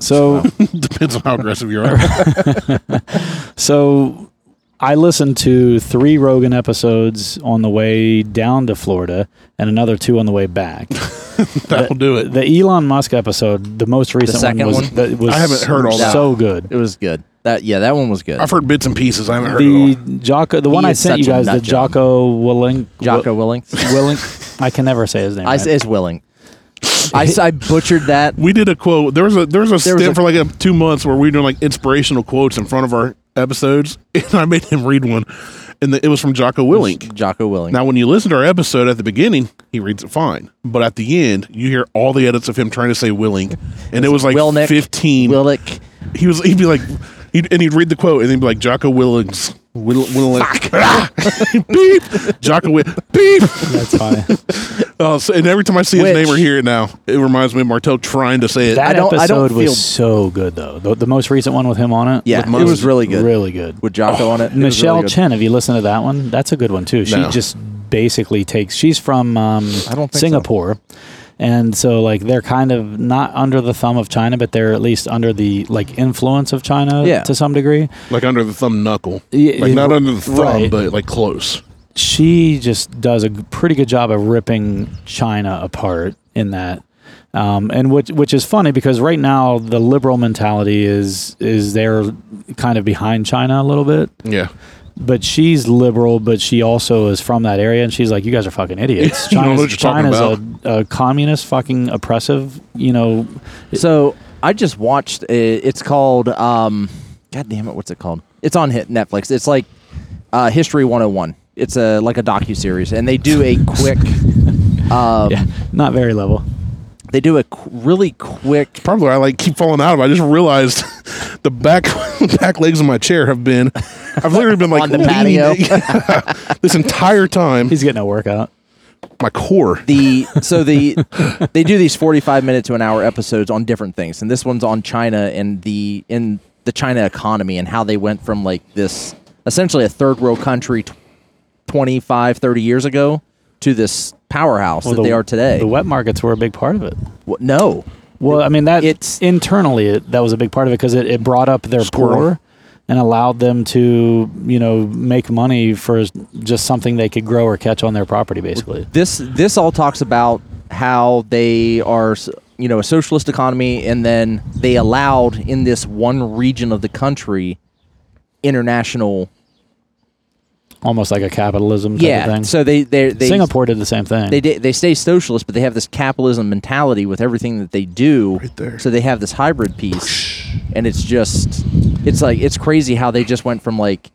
A: So.
C: [laughs] depends on how aggressive you [laughs] are.
A: So I listened to three Rogan episodes on the way down to Florida and another two on the way
C: [laughs]
A: back.
C: That'll do it.
A: the Elon Musk episode, the most recent one
B: second
A: was,
B: one?
A: that was
C: I haven't heard all
A: so
C: that.
A: good.
B: it was good. That yeah, that one was good.
C: I've heard bits and pieces. I haven't heard
A: The
C: it all.
A: Jocko, the one
B: He
A: I
B: is
A: sent you
B: such a
A: guys,
B: nut
A: the
B: job.
A: Jocko Willing,
B: Jocko Willing.
A: [laughs] Willing. I can never say his name.
B: I
A: right.
B: is willing. I, s- I butchered that.
C: We did a quote. There was a there was a
B: was
C: stint
B: a-
C: for like a, two months where we were doing like inspirational quotes in front of our episodes, [laughs] and I made him read one, and the, it was from Jocko Willink.
B: Jocko Willing.
C: Now, when you listen to our episode at the beginning, he reads it fine, but at the end, you hear all the edits of him trying to say Willink, and it was like
B: Wilnick,
C: fifteen.
B: Willick.
C: he was he'd be like he'd, and he'd read the quote and he'd be like Jocko Willings Will, Will, [laughs] beep Jocko Will, beep
A: That's
B: [laughs]
A: funny.
C: oh, so, and every time I see
B: Which-
C: his name or hear it now it reminds me of Martel trying to say it
A: That
B: I don't- I don't
A: episode
B: feel-
A: was so good though. The, the most recent one with him on it.
B: Yeah,
C: Musk.
B: it was really good.
A: Really good.
B: With Jocko on it. it was
A: Michelle
B: really good.
A: Chen, have you listened to that one? That's a good one too. She
C: No.
A: just basically takes. She's from um,
B: I don't think so.
A: Singapore, And so like they're kind of not under the thumb of China, but they're at least under the like influence of China
B: Yeah.
A: to some degree.
C: like under the thumb knuckle,
A: Y-
C: like not under the thumb,
A: right.
C: but like close.
A: she just does a g- pretty good job of ripping China apart in that. Um, and which which is funny because right now the liberal mentality is is they're kind of behind China a little bit,
C: Yeah,
A: but she's liberal, but she also is from that area, and she's like, "You guys are
C: [laughs]
A: fucking idiots.
C: You don't know
A: China's,
C: what you're talking
A: China's a, a communist, fucking oppressive. You know,
B: So I just watched. It, it's called. Um, God damn it! What's it called? It's on hit Netflix. It's like uh, History 101. It's a like a docu series, and they
A: [laughs]
B: do a quick. Um,
A: yeah, not very level.
B: They do a qu- really quick.
C: probably I like keep falling out of. it. I just realized [laughs] the back [laughs] back legs of my chair have been. I've literally been like
B: On the
C: [laughs] leaning- this entire time.
A: He's getting a workout.
C: my core.
B: the
A: [laughs]
B: so the they do these 45 minute to an hour episodes on different things and this one's on china and the in the china economy and how they went from like this essentially a third world country tw 25 30 years ago to this powerhouse that
A: the-
B: they are today
A: The wet markets were a big part of it.
B: Wha- no
A: Well, I mean that
B: it's-
A: it's internally it, that was a big part of it because it, it brought up their
C: Squirrel.
A: poor and allowed them to you know make money for s- just something they could grow or catch on their property basically.
B: this this all talks about how they are s- you know a socialist economy and then they allowed in this one region of the country international
A: Almost like a capitalism type of
B: yeah
A: thing.
B: so they they they
A: Singapore did the same thing.
B: they di- they stay socialist, but they have this capitalism mentality with everything that they do.
C: Right there.
B: So they have this hybrid piece, and it's just it's like it's crazy how they just went from like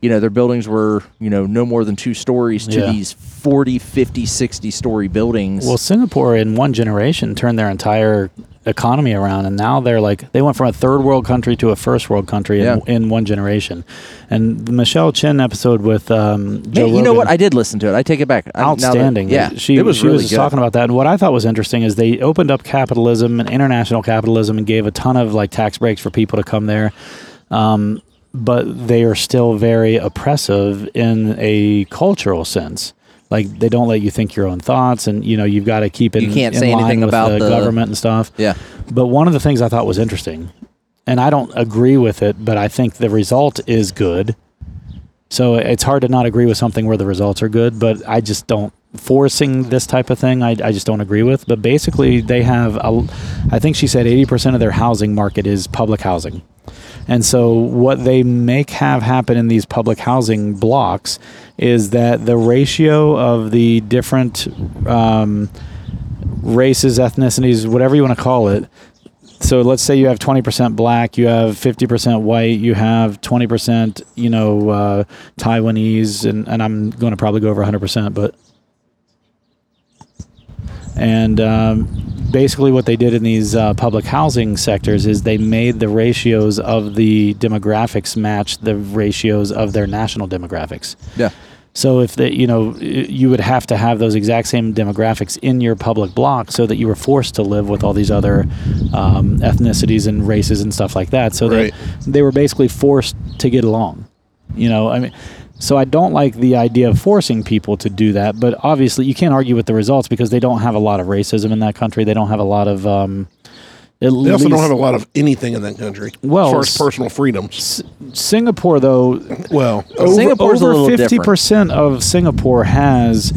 B: you know their buildings were you know no more than two stories to
A: Yeah.
B: these 40 50 60 story buildings
A: Well, Singapore in one generation turned their entire economy around, and now they're like they went from a third world country to a first world country
B: Yeah.
A: in, in one generation. And the Michelle Chin episode with um,
B: Man,
A: Joe
B: you know
A: Rogan-
B: what i did listen to it i take it back I- now that-
A: outstanding.
B: yeah
A: she
B: it was
A: she
B: really
A: was just
B: good.
A: talking about that, and what I thought was interesting is they opened up capitalism and international capitalism and gave a ton of like tax breaks for people to come there, um, but they are still very oppressive in a cultural sense. Like they don't let you think your own thoughts, and you know you've got to keep in,
B: You can't
A: in
B: say
A: line
B: anything
A: with
B: about
A: the,
B: the-
A: government and stuff.
B: yeah
A: But one of the things I thought was interesting, and I don't agree with it, but I think the result is good. So it's hard to not agree with something where the results are good, but I just don't forcing this type of thing. I, I just don't agree with. But basically, they have, a, I think she said 80% of their housing market is public housing. And so, what they make have happen in these public housing blocks is that the ratio of the different um, races, ethnicities, whatever you want to call it. So let's say you have 20% black, you have 50% white, you have 20%, you know, uh, Taiwanese, and, and I'm going to probably go over 100%, but. And um, basically, what they did in these uh, public housing sectors is they made the ratios of the demographics match the ratios of their national demographics.
B: yeah
A: So if that you know i- you would have to have those exact same demographics in your public block, so that you were forced to live with all these other um, ethnicities and races and stuff like that. So
C: Right.
A: they they were basically forced to get along. You know, I mean, so I don't like the idea of forcing people to do that. But obviously, you can't argue with the results because they don't have a lot of racism in that country. They don't have a lot of. Um, at
C: They also don't
A: least-
C: have a lot of anything in that country.
A: Well,
C: as far as
A: s- Oh,
C: personal freedoms.
A: Singapore, though,
C: Well,
A: over,
B: Singapore's a little
A: over
B: different.
A: 50% of Singapore has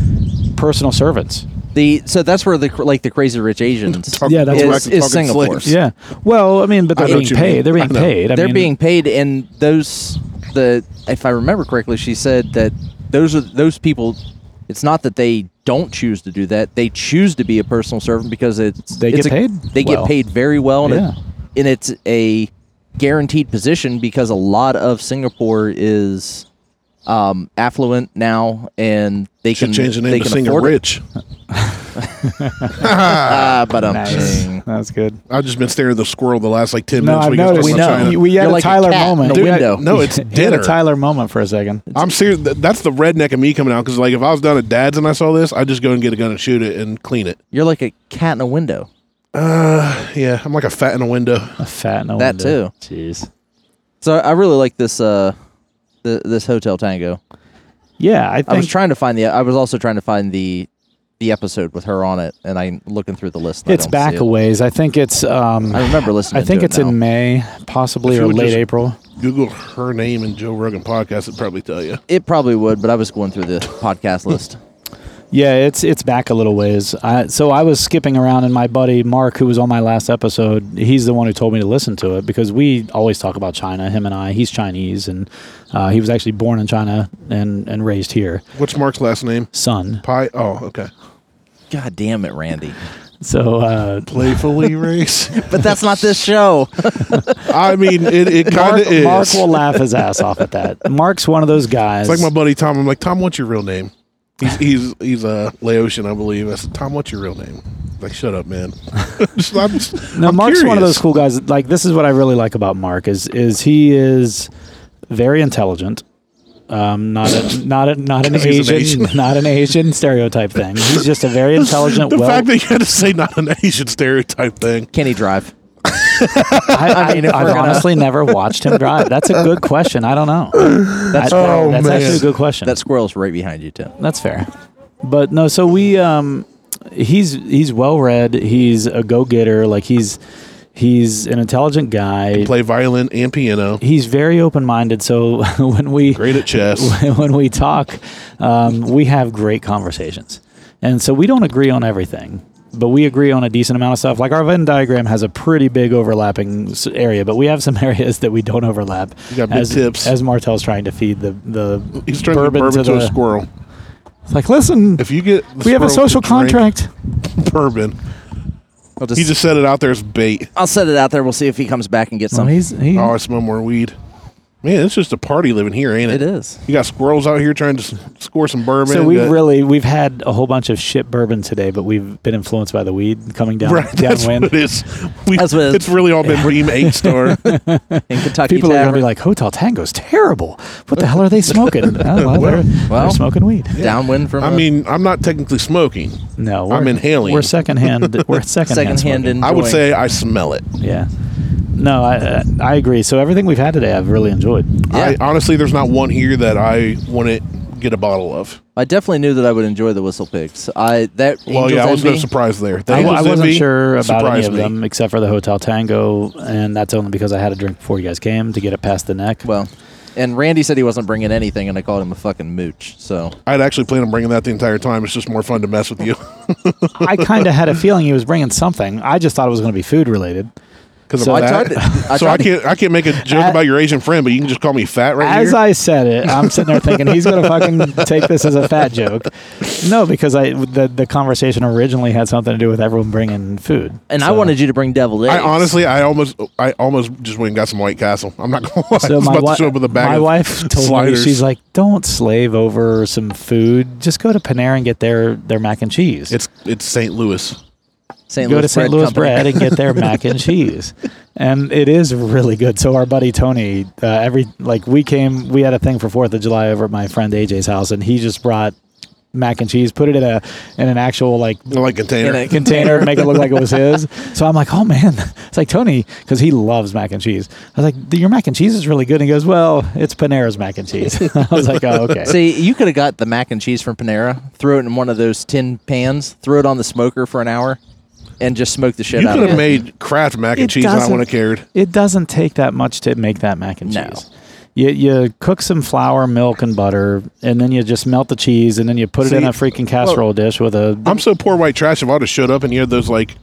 A: personal servants.
B: the so that's where the cr- like the crazy rich asians
C: talk-
A: Yeah, that's
C: go
A: what-
C: back to
B: is
C: talking
B: Singapore.
C: slaves.
A: Yeah. Well, I mean, but
C: I
A: they're
C: know
A: being
C: what you mean.
A: paid. They're
C: I
A: being
C: know.
A: paid. I
B: they're
A: mean,
B: being paid and those the if i remember correctly she said that those are those people it's not that they don't choose to do that they choose to be a personal servant because it's
A: They
B: it's
A: get
B: a-
A: paid
B: they get
A: well.
B: paid very well and, it-
A: Yeah.
B: and it's a guaranteed position because a lot of singapore is um, affluent now and they
C: Should
B: can
C: change the name
B: they
C: to
B: can
C: Singer
B: afford it.
C: Rich.
B: ah, but
A: Nice. That's good.
C: I've just been staring at the squirrel the last like ten
A: No,
C: minutes.
A: I've
C: when
A: noticed.
B: We
C: you guys talked
B: know.
C: about China.
A: We, we had
B: You're
A: a
B: like a
A: Tyler
B: cat in
A: moment.
B: a
A: We had-
B: window.
C: No,
A: [laughs]
C: it's
A: we had
C: dinner.
A: a Tyler moment for a second.
C: I'm serious. th- That's the redneck of me coming out because like if I was down at dad's and I saw this, I'd just go and get a gun and shoot it and clean it.
B: you're like a cat in a window
C: Yeah, I'm like a fat in a window.
A: A fat in a
B: That
A: window. Jeez.
B: so i really like this uh th- this hotel tango
A: Yeah, I think
B: I was trying to find the. I was also trying to find the the episode with her on it, and I'm looking through the list. And I
A: It's
B: don't
A: back
B: see
A: a
B: it.
A: ways. I think it's. Um,
B: I remember listening.
A: [laughs] I think
B: to
A: it's
B: it now.
A: in May, possibly
C: If you
A: or
C: would
A: late
C: just-
A: April.
C: Google her name and Joe Rogan podcast. It'd probably tell you.
B: It probably would, but I was going through the
A: [laughs]
B: podcast list.
A: Yeah, it's it's back a little ways. I, so I was skipping around, and my buddy Mark, who was on my last episode, he's the one who told me to listen to it because we always talk about China. Him and I, he's Chinese, and uh, he was actually born in China and and raised here.
C: What's Mark's last name?
A: Son.
C: Pi. Oh, okay.
B: God damn it, Randy!
A: So uh,
C: [laughs] Playfully race.
B: But that's not this show. [laughs]
C: I mean, it, it kind
A: Mark,
C: of is.
A: Mark will laugh his ass off at that. Mark's one of those guys.
C: it's like my buddy Tom. I'm like, Tom, what's your real name? He's he's he's a Laotian, I believe. I said, Tom, what's your real name? He's Like, shut up, man. [laughs] Just- I'm just-
A: No,
C: I'm
A: Mark's one of
C: curious.
A: those cool guys. Like this is what I really like about Mark is is he is very intelligent. Um, not a, not a, not an
C: 'Cause [laughs] he's an
A: Asian, [laughs]
C: Asian.
A: not an Asian stereotype thing. He's just a very intelligent.
C: [laughs] The
A: well,
C: fact that you had to say not an Asian stereotype thing.
B: Can he drive?
C: [laughs]
A: I, I,
B: mean, if we're
A: have
B: gonna-
A: honestly never watched him drive. That's a good question. I don't
C: [laughs]
A: know. That's,
C: Oh,
A: that's
C: man.
A: actually a good question.
B: That squirrel's right behind you, Tim.
A: That's fair. But no, so we um he's he's well read, he's a go getter, like he's he's an intelligent guy.
C: Play violin and piano.
A: He's very open minded, so [laughs] when we
C: Great at chess.
A: when we talk, um, we have great conversations. And so we don't agree on everything, but we agree on a decent amount of stuff. Like our Venn diagram has a pretty big overlapping s- area, but we have some [laughs] areas that we don't overlap.
C: You got big
A: as,
C: tips.
A: As Martel's trying to feed the, the
C: He's trying to bourbon to, a squirrel.
A: It's like, listen,
C: If you get the
A: we have a
C: squirrel to
A: social
C: drink
A: contract.
C: bourbon,
B: I'll just,
C: he just set it out there as bait.
B: I'll set it out there. We'll see if he comes back and gets
A: So
B: some.
A: he's, he,
C: Oh, I smell more weed. Man, it's just a party living here, ain't it?
B: it is.
C: You got squirrels out here trying to s- score some bourbon.
A: so we've
C: Uh,
A: really we've had a whole bunch of shit bourbon today, but we've been influenced by the weed coming down
C: [laughs] right, [laughs] that's what
A: downwind.
C: it is. We,
B: That's what it is.
C: it's really all been
A: [laughs]
C: Ream Eight Star.
B: In Kentucky
A: People are going to
B: Tavern,
A: be like, Hotel Tango's terrible. What the hell are they
C: [laughs]
A: smoking? Oh, well, they're,
B: well.
A: they're smoking weed.
B: downwind from.
C: I
B: a
C: mean, I'm not technically smoking.
A: No,
C: I'm inhaling.
A: We're secondhand.
C: [laughs]
A: We're secondhand.
B: secondhand.
A: smoking.
B: Enjoying.
C: I would say I smell it.
A: yeah. No, I I agree. So everything we've had today, I've really enjoyed.
B: Yeah.
C: I honestly, there's not one here that I wouldn't get a bottle of.
B: I definitely knew that I would enjoy the whistle pigs. I that
C: Well,
B: Angel's
C: yeah, I was no
B: Envy,
C: surprise there. The
A: I, w- I
C: Angel's
A: wasn't
C: Envy
A: sure about any
C: surprised
A: of
C: me.
A: them except for the Hotel Tango, and that's only because I had a drink before you guys came to get it past the neck.
B: Well, and Randy said he wasn't bringing anything, and I called him a fucking mooch. So
C: I'd actually planned on bringing that the entire time. It's just more fun to mess with you [laughs]
A: I kind of had a feeling he was bringing something. I just thought it was going to be food related.
C: because
A: So
C: of
A: I
C: that.
B: tried to- I
C: so
B: tried
C: I
B: to-
C: can't. I can't make a joke
A: I-
C: about your Asian friend, but you can just call me fat right
A: As
C: here.
A: I said it, I'm sitting there thinking he's going to fucking take this as a fat joke. No, because I the the conversation originally had something to do with everyone bringing food,
B: and I
A: So-
B: wanted you to bring deviled eggs.
C: I honestly, I almost, I almost just went and got some White Castle. I'm not going. to
A: So
C: I was
A: my,
C: about
A: wi-
C: to show up with a bag.
A: my
C: of
A: wife told
C: sliders.
A: me she's like, "Don't slave over some food. Just go to Panera and get their their mac and cheese.
C: it's it's St. Louis.
B: St.
A: go to St. Louis
B: Company.
A: Bread and get their mac and cheese, and it is really good." So our buddy Tony, uh, every like we came, we had a thing for Fourth of July over at my friend AJ's house, and he just brought mac and cheese, put it in a in an actual like [laughs]
C: I like container.
B: In a-
A: container, make it look like it was his. So I'm like, oh man, it's like Tony because he loves mac and cheese. I was like, your mac and cheese is really good. And he goes, well, it's Panera's mac and cheese. [laughs] I was like, oh okay.
B: [laughs] See, you could have got the mac and cheese from Panera, threw it in one of those tin pans, threw it on the smoker for an hour, and just smoked the shit
C: you
B: out
C: could
B: of
C: have
B: it.
C: made Kraft mac and
A: It
C: cheese, and I
A: doesn't-
C: wouldn't have cared.
A: it doesn't take that much to make that mac and
B: No.
A: cheese. You, you cook some flour, milk, and butter, and then you just melt the cheese, and then you put it in
C: See,
A: a freaking casserole dish with a
C: I'm so poor white trash. If I'd have showed up and you had those like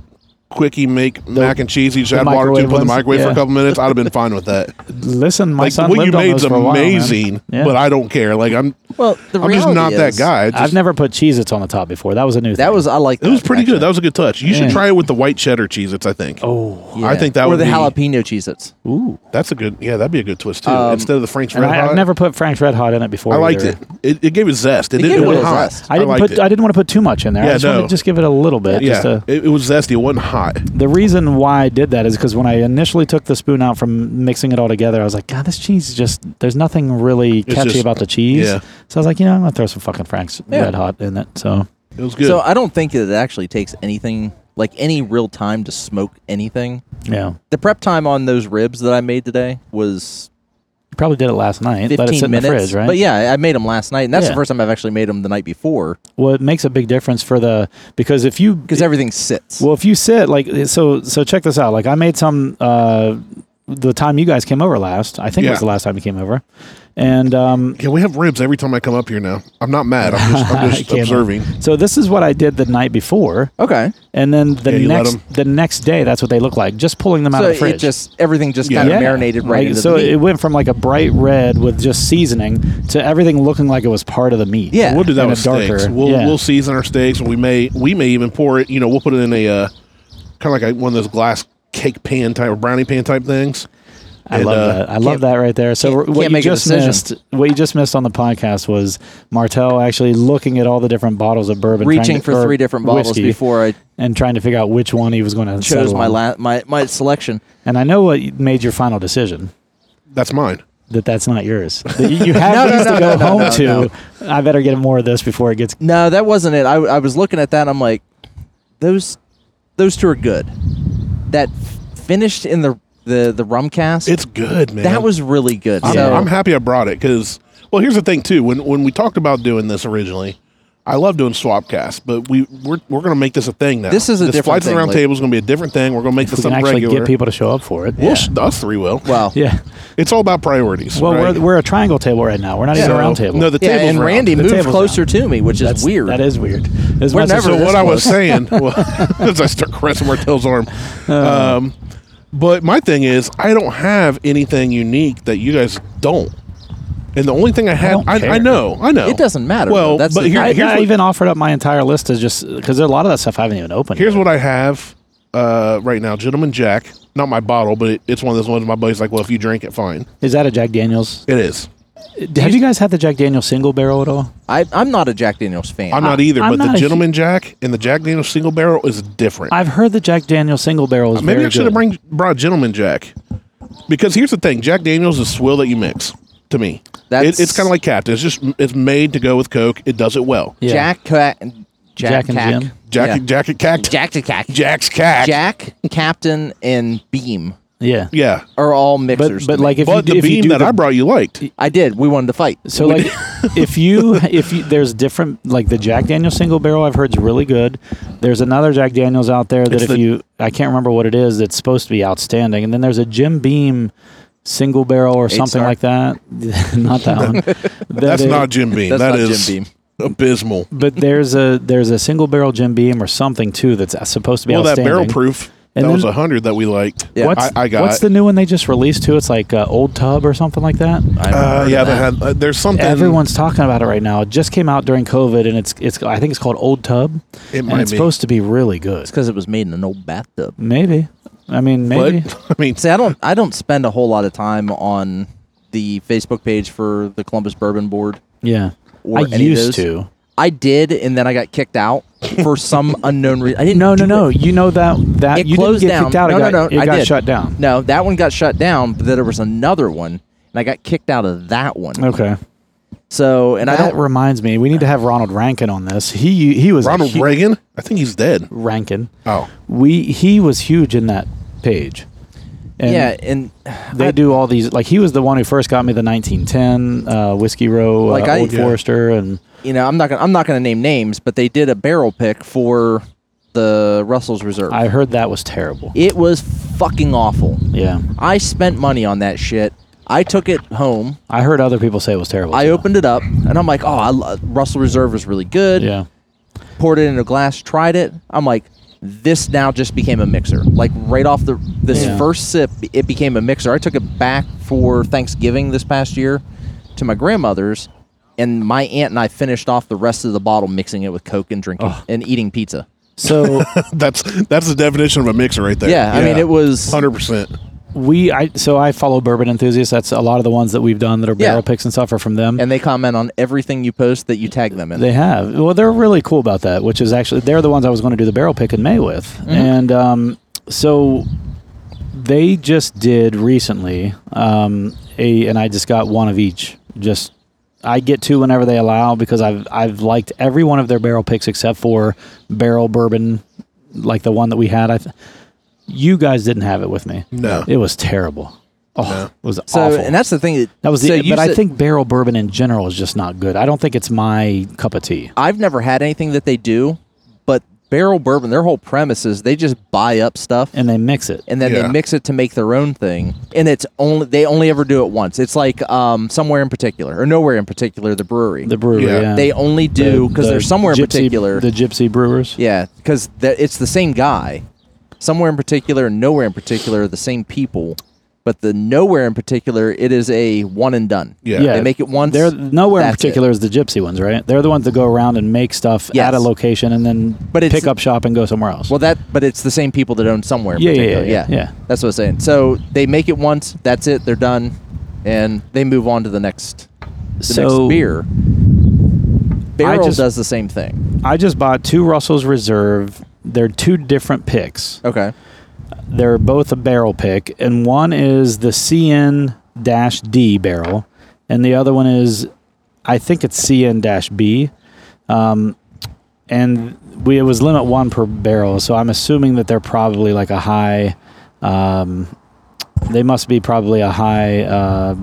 C: quickie make mac and cheese, you just add water
A: microwave
C: to it, put it in the
A: ones?
C: microwave for a
A: Yeah.
C: couple minutes. I'd
A: [laughs]
C: have been fine with that.
A: listen. My
C: Like
A: son
C: what you
A: lived on
C: made's
A: those for a while, man.
C: amazing,
A: Yeah.
C: but I don't care. Like I'm,
B: Well, the
C: I'm just
B: reality
C: not that
B: is,
C: guy. I just-
A: I've never put Cheez-Its on the top before. That was a new.
B: That
A: thing.
B: was I like.
C: it was pretty good. That was a good touch. You should
A: Yeah.
C: try it with the white cheddar cheese. It's I think.
A: oh
C: I think that
B: or
C: would
B: the
C: be-
B: jalapeno Cheez-Its.
A: ooh.
C: That's a good. Yeah, that'd be a good twist too.
B: Um,
C: Instead of the French
A: And
C: red
A: I,
C: hot,
A: I've never put Frank's Red Hot in it before.
C: I liked
A: either.
C: it. it. It gave it zest. It,
B: gave
C: didn't.
B: it
C: It
B: a
C: wasn't
B: little
C: hot.
B: zest.
A: I didn't
C: liked
A: put.
C: It.
A: I didn't want to put too much in there.
C: Yeah,
A: I just
C: no.
A: wanted to just give it a little bit.
C: yeah,
A: Just to,
C: it, it was zesty. It wasn't hot.
A: the reason why I did that is because when I initially took the spoon out from mixing it all together, I was like, God, this cheese is just there's nothing really catchy
C: just-
A: about the cheese.
C: yeah.
A: So I was like, you know, I'm gonna throw some fucking Frank's
B: Yeah.
A: Red Hot in it. So
C: It was good.
B: So uh, I don't think that it actually takes anything like any real time to smoke anything.
A: yeah,
B: The prep time on those ribs that I made today was
A: You probably did it last night. Let it sit
B: fifteen
A: in the
B: minutes.
A: fridge, right?
B: But yeah, I made them last night, and that's
A: Yeah.
B: the first time I've actually made them the night before
A: Well, it makes a big difference for the because if you
B: because everything sits.
A: Well, if you sit like so, so check this out. Like I made some uh, the time you guys came over last. I think it
C: Yeah.
A: was the last time you came over, and um,
C: Yeah, we have ribs every time I come up here now. I'm not mad. I'm just, I'm just
A: [laughs] I can't-
C: observing.
A: So this is what I did the night before,
B: okay,
A: and then the
C: Yeah, you let
A: next
C: 'em-
A: the next day. That's what they look like. Just pulling them out
B: so
A: of the fridge.
B: it just everything just
C: Yeah.
B: kind
A: Yeah.
B: of marinated right
A: Like,
B: into
A: so
B: the meat.
A: it went from like a bright red with just seasoning to everything looking like it was part of the meat.
B: Yeah.
C: We'll do that
A: And
C: with
A: a darker-
C: steaks. We'll
A: yeah.
C: we'll season our steaks, and we may we may even pour it. You know, we'll put it in a uh, kind of like a, one of those glass cake pan type or brownie pan type things.
A: I
C: And,
A: love
C: uh,
A: that. I love that right there. So
B: can't-
A: what
B: can't
A: you
B: make a
A: just
B: decision.
A: missed, what you just missed on the podcast was Martel actually looking at all the different bottles of bourbon, trying
B: Reaching
A: to-
B: for
A: or
B: three different bottles
A: whiskey,
B: before I
A: and trying to figure out which one he was going to
B: chose my la- my my selection.
A: And I know what made your final decision.
C: That's mine.
A: That that's not
B: [laughs]
A: yours. That you, you have
B: No, no,
A: these
B: no,
A: to go
B: no, no,
A: home
B: no,
A: to. I better get more of this before it gets.
B: No, that wasn't it. I, I was looking at that. I'm like, those those two are good. That f- finished in the the the rum cast.
C: It's good, man.
B: that was really good.
C: I'm,
B: so
C: I'm happy I brought it because well, here's the thing too. When when we talked about doing this originally, I love doing swap casts, but we we're, we're going to make this a thing now.
B: This is a different
C: flights
B: thing,
C: around
B: like-
C: table is going to be a different thing. We're going to make
A: We
C: this
A: can
C: something
A: actually
C: regular.
A: get people to show up for it.
C: We'll sh- us three will.
B: well,
A: Yeah.
C: It's all about priorities.
A: Well,
C: right?
A: we're, we're a triangle table right now. We're not even a
C: So-
A: round table.
C: No, the
B: yeah,
C: table's
B: and
C: round.
B: Randy
A: The
B: moved
A: table's
B: closer to me, which is weird.
A: That is weird. As
B: We're
A: much as-
B: never-
C: So
B: this
C: what I
B: [laughs]
C: was saying was, [laughs] as I start caressing Martell's arm,
B: Uh.
C: um, but my thing is, I don't have anything unique that you guys don't. And the only thing I have,
A: don't
C: I, I,
A: care.
C: know, I know.
B: It doesn't matter, though.
C: Well,
B: That's
C: but
B: the
C: here-
A: I,
B: thing.
C: here's,
A: I
C: what,
A: even offered up my entire list as just because there are a lot of that stuff I haven't even opened.
C: here's
A: yet.
C: what I have uh, right now, gentleman Jack. Not my bottle, but it, it's one of those ones. My buddy's like, "Well, if you drink it, fine."
A: is that a Jack Daniels?
C: It is.
A: Have you guys had the Jack Daniels single barrel at all?
B: I, I'm not a Jack Daniels fan.
C: I'm not either,
A: I'm
C: but
A: not a
C: the
A: hu-
C: gentleman Jack and the Jack Daniel single barrel is different.
A: I've heard the Jack Daniels single barrel is
C: Maybe
A: very
C: I should
A: good.
C: have bring, brought Gentleman Jack. Because here's the thing Jack Daniels is swill that you mix, to me.
B: That's-
C: It, it's kind of like Captain. It's just it's made to go with Coke. It does it well.
A: Yeah.
B: Jack, Ca-
A: Jack
B: Jack,
A: and
B: Cac.
A: Jim.
C: Jack,
B: Yeah.
C: Jack and Cact.
B: Jack, to Cac.
C: Jack's Cact.
B: Jack, Captain, and Beam
A: yeah,
C: Yeah.
B: are all
A: but
B: mixers.
A: but
B: to me.
A: like if
C: But
A: you,
C: the
A: if you
C: beam
A: do
C: that
A: the-
C: I brought you liked.
B: I did, we wanted to fight.
A: So like,
C: [laughs]
A: if you if you there's different like the Jack Daniels single barrel I've heard is really good. There's another Jack Daniels out there that
C: It's
A: if
C: the-
A: you I can't remember what it is that's supposed to be outstanding. And then there's a Jim Beam single barrel or something
B: star.
A: like that. [laughs] not that
C: [laughs]
A: one.
C: That's not Jim Beam.
B: That's
C: That
B: not Jim
C: is
B: Beam.
C: abysmal.
A: But there's a there's a single barrel Jim Beam or something too that's supposed to be
C: Well, that
A: outstanding.
C: barrel proof,
A: And
C: that
A: then-
C: was a 100 that we liked.
B: Yeah.
A: What's,
C: I, I got.
A: what's the new one they just released too? It's like uh, Old Tub or something like that.
B: I haven't
C: uh,
B: heard
C: yeah,
B: of
C: they
B: that.
C: had, uh, there's something.
A: Everyone's talking about it right now. It just came out during COVID, and it's it's I think it's called Old Tub,
C: It
A: and
C: might
A: it's
C: be.
A: supposed to be really good.
B: because it was made in an old bathtub.
A: Maybe. I mean,
C: But,
A: maybe.
C: [laughs] I mean,
B: See, I don't, I don't spend a whole lot of time on the Facebook page for the Columbus Bourbon Board.
A: Yeah.
B: Or
A: I
B: any of
A: used
B: those?
A: to.
B: I did, and then I got kicked out
A: [laughs]
B: for some unknown reason. I didn't.
A: No, no,
B: do
A: no.
B: It.
A: You know that that
B: It
A: you didn't
B: closed
A: get
B: down.
A: kicked out.
B: no,
A: it got,
B: no, no.
A: It
B: I
A: got
B: did.
A: shut down.
B: No, that one got shut down, but then there was another one, and I got kicked out of that one.
A: Okay.
B: So, and I
A: That
B: don't.
A: reminds me. We need to have Ronald Rankin on this. He he was a
C: Ronald
A: hu-
C: Reagan, I think he's dead.
A: Rankin.
C: Oh.
A: We he was huge in that page. And
B: yeah, and
A: They
B: I-
A: do all these. Like he was the one who first got me the 1910 uh, whiskey row,
B: Like,
A: uh,
B: I-
A: Old
B: Yeah.
A: Forester, and
B: you know, I'm not gonna, I'm not gonna name names, but they did a barrel pick for the Russell's Reserve.
A: I heard that was terrible.
B: it was fucking awful.
A: Yeah,
B: I spent money on that shit. I took it home.
A: I heard other people say it was terrible.
B: I
A: too.
B: opened it up, and I'm like, oh, I lo- Russell Reserve is really good.
A: Yeah,
B: poured it in a glass, tried it. I'm like, this now just became a mixer. Like right off the this
A: Yeah.
B: first sip, it became a mixer. I took it back for Thanksgiving this past year to my grandmother's, and my aunt and I finished off the rest of the bottle mixing it with Coke and drinking and eating pizza.
A: so
C: That's that's the definition of a mixer right there.
B: Yeah, I mean it was.
C: 100%.
A: we i so i follow bourbon enthusiasts that's a lot of the ones that we've done that are
B: Yeah.
A: barrel picks and stuff are from them
B: And they comment on everything you post that you tag them in.
A: they have well they're really cool about that which is actually they're the ones i was going to do the barrel pick in may with
B: Mm-hmm.
A: and um, so they just did recently um, a and i just got one of each just i get two whenever they allow because i've i've liked every one of their barrel picks except for barrel bourbon like the one that we had i th- you guys didn't have it with me
C: No.
A: it was terrible Oh, it was
B: So
A: awful.
B: and that's the thing. That,
A: that was the.
B: so
A: but
B: you
A: I
B: said-
A: think barrel bourbon in general is just not good. I don't think it's my cup of tea.
B: I've never had anything that they do, but barrel bourbon. Their whole premise is they just buy up stuff
A: And they mix it.
B: and then
C: Yeah.
B: they mix it to make their own thing. And it's only they only ever do it once. It's like um, somewhere in particular or nowhere in particular. The brewery.
A: The brewery.
C: Yeah.
A: Yeah.
B: they only do because
A: the
B: they're somewhere in
A: gypsy-
B: particular.
A: The Gypsy Brewers.
B: Yeah, because it's the same guy. Somewhere in particular and nowhere in particular are the same people, but the nowhere in particular it is a one and done.
C: Yeah.
B: they make it once.
A: They're nowhere in
B: that's it.
A: particular is the gypsy ones, right? They're the ones that go around and make stuff
B: Yes.
A: at a location and then
B: But it's-
A: pick up shop and go somewhere else.
B: Well, that but it's the same people that own somewhere. In
A: Yeah, yeah,
B: particular.
A: yeah, yeah, yeah.
B: That's what I'm saying. So they make it once. That's it. They're done, and they move on to the next. The
A: So-
B: next beer. Barrel
A: just-
B: does the same thing.
A: I just bought two Russell's Reserve. They're two different picks.
B: Okay.
A: They're both a barrel pick, and one is the CN D barrel, and the other one is, I think it's CN B. Um, and we, it was limit one per barrel, so I'm assuming that they're probably like a high. Um, they must be probably a high uh,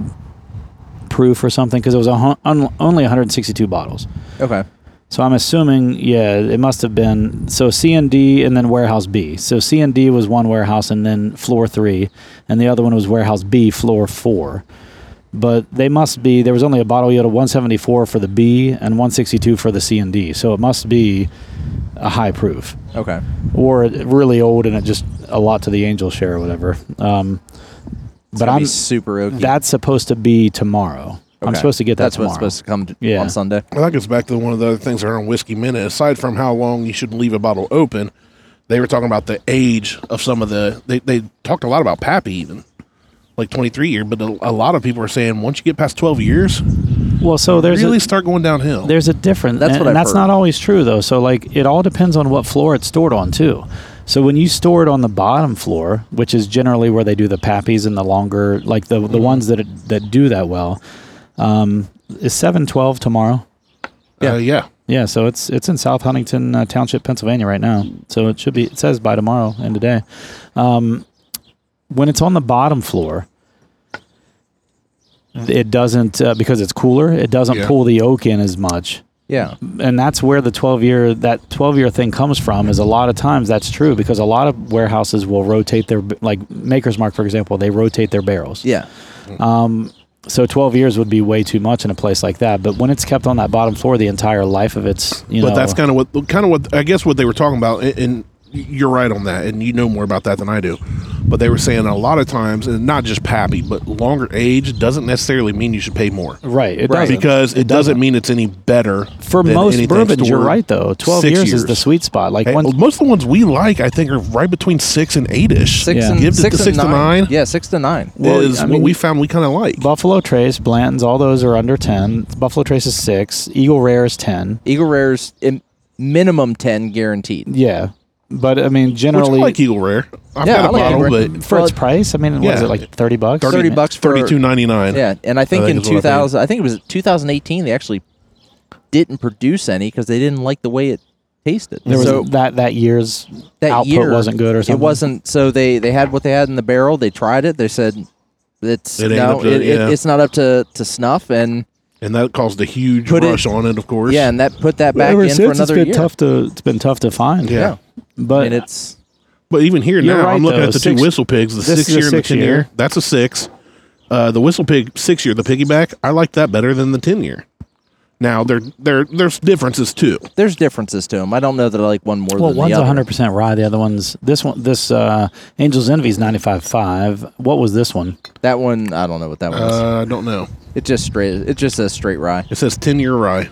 A: proof or something because it was a hun- un- only 162 bottles.
B: Okay.
A: So I'm assuming, yeah, it must have been so C and D and then warehouse B. So C and D was one warehouse and then floor three, and the other one was warehouse B, floor four. But they must be there was only a bottle yield of 174 for the B and 162 for the C and D. So it must be a high proof
B: Okay.
A: or it- really old and it just a lot to the angel share or whatever. Um,
B: It's
A: but
B: gonna be
A: I'm
B: super oaky.
A: that's supposed to be tomorrow. I'm
B: Okay.
A: supposed to get that
B: That's
A: tomorrow.
B: what's supposed to come to,
A: Yeah.
B: on Sunday.
C: Well, that goes back to one of the other things that are on Whiskey Minute. Aside from how long you should leave a bottle open, they were talking about the age of some of the. They, they talked a lot about Pappy even, like 23 year, but a, a lot of people are saying once you get past 12 years,
A: well, so there's
C: really
A: a,
C: start going downhill.
A: There's a difference.
B: That's
A: and,
B: what
A: and
B: I've
A: that's
B: heard.
A: not always true though. So like it all depends on what floor it's stored on too. So when you store it on the bottom floor, which is generally where they do the pappies and the longer, like the the ones that that do that well, um, is seven twelve tomorrow.
C: yeah. Uh, yeah.
A: Yeah, so it's it's in South Huntington uh, Township, Pennsylvania, right now. So it should be. It says by tomorrow and today. Um, when it's on the bottom floor, it doesn't uh, because it's cooler. It doesn't
C: Yeah.
A: pull the oak in as much
B: Yeah.
A: and that's where the 12 year that 12 year thing comes from is a lot of times that's true because a lot of warehouses will rotate their like maker's mark for example they rotate their barrels
B: Yeah.
A: so 12 years would be way too much in a place like that but when it's kept on that bottom floor the entire life of its you
C: But
A: know
C: that's kind of what, kind of what I guess what they were talking about, and, and you're right on that, and you know more about that than I do. But they were saying a lot of times, and not just Pappy, but longer age doesn't necessarily mean you should pay more.
A: right it
B: Right.
A: doesn't.
C: Because it, doesn't. mean it's any better
A: for
C: than
A: most
C: anything
A: bourbons you're
C: stored
A: right though 12
C: six
A: years, is the sweet spot like
C: Hey, oh,
A: one
C: well, most of the ones we like, I think, are right between six and eight ish.
B: Six
A: Yeah.
B: and
C: Give it
B: six,
C: to six
B: and
C: to nine.
B: Yeah, six to nine.
A: Well,
C: is
A: I
C: what
A: mean-
C: we found we kind of like.
A: buffalo trace blanton's all those are under 10 buffalo trace is 6 eagle rare is 10
B: Eagle Rare's in minimum ten guaranteed.
A: yeah but i mean
C: Which I
A: generally
C: like Eagle Rare. I've
B: Yeah,
C: got a
B: I like
C: bottle,
B: Eagle Rare.
C: but
A: for
B: Well,
A: its price. I mean, what is
C: yeah.
A: it like thirty bucks?
B: Thirty bucks for
C: thirty two ninety nine.
B: Yeah, and I think,
C: think
B: in
C: is what I
B: two
C: think.
B: thousand, I think it was two thousand eighteen. They actually didn't produce any because they didn't like the way it tasted.
A: There was
B: so
A: that that year's
B: that
A: output
B: year
A: wasn't good or something.
B: It wasn't. So they they had what they had in the barrel. They tried it. They said it's
C: It ain't
B: no,
C: up to-
B: it, it-
C: yeah.
B: it's not up to to snuff. And
C: and that caused a huge
B: Put it-
C: rush on it, of course.
B: yeah, and that put that back
A: Ever
B: in
A: since
B: for
A: it's
B: another
A: been
B: year.
A: tough to it's been tough to find.
C: Yeah.
B: yeah.
A: but
B: and it's
C: But even here
A: You're
C: now,
A: right,
C: I'm looking
A: though.
C: at the
A: Six-
C: two whistle pigs, the
A: this is
C: six
A: a
C: year and the
A: six
C: ten year.
A: year.
C: That's a six. Uh, the whistle pig six year, the piggyback. I like that better than the ten year. Now there there there's differences too.
B: there's differences to them. I don't know that I like one more
A: well,
B: than
A: one's
B: the other.
A: hundred percent rye. The other one's this one. This uh, Angel's Envy is ninety five five. What was this one?
B: That one, I don't know what that one is.
C: Uh, I don't know.
B: It just straight. It just says straight rye.
C: It says ten year rye.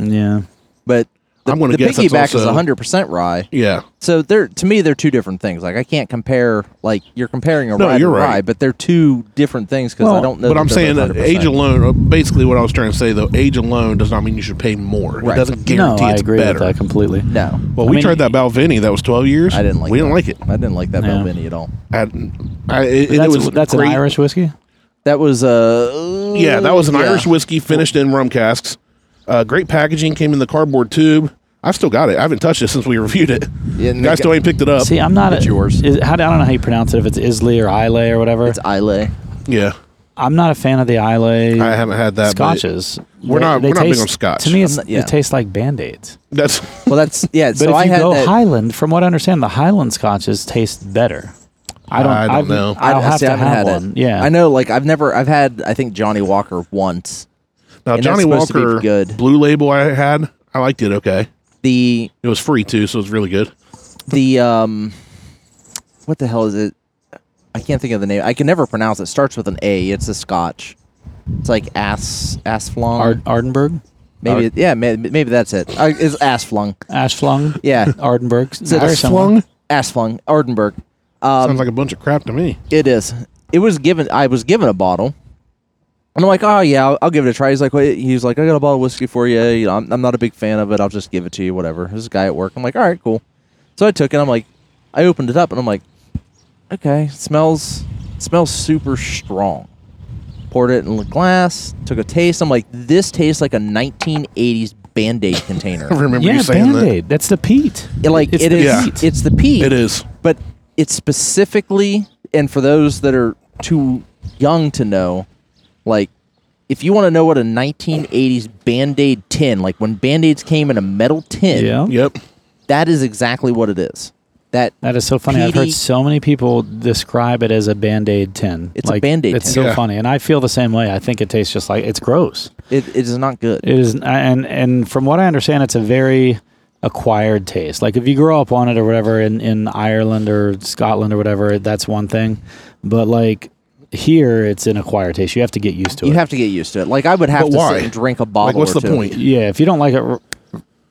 A: Yeah,
B: But the,
C: I'm gonna
B: the
C: guess that's
B: piggyback is
C: also-
B: 100 percent rye.
C: Yeah.
B: So they're to me they're two different things. Like I can't compare like you're comparing a
C: No,
B: rye
C: you're
B: to
C: right.
B: rye, but they're two different things because I
A: Well,
B: don't know.
C: But
B: that
C: I'm
B: they're
C: saying
B: both
C: that age
B: 100%.
C: alone, uh, basically what I was trying to say though, age alone does not mean you should pay more. It
B: Right.
C: doesn't
A: no,
C: guarantee
A: I
C: it's
A: agree
C: better.
A: with that completely.
B: No,
C: Well,
A: I
C: we
A: mean,
C: tried that Balvenie. That was 12 years.
B: I didn't like.
C: We
B: that.
C: didn't like it.
B: I didn't like that
A: Yeah.
B: Balvenie at all.
C: I, I, it, it
A: That's,
C: was
A: that's
C: great.
A: an Irish whiskey.
B: That was uh
C: Yeah, that was an
B: yeah.
C: Irish whiskey finished in rum casks. Uh, great packaging came in the cardboard tube. I've still got it. I haven't touched it since we [laughs] reviewed it.
B: Yeah, and
C: Guy
B: they
C: still
B: got-
C: ain't picked it up.
A: See, I'm not.
D: It's
A: a-
D: yours.
A: Is, how, I don't know how you pronounce it. If it's Islay or Islay or whatever.
B: It's Islay.
C: yeah,
A: I'm not a fan of the Islay
C: I haven't had that. but
A: scotches.
C: We're not- we're not big
A: taste-
C: on scotch.
A: To me, it's,
B: I'm not- yeah.
A: it tastes like band aids.
C: That's
A: [laughs]
B: Well, that's yeah.
A: But
B: so
A: if
B: I
A: you
B: had
A: go
B: that.
A: Highland, from what I understand, the Highland scotches taste better. I don't.
C: I don't
A: I've-
C: know.
A: I'll have
B: see,
A: to
B: haven't
A: have
B: had it.
A: one. Yeah,
B: I know. Like I've never. I've had. I think Johnny Walker once.
C: now
B: And that's
C: Johnny
B: supposed to be
C: Walker
B: good.
C: Blue Label. I had. I liked it. Okay,
B: The
C: it was free too, so it was really good.
B: the um, what the hell is it? I can't think of the name. I can never pronounce it. Starts with an A. It's a Scotch. It's like ass ass flung.
A: Ar- Ardenberg,
B: maybe it- yeah. May, maybe that's it. Uh, it's ass flung.
A: Ashflung,
B: Yeah, [laughs]
A: Ardenberg.
B: it
A: very similar.
C: Flung
B: ass flung. Ardenberg. Um,
C: sounds like a bunch of crap to me. [laughs]
B: It is. It was given. I was given a bottle, and I'm like, oh yeah, I'll, I'll give it a try. He's like, wait, he's like, I got a bottle of whiskey for you. you know, I'm, I'm not a big fan of it. I'll just give it to you. Whatever. This guy at work. I'm like, all right, cool. So I took it. I'm like, I opened it up, and I'm like, okay, it smells it smells super strong. Poured it in a glass. Took a taste. I'm like, this tastes like a 1980s Band Aid container.
C: I remember
A: Yeah,
C: you saying
A: band aid. That's the peat.
B: It, like
A: it's
B: it
A: the
B: is.
C: Yeah.
A: peat.
B: It's the pea
C: that. It is.
B: but it's specifically and for those that are too young to know like if you want to know what a 1980s band-aid tin like when band-aids came in a metal tin
A: yeah.
C: Yep.
B: that is exactly what it is that
A: That is so funny. I've heard
B: PD
A: so many people describe it as a band aid tin.
B: It's a Band-Aid
A: It's
B: tin.
A: so
C: Yeah.
A: funny, and I feel the same way. I think it tastes just like it's gross.
B: it, it is not good
A: It is, and and from what I understand, it's a very acquired taste. Like if you grow up on it or whatever in in Ireland or Scotland or whatever, that's one thing. But like here, it's an acquired taste. You have to get used to
B: you
A: it.
B: have to get used to it like i would have
C: But
B: to
C: why?
B: sit and drink a bottle
C: Like, what's
B: or
C: the
B: two.
C: point?
A: yeah, if you don't like it, r-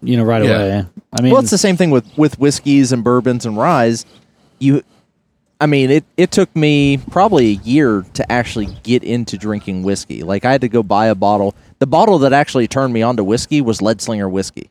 A: you know, right
C: Yeah.
A: away. I mean,
B: well it's the same thing with with whiskeys and bourbons and ryes you i mean it it took me probably a year to actually get into drinking whiskey like i had to go buy a bottle the bottle that actually turned me on to whiskey was lead slinger whiskey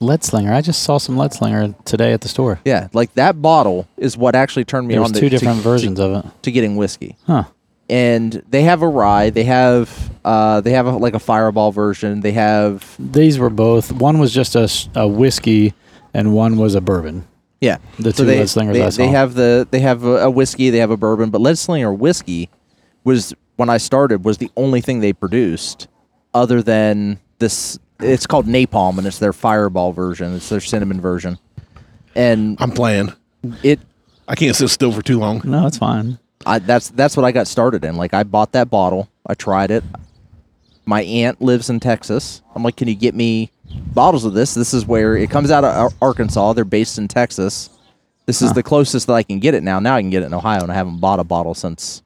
A: lead slinger. I just saw some lead slinger today at the store.
B: yeah like that bottle is what actually turned me
A: There
B: on
A: was
B: to,
A: two
B: to-
A: different
B: to-
A: versions of it.
B: to getting whiskey
A: Huh.
B: and they have a rye they have uh they have a, like a fireball version they have
A: These were both. One was just a, s- a whiskey, and one was a bourbon.
B: Yeah,
A: The two Led Slingers
B: They,
A: I
B: they
A: saw.
B: have the they have a, a whiskey, they have a bourbon, but Led Slinger whiskey was when I started was the only thing they produced, other than this. It's called Napalm, and it's their Fireball version. It's their cinnamon version, and
C: I'm playing.
B: it.
C: I can't sit still for too long.
A: No, it's fine.
B: I, that's that's what I got started in. Like I bought that bottle, I tried it. My aunt lives in Texas. I'm like, can you get me bottles of this? This is where it comes out of Ar- Arkansas. They're based in Texas. This is the closest that I can get it now. Now I can get it in Ohio, and I haven't bought a bottle since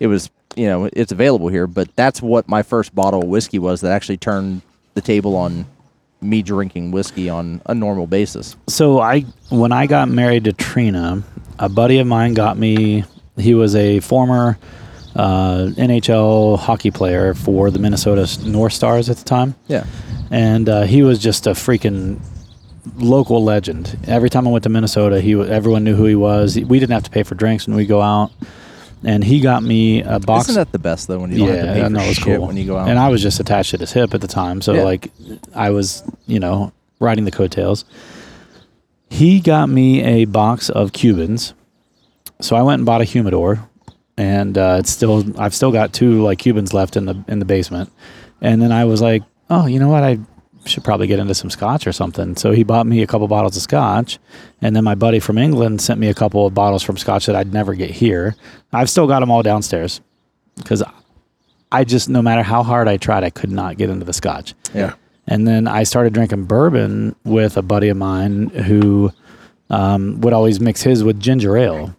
B: it was. You know, it's available here. But that's what my first bottle of whiskey was that actually turned the table on me drinking whiskey on a normal basis.
A: So I, when I got married to Trina, a buddy of mine got me. He was a former uh, NHL hockey player for the Minnesota North Stars at the time.
B: Yeah,
A: and uh, he was just a freaking local legend. Every time I went to Minnesota, he wa- everyone knew who he was. We didn't have to pay for drinks when we go out, and he got me a box.
B: isn't that the best though when you don't have to pay
A: I
B: for
A: know, it was
B: shit when you go out?
A: And I was just attached at his hip at the time, so
B: Yeah.
A: like I was, you know, riding the coattails. He got me a box of Cubans, so I went and bought a humidor, and uh, it's still I've still got two like Cubans left in the in the basement, and then I was like, oh, you know what, I should probably get into some scotch or something. So he bought me a couple bottles of scotch, and then my buddy from England sent me a couple of bottles from scotch that I'd never get here. I've still got them all downstairs because I just no matter how hard I tried, I could not get into the scotch.
B: yeah.
A: And then I started drinking bourbon with a buddy of mine who um, would always mix his with ginger ale.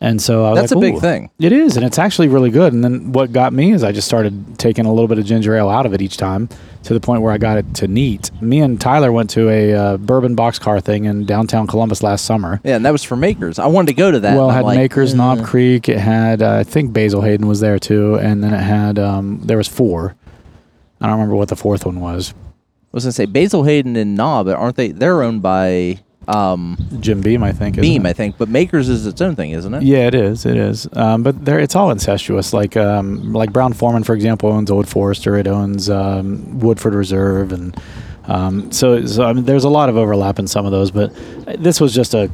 A: And so I was
B: That's
A: like,
B: a big
A: "Ooh."
B: thing.
A: It is, and it's actually really good. And then what got me is I just started taking a little bit of ginger ale out of it each time, to the point where I got it to neat. Me and Tyler went to a uh, bourbon boxcar thing in downtown Columbus last summer.
B: Yeah, and that was for Makers. I wanted to go to that.
A: Well,
B: and
A: it
B: I'm
A: had
B: like,
A: Makers,
B: "Eh,
A: Knob Creek. It had, uh, I think Basil Hayden was there too, and then it had, um, there was four. I don't remember what the fourth one was.
B: I was gonna say Basil Hayden and Knob aren't they? They're owned by um,
A: Jim Beam, I think. isn't
B: Beam,
A: it?
B: I think. But Makers is its own thing, isn't it?
A: Yeah, it is. It is. Um, but there, it's all incestuous. Like, um, like Brown Foreman, for example, owns Old Forester. It owns um, Woodford Reserve and Um, so, so I mean, there's a lot of overlap in some of those, but this was just a.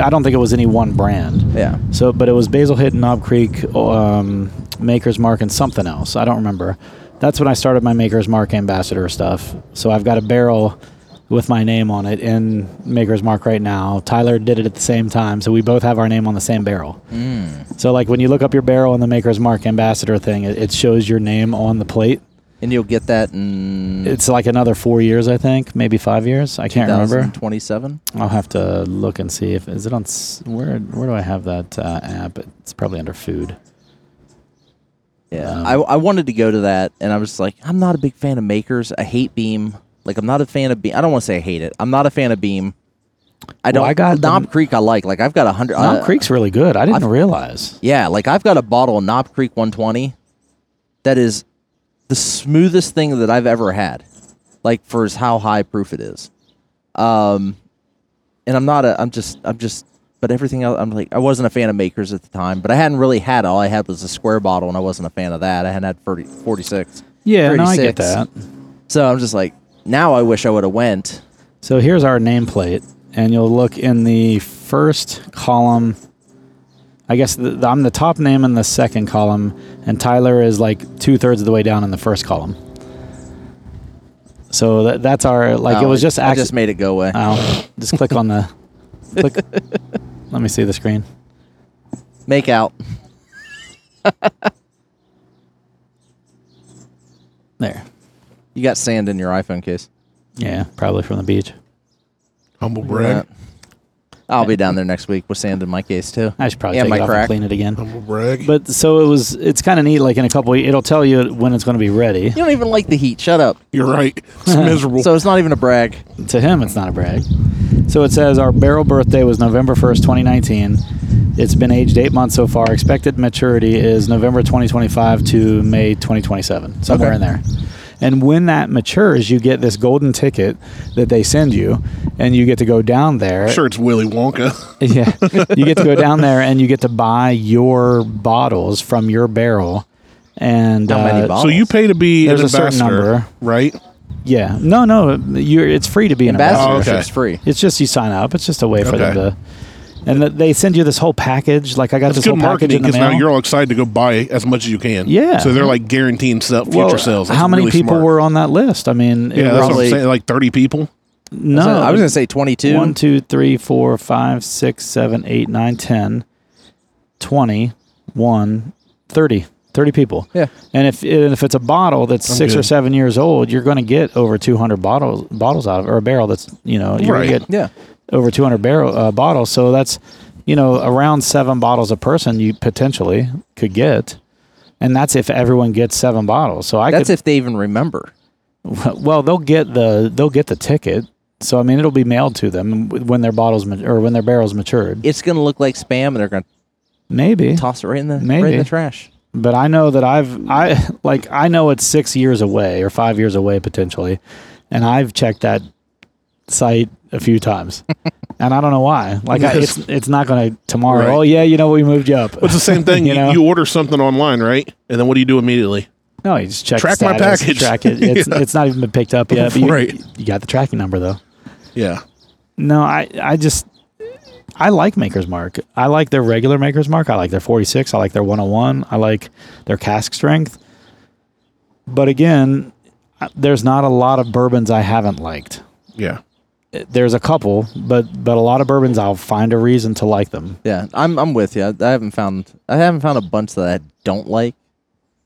A: I don't think it was any one brand.
B: Yeah.
A: So, but it was Basil Hit, Knob Creek, um, Maker's Mark, and something else. I don't remember. That's when I started my Maker's Mark ambassador stuff. So I've got a barrel with my name on it in Maker's Mark right now. Tyler did it at the same time, so we both have our name on the same barrel. So like when you look up your barrel on the Maker's Mark ambassador thing, it, it shows your name on the plate.
B: And you'll get that in
A: It's like another four years, I think, maybe five years. I can't remember.
B: 2027.
A: I'll have to look and see if is it on s- where where do I have that uh, app? It's probably under food.
B: Yeah. I, I wanted to go to that, and I was like, I'm not a big fan of makers. I hate Beam. Like, I'm not a fan of Beam. I don't want to say I hate it. I'm not a fan of Beam. I don't.
A: I got the-
B: Knob Creek. I like. Like, I've got a hundred. uh,
A: Knob
B: I-
A: Creek's really good. I didn't realize.
B: Yeah, like I've got a bottle of Knob Creek 120 that is the smoothest thing that I've ever had. Like for as how high proof it is. Um and I'm not a I'm just I'm just but everything else I'm like I wasn't a fan of makers at the time, but I hadn't really had all I had was a square bottle and I wasn't a fan of that. I hadn't had 40, 46.
A: Yeah, no, I get
B: 36.
A: that.
B: So I'm just like now I wish I would have went.
A: So here's our nameplate, and you'll look in the first column. I guess the, the- I'm the top name in the second column, and Tyler is like two thirds of the way down in the first column. So that, that's our like it
B: Oh,
A: was just
B: I
A: acc-
B: just made it go away.
A: Oh, just click on [laughs] the. click. Let me see the screen.
B: Make out.
A: There.
B: You got sand in your iPhone case.
A: Yeah, probably from the beach.
C: Humble brag.
B: Uh, I'll be down there next week with sand in my case too.
A: I should probably
B: And
A: take
B: my
A: it off
B: crack.
A: and clean it again.
C: Humble brag.
A: But so it was. It's kind of neat. Like in a couple, it'll tell you when it's going to be ready.
B: You don't even like the heat. Shut up.
C: You're right.
A: [laughs]
C: It's miserable.
B: So it's not even a brag.
A: To him, it's not a brag. So it says our barrel birthday was November first, 2019. It's been aged eight months so far. Expected maturity is November 2025 to May 2027, somewhere
B: Okay.
A: in there. And when that matures, you get this golden ticket that they send you, and you get to go down there.
C: sure, it's Willy Wonka.
A: [laughs] Yeah. you get to go down there and you get to buy your bottles from your barrel. And
B: How many
A: uh,
B: bottles?
C: so you pay to be
A: There's
C: an
A: a certain
C: ambassador,
A: number.
C: right?
A: Yeah. No, no. You're, it's free to be an ambassador.
B: Ambassadorship's
C: Oh, okay.
B: free.
A: It's just you sign up. It's just a way for them to.
C: Okay.
A: And th- they send you this whole package. Like I got
C: It's
A: this whole
C: good
A: package
C: marketing
A: in the
C: because
A: mail.
C: now you're all excited to go buy as much as you can.
A: Yeah.
C: So they're like guaranteeing sell, future
A: Well,
C: sales. That's
A: how many
C: really
A: people
C: smart.
A: were on that list? I mean, it
C: Yeah, that's what
A: probably
C: I'm saying. Like 30 people.
A: no.
B: I was gonna say 22.
A: one, two, three, four, five, six, seven, eight, nine, 10, 20, one, 30. 30 people.
B: Yeah.
A: And if and if it's a bottle that's six or
C: good.
A: seven years old, you're going to get over 200 bottles bottles out of, or a barrel that's you know you're
C: Right.
A: going to get
B: Yeah.
A: over 200 barrel uh, bottles. So that's you know around seven bottles a person you potentially could get, and that's if everyone gets seven bottles. So I
B: That's
A: could,
B: if they even remember.
A: well they'll get the they'll get the ticket. So I mean it'll be mailed to them when their bottles mat- or when their barrels matured.
B: It's gonna look like spam, and they're gonna
A: Maybe,
B: toss it right in the right
A: Maybe.
B: in the trash.
A: but I know that I've I [laughs] like I know it's six years away or five years away potentially, and I've checked that site a few
C: [laughs]
A: times, and I don't know why. Like I, it's it's not going to tomorrow.
C: Right.
A: Oh yeah, you know we moved you up.
C: It's
A: [laughs]
C: the same thing.
A: You
C: you,
A: know?
C: you order something online, right? And then what do you do immediately?
A: No, you just check
C: Track my
A: status,
C: package.
A: Track
C: [laughs]
A: it. It's, it's not even been picked up yet. But you,
C: Right.
A: you got the tracking number though.
C: Yeah.
A: No, I I just I like Maker's Mark. I like their regular Maker's Mark. I like their 46. I like their 101. I like their cask strength. But again, I- there's not a lot of bourbons I haven't liked.
C: Yeah.
A: There's a couple, but but a lot of bourbons I'll find a reason to like them.
B: Yeah, I'm I'm with you. I, I haven't found I haven't found a bunch that I don't like.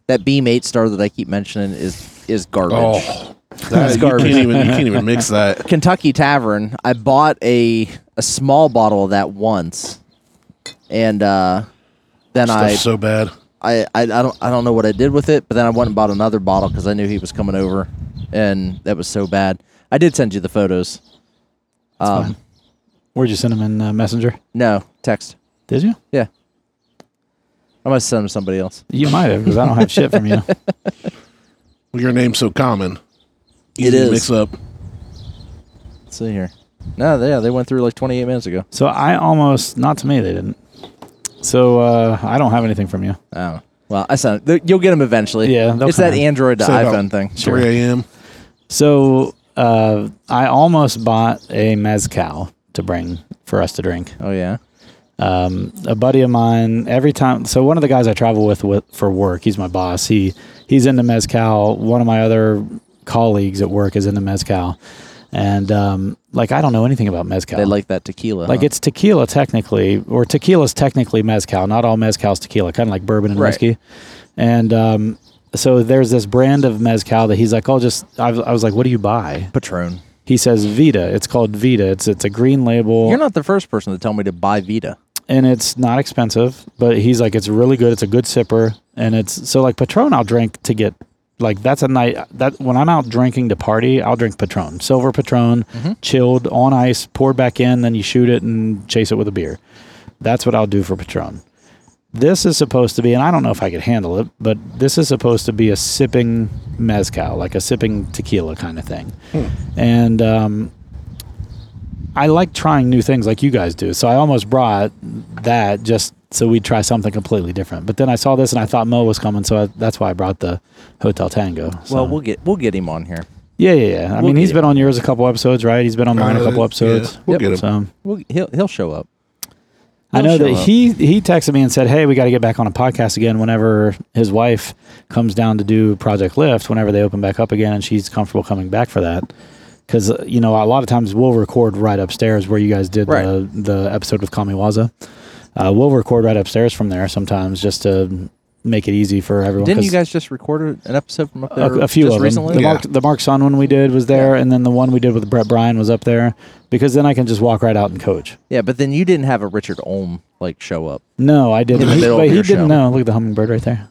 B: That Beam Eight star that I keep mentioning is is garbage.
C: Oh,
B: That's
C: that, [laughs] you can't
B: garbage.
C: even you can't even mix
A: [laughs]
C: that.
B: Kentucky Tavern. I bought a a small bottle of that once, and uh, then I
C: Stuff's so bad.
B: I, I, I don't I don't know what I did with it, but then I went and bought another bottle because I knew he was coming over, and that was so bad. I did send you the photos. Um,
A: Where'd you send them in uh, Messenger?
B: no text.
A: Did you?
B: Yeah, I must send them to somebody else.
A: You might have because I don't have shit from you.
C: Well, your name's so common.
B: It
C: Easy to
B: is.
C: mix up.
B: Let's see here. No, they, yeah, they went through like 28 minutes ago.
A: So I almost not to me they didn't. So uh, I don't have anything from you.
B: Oh, well, I sent. they- You'll get them eventually.
A: Yeah, they'll
B: it's
A: come
B: that
A: in.
B: Android to
C: Say about
B: iPhone thing.
C: 3 a.m.
A: So uh, I almost bought a mezcal to bring for us to drink.
B: Oh yeah.
A: um, a buddy of mine every time so one of the guys i travel with, with for work he's my boss he he's into mezcal one of my other colleagues at work is into mezcal and um, like i don't know anything about mezcal
B: They like that tequila.
A: like
B: huh?
A: it's tequila technically or tequila's technically mezcal not all mezcal's tequila kind of like bourbon and
B: Right.
A: whiskey and um, so there's this brand of mezcal that he's like i'll just i was I was like what do you buy
B: Patron.
A: he says vita it's called vita it's it's a green label
B: You're not the first person to tell me to buy Vita.
A: and it's not expensive, but he's like, it's really good. It's a good sipper. And it's so like Patron, I'll drink to get like that's a night that when I'm out drinking to party, I'll drink Patron, silver Patron,
B: Mm-hmm.
A: chilled on ice, poured back in, then you shoot it and chase it with a beer. That's what I'll do for Patron. This is supposed to be, and I don't know if I could handle it, but this is supposed to be a sipping mezcal, like a sipping tequila kind of thing.
C: Hmm.
A: And um, I like trying new things like you guys do. So I almost brought that just so we'd try something completely different. But then I saw this and I thought Mo was coming, so I, that's why I brought the Hotel Tango. So-
B: Well, we'll get we'll get him on here.
A: yeah, yeah, yeah. I mean,
B: get
A: he's
B: him.
A: been on yours a couple episodes, right? He's been on mine a
C: Uh,
A: couple
C: yeah,
A: episodes.
C: we'll get him.
A: So
B: We'll, he'll he'll show up.
A: I know
B: He'll
A: that
B: show up.
A: he he texted me and said, "Hey, we got to get back on a podcast again whenever his wife comes down to do Project Lift whenever they open back up again and she's comfortable coming back for that." Cuz you know, a lot of times we'll record right upstairs where you guys did
B: Right.
A: the the episode with Kamiwaza. Uh, we'll record right upstairs from there sometimes just to make it easy for everyone.
B: Didn't
A: 'cause-
B: you guys just record an episode from up there?
A: a, a few
B: just
A: of them.
B: recently.
A: The,
C: Yeah.
A: Mark, the Mark Son one we did was there,
B: Yeah.
A: and then the one we did with Brett Bryan was up there because then I can just walk right out and coach.
B: Yeah, but then you didn't have a Richard Ohm like show up.
A: No, I didn't.
B: In the
A: He-
B: middle
A: but
B: of
A: he
B: your
A: didn't
B: show.
A: know. Look at the hummingbird right there.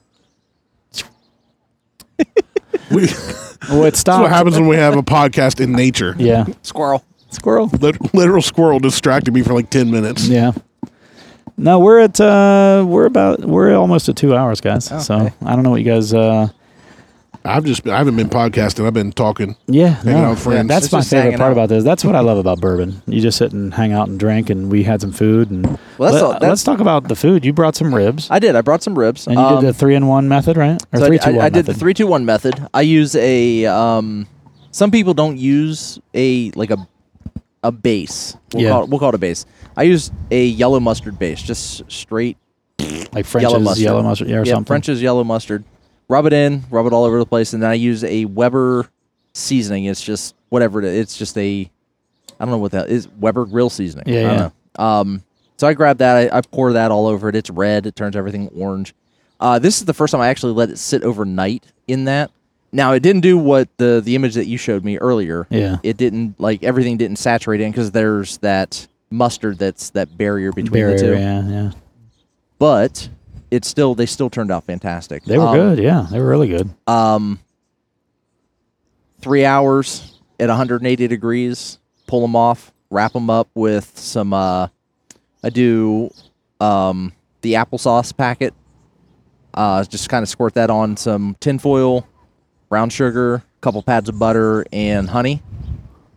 C: We, [laughs] that's
A: Oh, it stopped. [laughs]
C: what happens when we have a podcast in nature. [laughs]
A: Yeah,
B: Squirrel.
A: squirrel.
C: Lit- literal squirrel distracted me for like 10 minutes.
A: Yeah. No, we're at uh, we're about we're almost at two hours, guys. So
B: Okay.
A: I don't know what you guys. Uh,
C: I've just, I haven't been podcasting. I've been talking.
A: yeah, no,
C: out with friends.
A: that's
B: It's
A: my
B: just
A: favorite
B: hanging
A: part
B: out.
A: about this. That's what I love about bourbon. You just sit and hang out and drink, and we had some food. And
B: Well, that's all-
A: let,
B: that's-
A: us talk about the food. You brought some ribs,
B: I did. I brought some ribs.
A: and you
B: Um,
A: did the three in one method, right? Or
B: so I
A: three
B: did- I,
A: two one
B: I did the
A: method.
B: three two one method. I use a. Um, some people don't use a like a a base. We'll,
A: Yeah.
B: call it, we'll call it a base. I used a yellow mustard base, just straight
A: like French's
B: yellow mustard.
A: yellow mustard, yeah, or
B: yeah,
A: something.
B: French's yellow mustard. Rub it in, rub it all over the place, and then I use a Weber seasoning. It's just whatever it is. It's just a, I don't know what that is. Weber grill seasoning.
A: Yeah,
B: I don't
A: yeah.
B: know. Um, so I grab that. I, I pour that all over it. It's red. It turns everything orange. Uh, this is the first time I actually let it sit overnight in that. Now it didn't do what the the image that you showed me earlier.
A: Yeah.
B: It didn't like everything didn't saturate in because there's that mustard that's that barrier between the two
A: Barrier, yeah, yeah.
B: but it's still they still turned out fantastic.
A: They were
B: Um,
A: good, yeah. They were really good.
B: Three hours at 180 degrees. Pull them off. Wrap them up with some. Uh, I do um, the applesauce packet. Uh, just kind of squirt that on some tinfoil, brown sugar, couple pads of butter, and honey.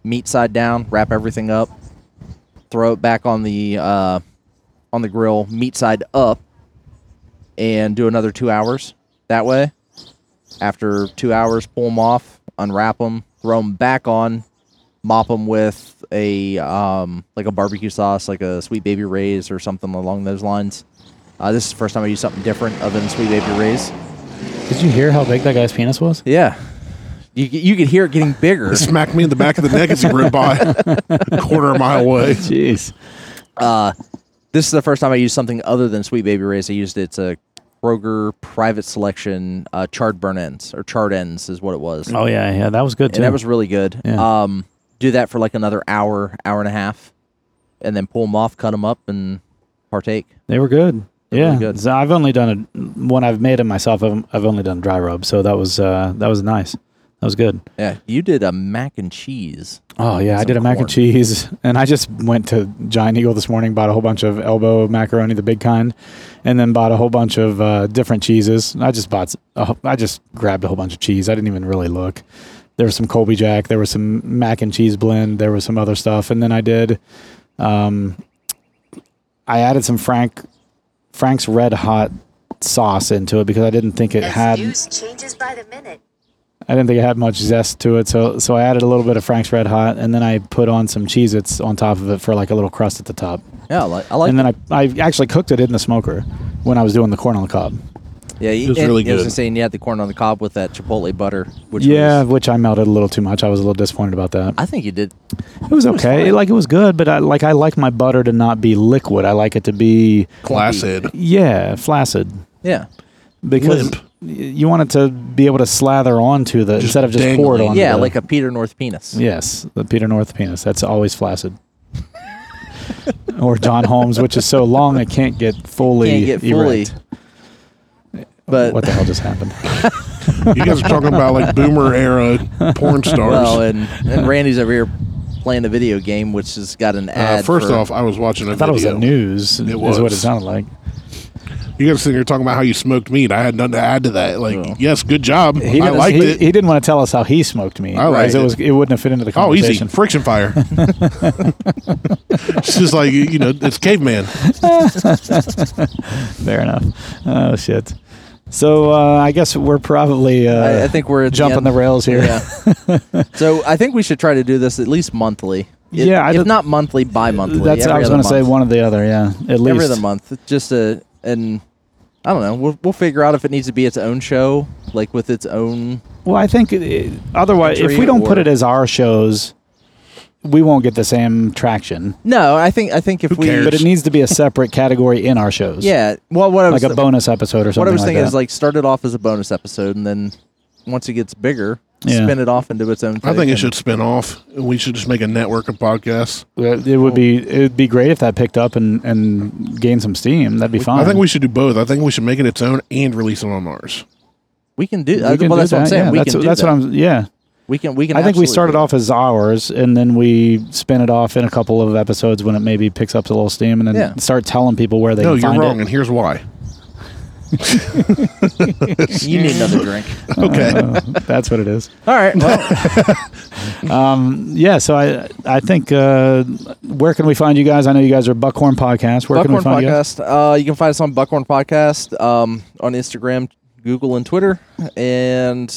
B: Meat side down. Wrap everything up. Throw it back on the uh, on the grill. Meat side up, and do another two hours that way. After two hours, pull them off, unwrap them, throw them back on, mop them with a um, like a barbecue sauce, like a sweet baby rays or something along those lines. Uh, this is the first time I use something different other than sweet baby rays.
A: Did you hear how big that guy's penis was?
B: Yeah, you you could hear it getting bigger. [laughs]
C: Smacked me in the back of the neck as he rode by a quarter of a mile away.
A: Jeez.
B: this is the first time I used something other than Sweet Baby Ray's. I used it's a Kroger private selection uh, charred burn ends or charred ends is what it was.
A: Oh yeah, yeah. That was good too.
B: and that was really good.
A: Yeah.
B: Um, do that for like another hour, hour and a half, and then pull them off, cut them up, and partake.
A: they were good. Yeah.
B: really good.
A: So I've only done a when I've made them myself. I've, I've only done dry rub, so that was uh, that was nice. That was good.
B: Yeah, you did a mac and cheese.
A: Oh yeah, I
B: Some
A: did a mac and
B: corn.
A: cheese, [laughs] and I just went to Giant Eagle this morning, bought a whole bunch of elbow macaroni, the big kind, and then bought a whole bunch of uh, different cheeses. I just bought, s- a wh- I just grabbed a whole bunch of cheese. I didn't even really look. There was some Colby Jack, there was some mac and cheese blend, there was some other stuff, and then I did, um, I added some Frank, Frank's Red Hot sauce into it because I didn't think it
D: As
A: had.
D: news changes by the minute.
A: I didn't think it had much zest to it, so so I added a little bit of Frank's Red Hot, and then I put on some Cheez-Its on top of it for like a little crust at the top.
B: Yeah, I like. I like
A: and then I, I actually cooked it in the smoker when I was doing the corn on the cob.
B: yeah, you,
C: it was
B: and-
C: really
B: yeah, I was
C: good.
B: gonna say, and you had the corn on the cob with that chipotle butter, which
A: yeah,
B: was,
A: which I melted a little too much. I was a little disappointed about that.
B: I think you did.
A: It was okay.
B: fine.
A: like it was good, but I like I like my butter to not be liquid. I like it to be
C: Placid.
A: yeah, flaccid
B: Yeah,
A: because
C: Limp.
A: y- you want it to be able to slather onto the instead of just pour it
C: dangling.
A: on. uh,
B: yeah, like a Peter North penis.
A: yes, the Peter North penis. That's always flaccid. or John Holmes, which is so long it can't get fully
B: Can't get fully.
A: erect.
B: But [laughs]
A: What the hell just
C: [laughs]
A: happened?
C: You guys are talking about like boomer era porn stars.
B: well, and and Randy's over here playing a video game, which has got an ad.
C: uh, first
B: for-
C: off, I was watching a
A: I thought it was
C: video.
A: the news. It
C: was.
A: is what it sounded like.
C: You guys sitting here talking about how you smoked meat. I had nothing to add to that. Like,
B: Well.
C: yes, good job.
A: He
C: I
A: didn't,
C: liked
A: he,
C: it.
A: he didn't want to tell us how he smoked me.
C: I
A: because
C: liked
A: it
C: it.
A: was it wouldn't have fit into the
C: oh, easy.
A: conversation.
C: Friction
A: [laughs]
C: fire. it's just like, you know, it's caveman.
A: Fair enough. Oh shit. So uh, I guess we're probably. Uh,
B: I, I think we're at
A: jumping
B: end.
A: the rails here.
B: Yeah. [laughs] so I think we should try to do this at least monthly. If,
A: Yeah, I
B: if
A: don't-
B: not monthly, bi-monthly.
A: [laughs] that's.
B: every
A: I was
B: other
A: going to say
B: month.
A: one or the other. Yeah, at least
B: every other month. Just a and I don't know. We'll we'll figure out if it needs to be its own show, like with its own.
A: Well, I think uh, otherwise, if
B: Entry
A: we don't put
B: or-
A: it as our shows, we won't get the same traction.
B: No, I think I think if we
C: cares?
A: But it needs to be a separate category in our shows.
B: yeah. Well, what I was
A: like a bonus episode or something.
B: what I was thinking
A: that.
B: is like start it off as a bonus episode, and then once it gets bigger,
A: Yeah.
B: spin it off into its own.
C: I think
B: thing.
C: it should spin off. We should just make a network of podcasts.
A: Uh, it would be it would be great if that picked up and and gained some steam. That'd be fine.
C: I
B: Uh,
C: think we should do both. I think we should make it its own and release it on ours.
B: We can do.
A: We
B: uh,
A: can
B: well,
A: do
B: that's what I'm
A: that,
B: saying.
A: yeah.
B: we
A: that's
B: can do
A: that's
B: that.
A: what I'm. Yeah.
B: We can. We can.
A: I think we
B: absolutely
A: started
B: do
A: off as ours, and then we spin it off in a couple of episodes when it maybe picks up a little steam, and then
B: Yeah.
A: start telling people where they
C: no,
A: can
C: you're
A: find
C: wrong,
A: it.
C: and here's why.
B: that. You
A: [laughs]
B: need another drink.
C: Okay.
A: Uh, [laughs] that's what it is. [laughs]
B: All right. Well,
A: Yeah. So I I think uh, where can we find you guys? I know you guys are Buckhorn Podcast. Where can we
B: Buckhorn
A: find
B: Podcast. Uh, you can find us on Buckhorn Podcast um, on Instagram, Google, and Twitter. And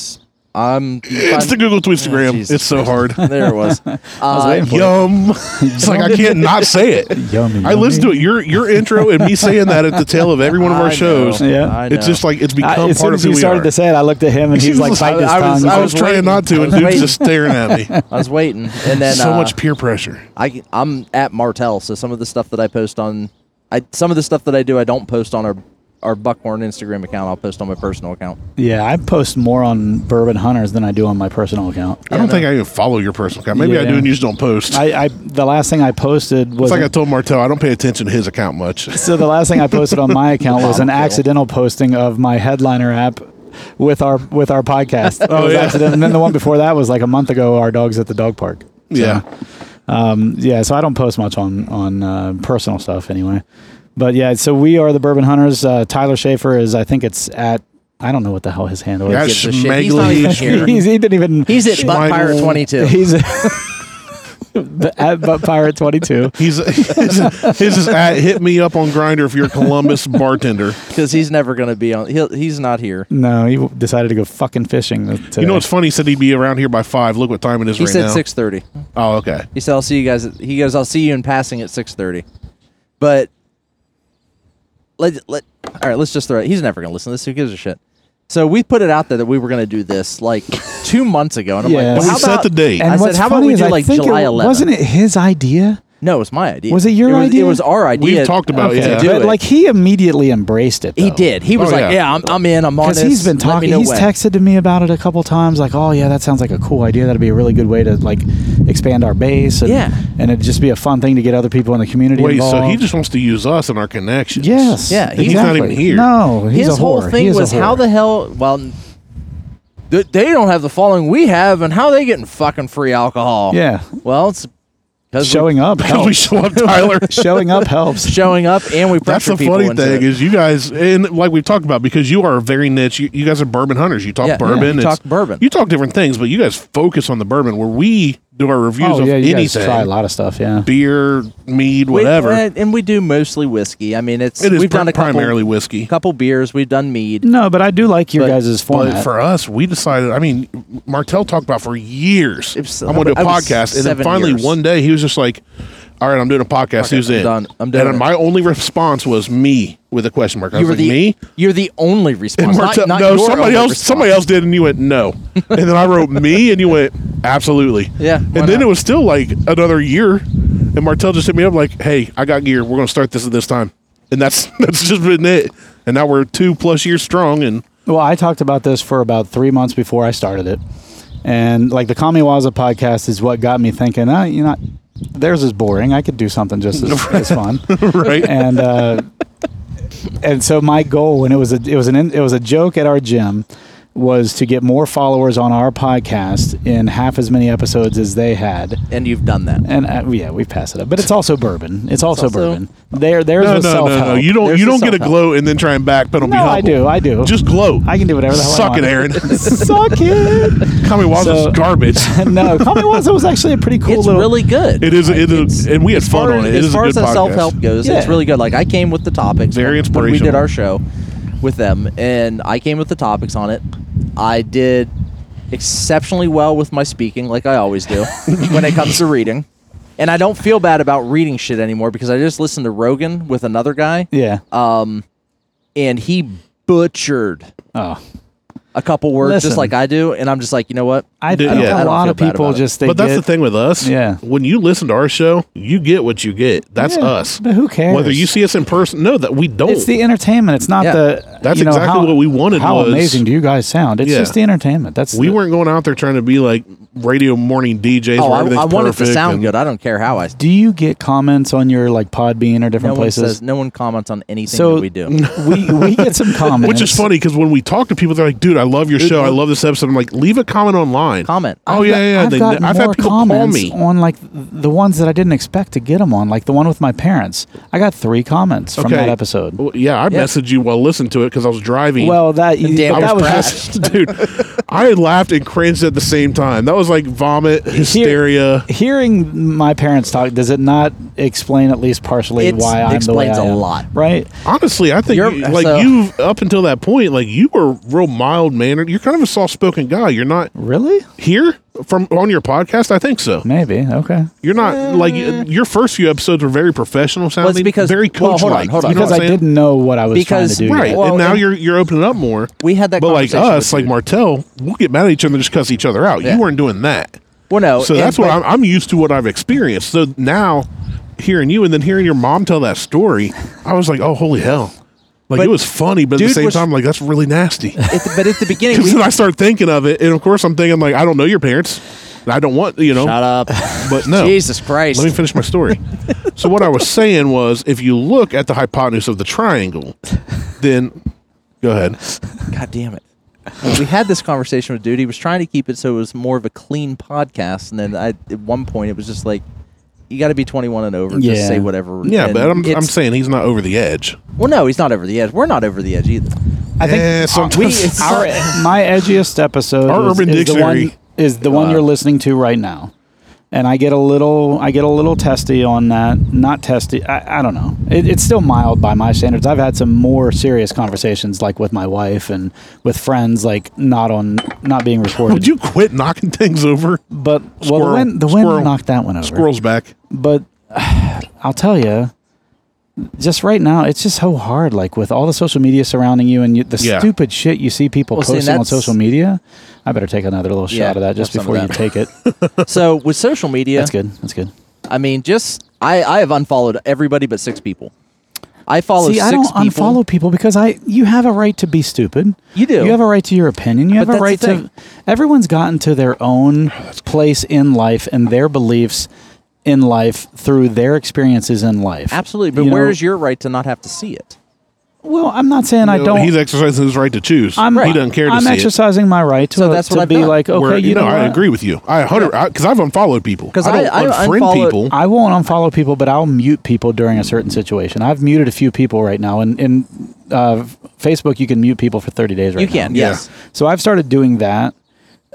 B: I'm.
C: [laughs]
B: you can
C: It's the
B: find-
C: Google Twistagram.
B: Jesus
C: it's so
B: [laughs]
C: hard.
B: there it
C: [laughs]
B: was. Uh,
A: waiting for
C: Yum. [laughs] It's
B: [laughs]
C: like I can't not say it.
A: you? Yummy.
C: I listen to it. Your your intro and me saying that at the tail of every one
B: [laughs]
C: of
B: I
C: our
B: know,
C: shows.
A: Yeah.
B: I
C: It's
B: know.
C: just like it's
A: I,
C: become
A: as soon
C: part of
A: as
C: who
A: you
C: we
A: started
C: are.
A: to say it, I looked at him and
C: [laughs]
A: he's like biting his
B: I was-
A: tongue.
C: I
B: I
C: was,
B: was
C: trying
B: waiting.
C: not to,
B: I
C: and
B: was
C: dude's
B: waiting.
C: just staring at me.
B: I was waiting, and [laughs] then
C: so
B: uh,
C: much peer pressure.
B: I I'm at Martell, so some of the stuff that I post on, I some of the stuff that I do I don't post on our our Buckhorn Instagram account. I'll post on my personal account.
A: yeah, I post more on Bourbon Hunters than I do on my personal account.
C: I don't think I even follow your personal account. Maybe I do,
A: Yeah.
C: and you just don't post.
A: I, I the last thing I posted was
C: it's like I told Martell, I don't pay attention to his account
B: [laughs]
C: much.
A: So the last thing I posted on my account
C: [laughs]
A: was an
B: Bomb kill.
A: accidental posting of my headliner app with our with our
C: [laughs]
A: podcast. It was
C: Oh, yeah.
A: accident- And then the one before that was like a month ago. Our dogs at the dog park.
C: yeah,
A: Um, yeah. So I don't post much on on uh, personal stuff anyway. But yeah. So we are the Bourbon Hunters. Uh, Tyler Schaefer is. I think it's at. I don't know what the hell his handle
C: That's
A: is.
B: gives a shit. He's not even here.
A: He's, [laughs] he didn't even.
B: He's at Buck Pirate
C: Schmeigel.
B: Twenty [laughs] Two.
A: He's [laughs] the- at Butt Pirate Twenty Two.
C: [laughs] He's [laughs] his, his is at hit me up on Grinder if you're a
B: [laughs]
C: Columbus bartender.
B: because he's never going to be on. He'll, he's not here.
A: No, he w- decided to go fucking fishing uh, today.
C: You know what's funny? He said he'd be around here by five. Look what time it is
B: He
C: right
B: said
C: now.
B: six thirty.
C: Oh, okay.
B: He said, "I'll see you guys." at-" He goes, "I'll see you in passing at 6.30. But let let all right. Let's just throw it. He's never gonna listen to this. Who gives a shit? So we put it out there that we were gonna do this like two months ago, and I'm
A: Yeah.
B: like,
A: And
B: well,
A: we
B: how
C: set
B: about-
C: the date.
B: I said, "How about we
A: is
B: do
A: I
B: like
A: think
B: July
A: it,
B: 11th?"
A: Wasn't it his idea?
B: No, it was my idea.
A: Was it your idea?
B: It was our idea.
C: We've talked about it,
B: to
C: yeah.
B: do
A: but
B: it.
A: like he immediately embraced it.
B: he
A: though.
B: did. He was
C: Oh,
B: like,
C: yeah.
B: "Yeah, I'm, I'm in. I'm on
A: Because
B: this.
A: he's been
B: Let me
A: talking.
B: know
A: He's
B: when."
A: texted to me about it a couple times. Like, oh yeah, that sounds like a cool idea. That'd be a really good way to like expand our base. And,
B: Yeah.
A: and it'd just be a fun thing to get other people in the community
C: Wait,
A: involved.
C: so he just wants to use us and our connections.
A: yes,
C: [laughs]
B: Yeah,
C: And he's not even here.
A: No, he's
B: His
A: a whore.
B: whole
A: He
B: thing
A: is a
B: was how
A: whore.
B: the hell? Well, th- they don't have the following we have, and how they getting fucking free alcohol?
A: yeah
B: Well, it's because
A: showing up
C: [laughs] Because we
A: helps.
C: show up,
B: [laughs]
C: Tyler.
A: showing up helps.
B: showing up, and we
C: [laughs] That's
B: pressure
C: the
B: people
C: funny
B: into
C: thing
B: it.
C: is you guys, and like we've talked about, because you are very niche. You, you guys are bourbon hunters. You talk
B: Yeah, yeah,
C: bourbon.
B: you
C: it's-
B: talk bourbon.
C: You talk different things, but you guys focus on the bourbon. Where we do our reviews
A: oh
C: of
A: yeah, you guys
C: anything,
A: try a lot of stuff. Yeah,
C: beer, mead, whatever.
B: We, uh, and we do mostly whiskey. I mean, it's
C: it is
B: we've
C: pri-
B: done a couple,
C: primarily whiskey.
B: couple beers. We've done mead.
A: no, but I do like your
B: But-
A: guys'
C: But
A: format.
C: Uh, for us, we decided. I mean, Martell talked about for years.
B: It was-
C: I'm going to do
B: I
C: a
B: was
C: podcast, and then
B: seven
C: finally
B: years.
C: one day he was just like, "All right, I'm doing a podcast. Who's
B: I'm
C: in?"
B: done. I'm doing
C: And
B: it.
C: my only response was me with a question mark. I was like,
B: the
C: "Me?"
B: You're the only
C: And
B: response. Not,
C: Martell,
B: not
C: no,
B: your
C: somebody
B: only
C: else.
B: response.
C: Somebody else did, and you
B: [laughs]
C: went no. and then I wrote me, and you went absolutely.
B: Yeah,
C: And
B: why
C: then
B: not?
C: it was still like another year, and Martell just hit me up like, "Hey, I got gear. We're going to start this at this time," and that's [laughs] that's just been it. And now we're two plus years strong, and [laughs]
A: Well, I talked about this for about three months before I started it, and like the Kamiwaza podcast is what got me thinking. Ah, you know, theirs is boring. I could do something just
C: [laughs]
A: as, as fun.
C: right.
A: and uh, and so my goal when it was a it was an in- it was a joke at our gym was to get more followers on our podcast in half as many episodes as they had.
B: And you've done that.
A: And uh, yeah, we pass it up, but it's also bourbon. It's also,
B: also-
A: bourbon. There, there's
C: No,
A: a
C: no,
A: self
C: no,
A: help.
C: no. You don't.
B: There's
C: you
B: the
C: don't get a
B: self-help.
C: glow and then try and backpedal. be
A: No, I
C: humble.
A: do. I do.
C: Just glow.
A: I can do whatever the hell I
C: Suck
A: want.
C: it, Aaron. [laughs]
A: Suck it.
C: Kamiwaza's
A: So- [laughs]
C: garbage.
A: no, Coffee Waza was actually a pretty cool
B: it's
A: little.
B: really good.
C: It is.
B: Like,
C: It is.
B: it's-
C: [laughs] And we had
B: as
C: fun
B: far
C: on it. It
B: As
C: is a
B: far
C: good
B: as the self help
C: podcast.
B: goes, it's
A: Yeah.
B: really good. Like I came with the topics.
C: Very
B: when- when We did
C: inspirational.
B: our show with them, and I came with the topics on it. I did exceptionally well with my speaking, like I always
C: [laughs]
B: do when it comes to reading. And I don't feel bad about reading shit anymore because I just listened to Rogan with another guy,
A: yeah.
B: and he butchered
A: oh,
B: a couple words
A: Listen.
B: just like I do, and I'm just like, you know what?
A: I,
C: Dude,
A: I think
C: yeah. I
A: a
C: don't
A: lot
B: feel
A: of
B: bad
A: people
B: about it.
A: just they
C: But that's
A: get-
C: the thing with us.
A: Yeah.
C: When you listen to our show, you get what you get. That's
A: Yeah,
C: us.
A: but who cares?
C: Whether you see us in person, no, that we don't.
A: It's the entertainment. It's not
B: Yeah.
A: the.
C: That's
A: you know,
C: exactly
A: how-
C: what we wanted
A: How
C: was-
A: amazing do you guys sound? It's
C: Yeah.
A: just the entertainment. That's
C: we
A: the-
C: weren't going out there trying to be like radio morning DJs.
B: Oh,
C: where
B: I,
C: everything's
B: I want it to
C: perfect
B: sound
C: and-
B: good. I don't care how I.
A: Do you get comments on your like Podbean or
B: No
A: different
B: one
A: places?
B: says. No one comments on anything
A: So-
B: that we do.
A: we we get some comments,
C: Which is funny because when we talk to people, they're like, "Dude, I love your show. I love this episode." I'm like, "Leave a comment online."
B: Comment.
C: Oh yeah, yeah. yeah.
A: I've
C: They-
A: got
C: I've
A: more
C: had people call
A: comments
C: me.
A: on like the ones that I didn't expect to get them on, like the one with my parents. I got three comments from that episode.
C: Well, yeah, I messaged you while listening to it because I was driving.
A: Well, that
B: damn,
A: that
C: I
B: I
A: was
C: was
A: just,
C: crashed. [laughs] dude. I had laughed and cringed at the same time. That was like vomit, hysteria.
A: hearing my parents talk. Does it not explain at least partially
B: It's-
A: why I'm the way
B: explains
A: I
B: a
A: am?
B: lot.
A: right?
C: Honestly, I think
B: You're-
C: you- like
B: so-
C: you up until that point, like you were real mild mannered. You're kind of a soft spoken guy. You're not
A: Really?
C: here from on your podcast. I think so.
A: Maybe. Okay.
C: You're not like your first few episodes were very professional sounding.
B: because-
C: very
B: Eh. well,
C: coach
B: hold on,
C: like.
B: hold on.
C: You know
A: Because
C: what
A: I
C: I'm saying?
A: didn't know what I was
B: Because-
A: trying to do.
C: Right,
A: yet.
B: Well,
C: and now
B: and-
C: you're you're opening up more.
B: We had that.
C: But like
B: conversation
C: us,
B: with
C: like
B: you.
C: Martell, we'll get mad at each other just cuss each other out.
B: Yeah.
C: You weren't doing that.
B: Well, no.
C: So
B: and-
C: that's what
B: but
C: I'm, I'm used to what I've experienced. So now hearing you and then hearing your mom tell that story, I was like, oh, holy hell. Like
B: But
C: it was funny, but at the
B: dude
C: same
B: was-
C: time, like that's
B: [laughs]
C: really nasty. [laughs]
B: At the, but at the beginning, we,
C: Because then I start thinking of it, and of course I'm thinking like I don't know your parents, and I don't want you know.
B: shut up.
C: But [laughs] no,
B: Jesus Christ.
C: Let me finish my story. so what I was saying was, if you look at the hypotenuse of the triangle, then go ahead.
B: [laughs] God damn it. We had this conversation with dude. He was trying to keep it so it was more of a clean podcast, and then I, at one point it was just like, you got to be 21 and over.
A: Yeah.
B: Just say whatever.
C: Yeah,
B: and
C: but I'm, I'm
B: it's-
C: saying he's not over the edge.
B: Well, no, he's not over the edge. We're not over the edge
C: [laughs]
B: either.
A: I think
C: Eh, sometimes.
A: [laughs]
B: [laughs] it's-
A: our my edgiest episode
C: Our
A: is,
C: Urban
A: is
C: Dictionary.
A: the one is the
B: Uh.
A: one you're listening to right now. And I get a little I get a little testy on that. Not testy. I, I don't know. It, it's still mild by my standards. I've had some more serious conversations like with my wife and with friends like not on not being
C: Would
A: recorded.
C: you quit knocking things over?
A: but well the
C: Squirrel,
A: wind the wind
C: squirrel,
A: knocked that one over.
C: Squirrel's back.
A: But [sighs] I'll tell you just right now, it's just so hard. Like with all the social media surrounding you and you, the
C: Yeah.
A: stupid shit you see people
B: Well, see,
A: posting
B: and
A: on
B: that's-
A: social media. I better take another little
B: Yeah,
A: shot of that just
B: have some
A: before
B: of
A: you
B: that.
A: take
B: [laughs]
A: it.
B: So with social media,
A: That's good. That's good.
B: I mean, just I, I have unfollowed everybody but six people. I follow
A: See,
B: six
A: I don't
B: people.
A: unfollow people because I you have a right to be stupid.
B: You do.
A: You have a right to your opinion. You have
B: But
A: a right
B: that's the
A: to.
B: thing.
A: Everyone's gotten to their own place in life and their beliefs in life through their experiences in life.
B: Absolutely, but
A: You know-
B: where is your right to not have to see it?
A: Well, I'm not saying I
C: No,
A: don't.
C: He's exercising his right to choose.
A: I'm,
C: He doesn't care to
A: I'm
C: see it.
A: exercising my right to,
B: So that's
A: to
B: what I've
A: be
B: done.
A: like, okay,
C: Where-
A: you know,
C: no, I
A: what?
C: agree with you. I hundred because I've unfollowed people.
B: 'Cause
C: I don't
B: I- I
C: unfriend
B: unfollow-
C: people.
A: I won't unfollow people, but I'll mute people during a certain situation. I've muted a few people right now, and in uh, Facebook, you can mute people for 30 days. Right
B: You can,
A: now.
B: yes.
A: So I've started doing that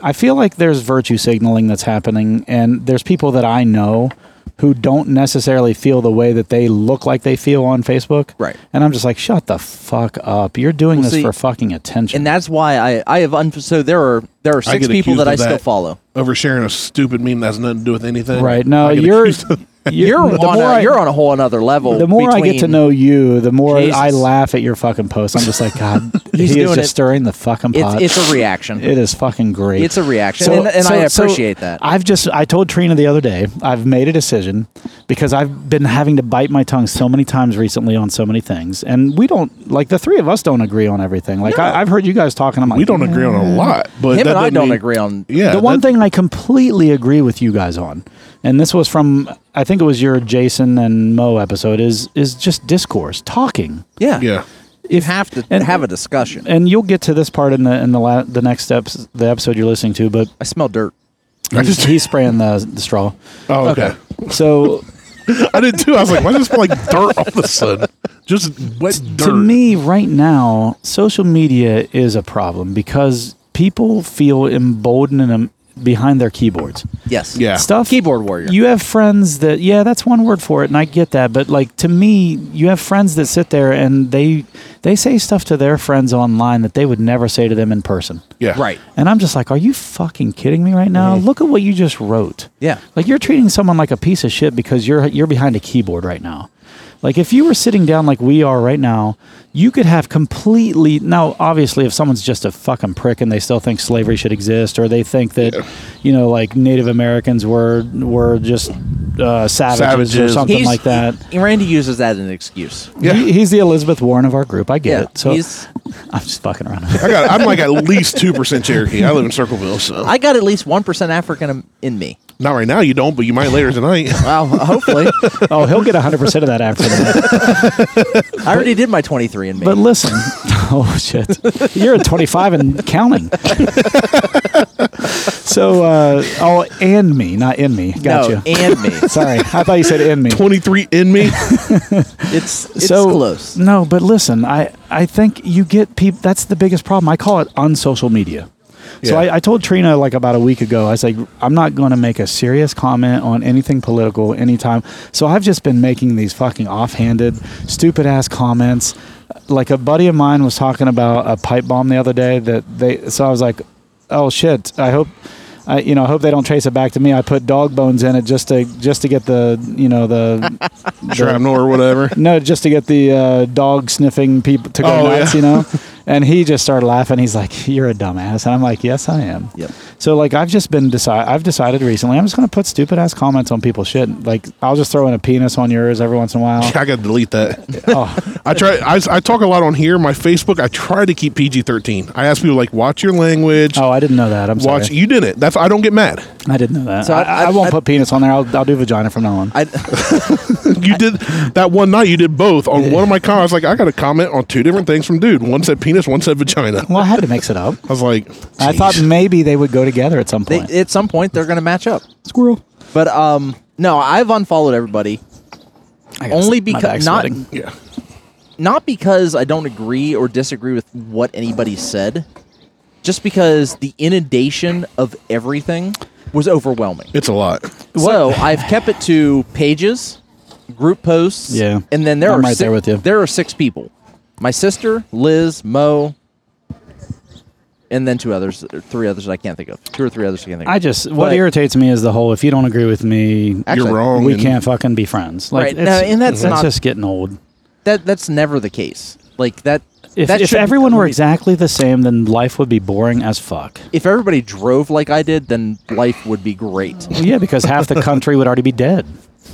A: I feel like there's virtue signaling that's happening, and there's people that I know who don't necessarily feel the way that they look like they feel on Facebook.
B: Right.
A: And I'm just like, shut the fuck up. You're doing this
B: see-
A: for fucking attention.
B: and that's why I I have un- so there are there are
C: I
B: six
C: get
B: people
C: accused
B: that
C: of
B: I still follow.
C: Over sharing a stupid meme that has nothing to do with anything.
A: right. No,
C: I get
A: you're
C: accused of-
A: [laughs] you're
B: You're on, a, you're on a whole another level.
A: the more I get to
B: between-
A: know you, the more
B: Jesus.
A: I laugh at your fucking posts. I'm just like, God,
B: [laughs] He's
A: he is
B: doing
A: just
B: it.
A: stirring the fucking pot.
B: it's, it's a reaction.
A: It is fucking great.
B: It's a reaction, and- and I appreciate that.
A: I've just I told Trina the other day I've made a decision because I've been having to bite my tongue so many times recently on so many things, and we don't like the three of us don't agree on everything. Like I, I've heard you guys talking. I'm like
C: we don't agree on a lot, but
B: Him
C: that
B: and I
C: doesn't
B: don't
C: mean-
B: agree on.
C: Yeah,
A: the one
C: that-
A: thing I completely agree with you guys on, and this was from I think it was your Jason and Mo episode is is just discourse talking.
B: Yeah,
C: Yeah,
B: You have to
A: and-
B: have a discussion.
A: And you'll get to this part in the in the la- the next steps the episode you're listening to, but
B: I smell dirt.
A: he's, he's spraying the, the straw.
C: Oh, okay. [laughs]
A: So
C: I did too. I was like, why does it smell like dirt all of a sudden? Just wet dirt.
A: to me right now social media is a problem because people feel emboldened and, um, behind their keyboards
B: Yes.
C: Yeah.
A: stuff
B: Keyboard warrior.
A: you have friends that yeah that's one word for it and i get that but like to me you have friends that sit there and they they say stuff to their friends online that they would never say to them in person
C: yeah,
B: right.
A: and i'm just like are you fucking kidding me right now look at what you just wrote
B: Yeah.
A: like you're treating someone like a piece of shit because you're you're behind a keyboard right now. Like if you were sitting down like we are right now, you could have completely now obviously if someone's just a fucking prick and they still think slavery should exist or they think that you know like Native Americans were were just uh, savages, or
C: Savages.
A: something like that.
B: [laughs] Randy uses that as an excuse.
C: Yeah.
A: He, he's the Elizabeth Warren of our group. I get
B: Yeah.
A: it. So
B: he's,
A: I'm just fucking around. [laughs]
C: I got. I'm like at least two percent Cherokee. I live in Circleville, so
B: I got at least one percent African in me.
C: not right now. You don't, but you might later
A: [laughs]
C: tonight.
B: Well, [laughs] hopefully,
A: oh, he'll get 100% of that after that.
B: I already did my twenty-three in me.
A: But listen, [laughs] oh shit, you're at 25 and counting. [laughs] so, uh, oh, and me, not in me. Gotcha.
B: No,
A: [laughs]
B: and me.
A: Sorry, I thought you said in me.
C: Twenty three in me.
B: It's it's
A: so
B: close.
A: No, but listen, I I think you get people. That's the biggest problem. I call it on social media. So
C: Yeah.
A: I, I told Trina like about a week ago. I was like, I'm not going to make a serious comment on anything political anytime. So I've just been making these fucking offhanded, stupid ass comments. Like a buddy of mine was talking about a pipe bomb the other day that they. So I was like, oh shit, I hope. I, you know, I hope they don't trace it back to me. I put dog bones in it just to just to get the you know the
C: Shrapnel or whatever.
A: no, just to get the uh, dog sniffing people to go
C: Oh,
A: nuts,
C: yeah.
A: you know. And he just started laughing. He's like, "You're a dumbass," and I'm like, "Yes, I am."
B: Yep.
A: So like, I've just been decide. I've decided recently. I'm just gonna put stupid ass comments on people's shit. Like, I'll just throw in a penis on yours every once in a while.
C: [laughs] I got to delete that.
A: [laughs] oh,
C: I try. I, I talk a lot on here. My Facebook. I try to keep PG thirteen. I ask people like, watch your language.
A: oh, I didn't know that. I'm sorry.
C: watch. You did it. That's. I don't get mad.
A: I didn't know that.
B: So
A: I,
B: I-
A: I,
B: I-
A: won't
B: I-
A: put penis on there. I'll, I'll do vagina from now on. [laughs]
B: I,
C: You did that one night. You did both on one of my comments. Like I got a comment on two different things from dude. One said penis. One said vagina.
A: well, I had to mix it up.
C: I was like,
A: I thought
C: "Jeez."
A: maybe they would go together at some
B: they,
A: point.
B: at some point they're going to match up.
A: Squirrel.
B: But um, no, I've unfollowed everybody
A: I gotta
B: only
A: sit- my
B: because
A: back's
B: not
A: sweating.
C: yeah.
B: not because I don't agree or disagree with what anybody said, just because the inundation of everything was overwhelming.
C: It's a lot.
B: So I've kept it to pages, group posts,
A: Yeah.
B: and then there
A: I'm
B: are
A: right
B: six,
A: there with you.
B: There are six people: my sister, Liz, Mo, and then two others, or three others that I can't think of. Two or three others I can't think of.
A: I just what
B: But-
A: irritates me is the whole if you don't agree with me,
B: Actually,
C: You're wrong.
A: we
C: and-
A: can't fucking be friends. Like,
B: Right.
A: it's-
B: No, and that's not-
A: just getting old.
B: that that's never the case. Like that.
A: If,
B: that
A: if
B: shouldn't-
A: everyone were exactly the same, then life would be boring as [laughs] fuck.
B: if everybody drove like I did, then life would be great.
A: Well, yeah, because half the country would already be dead.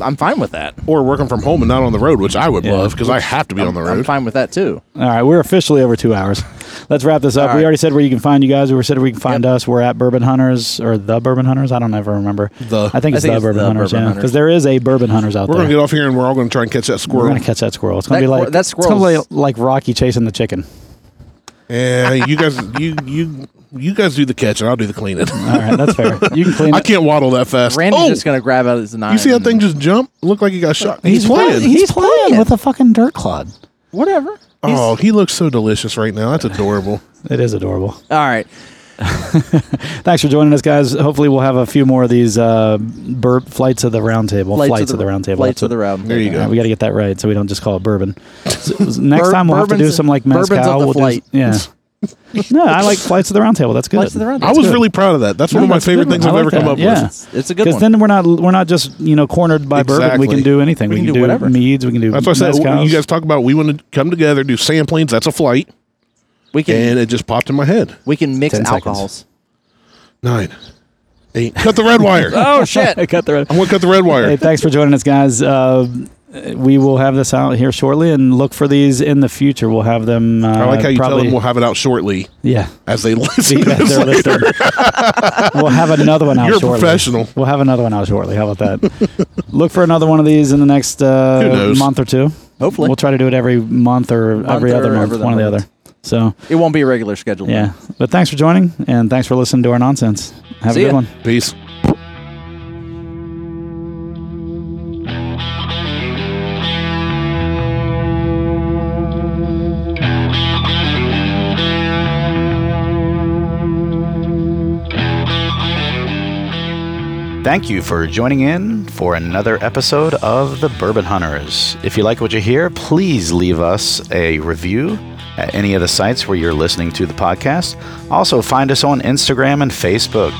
B: I'm fine with that.
C: Or working from home and not on the road, which I would
A: Yeah.
C: love because I have to be on the
B: I'm
C: road.
B: fine with that too.
A: All right, we're officially over two hours. [laughs] Let's wrap this up.
B: All
A: We
B: right.
A: already said where you can find you guys. We said where you can find
B: Yep.
A: us. We're at Bourbon Hunters or the Bourbon Hunters. I don't ever remember.
C: The.
A: I think it's
B: think
A: the
B: it's
A: Bourbon
B: the
A: Hunters.
B: Bourbon
A: yeah,
B: Hunters.
A: because there is a Bourbon Hunters out
C: We're
A: there.
C: gonna get off here and we're all gonna try and catch that
A: we're
C: squirrel.
A: gonna catch that squirrel. It's gonna
B: That
A: be like
B: quir- that
A: it's gonna
B: squirrel's-
A: be like Rocky chasing the chicken.
C: Yeah, you guys, you you you guys do the catching. I'll do the cleaning.
A: All right, that's fair. You
B: [laughs]
A: can clean
C: I
A: it.
C: can't waddle that fast.
B: Randy's
C: oh,
B: just gonna grab out his knife.
C: you see that thing just jump? Look like he got shot. He's,
A: playing.
C: playing.
A: He's,
B: He's
A: playing,
B: playing.
A: with a fucking dirt clod.
B: Whatever. He's-
C: oh, he looks so delicious right now. That's adorable.
A: It is adorable.
B: All right.
A: Thanks for joining us, guys. Hopefully, we'll have a few more of these uh, burp flights of the round table. Flights, of the, round table.
B: Flights
A: That's
B: of the
A: what-
B: round.
C: There you
A: Yeah,
C: go.
A: we got to get that right so we don't just call it bourbon. So, next
B: Bur-
A: time we'll have to do
B: bourbon's-
A: some like
B: bourbon's
A: mezcal.
B: of the
A: we'll do-
B: flight.
A: yeah. no, I like flights of the round table. [laughs] That's good.
B: Flights of the round.
C: I
B: That's
C: was
B: good.
C: really proud of that. That's one
A: No,
C: of my
A: that's a good
C: favorite
A: one.
C: things
A: I
C: I've
A: like
C: ever come
A: that.
C: up
A: Yeah.
C: with.
B: It's, it's a good
A: Because
B: one.
A: then we're not we're not just you know cornered by bourbon. We can
C: Exactly.
A: do anything. We, can, do,
B: whatever.
A: meads. We can do.
C: That's why I said
A: mezcals.
C: you guys talk about we want to come together, do samplings. That's a flight,
B: we can
C: and it just popped in my head.
B: we can mix
A: 10 seconds.
B: alcohols.
C: Nine, eight. Cut the red wire. I
B: Oh shit!
A: [laughs] I cut the rope.
C: want to cut the red wire.
A: Hey, thanks for joining us, guys. Uh, we will have this out here shortly, and look for these in the future. We'll have them. Uh,
C: I like how you
A: probably,
C: tell them we'll have it out shortly
A: yeah.
C: as they [laughs] listen.
A: See,
C: to
A: as
C: this
A: they're
C: later.
A: listening. we'll have another one out
C: You're a
A: shortly.
C: professional.
A: We'll have another one out shortly. How about that? look for another one of these in the next
C: Who
A: uh,
C: knows?
A: month or two.
B: Hopefully.
A: we'll try to do it every month or every
B: or
A: other month,
B: every other
A: one or the
B: month.
A: other. So
B: It won't be a regular schedule.
A: yeah, but thanks for joining and thanks for listening to our nonsense. Have
B: See
A: a good
B: ya.
A: one.
C: Peace.
A: Thank you for joining in for another episode of The Bourbon Hunters. If you like what you hear, please leave us a review at any of the sites where you're listening to the podcast. Also, find us on Instagram and Facebook.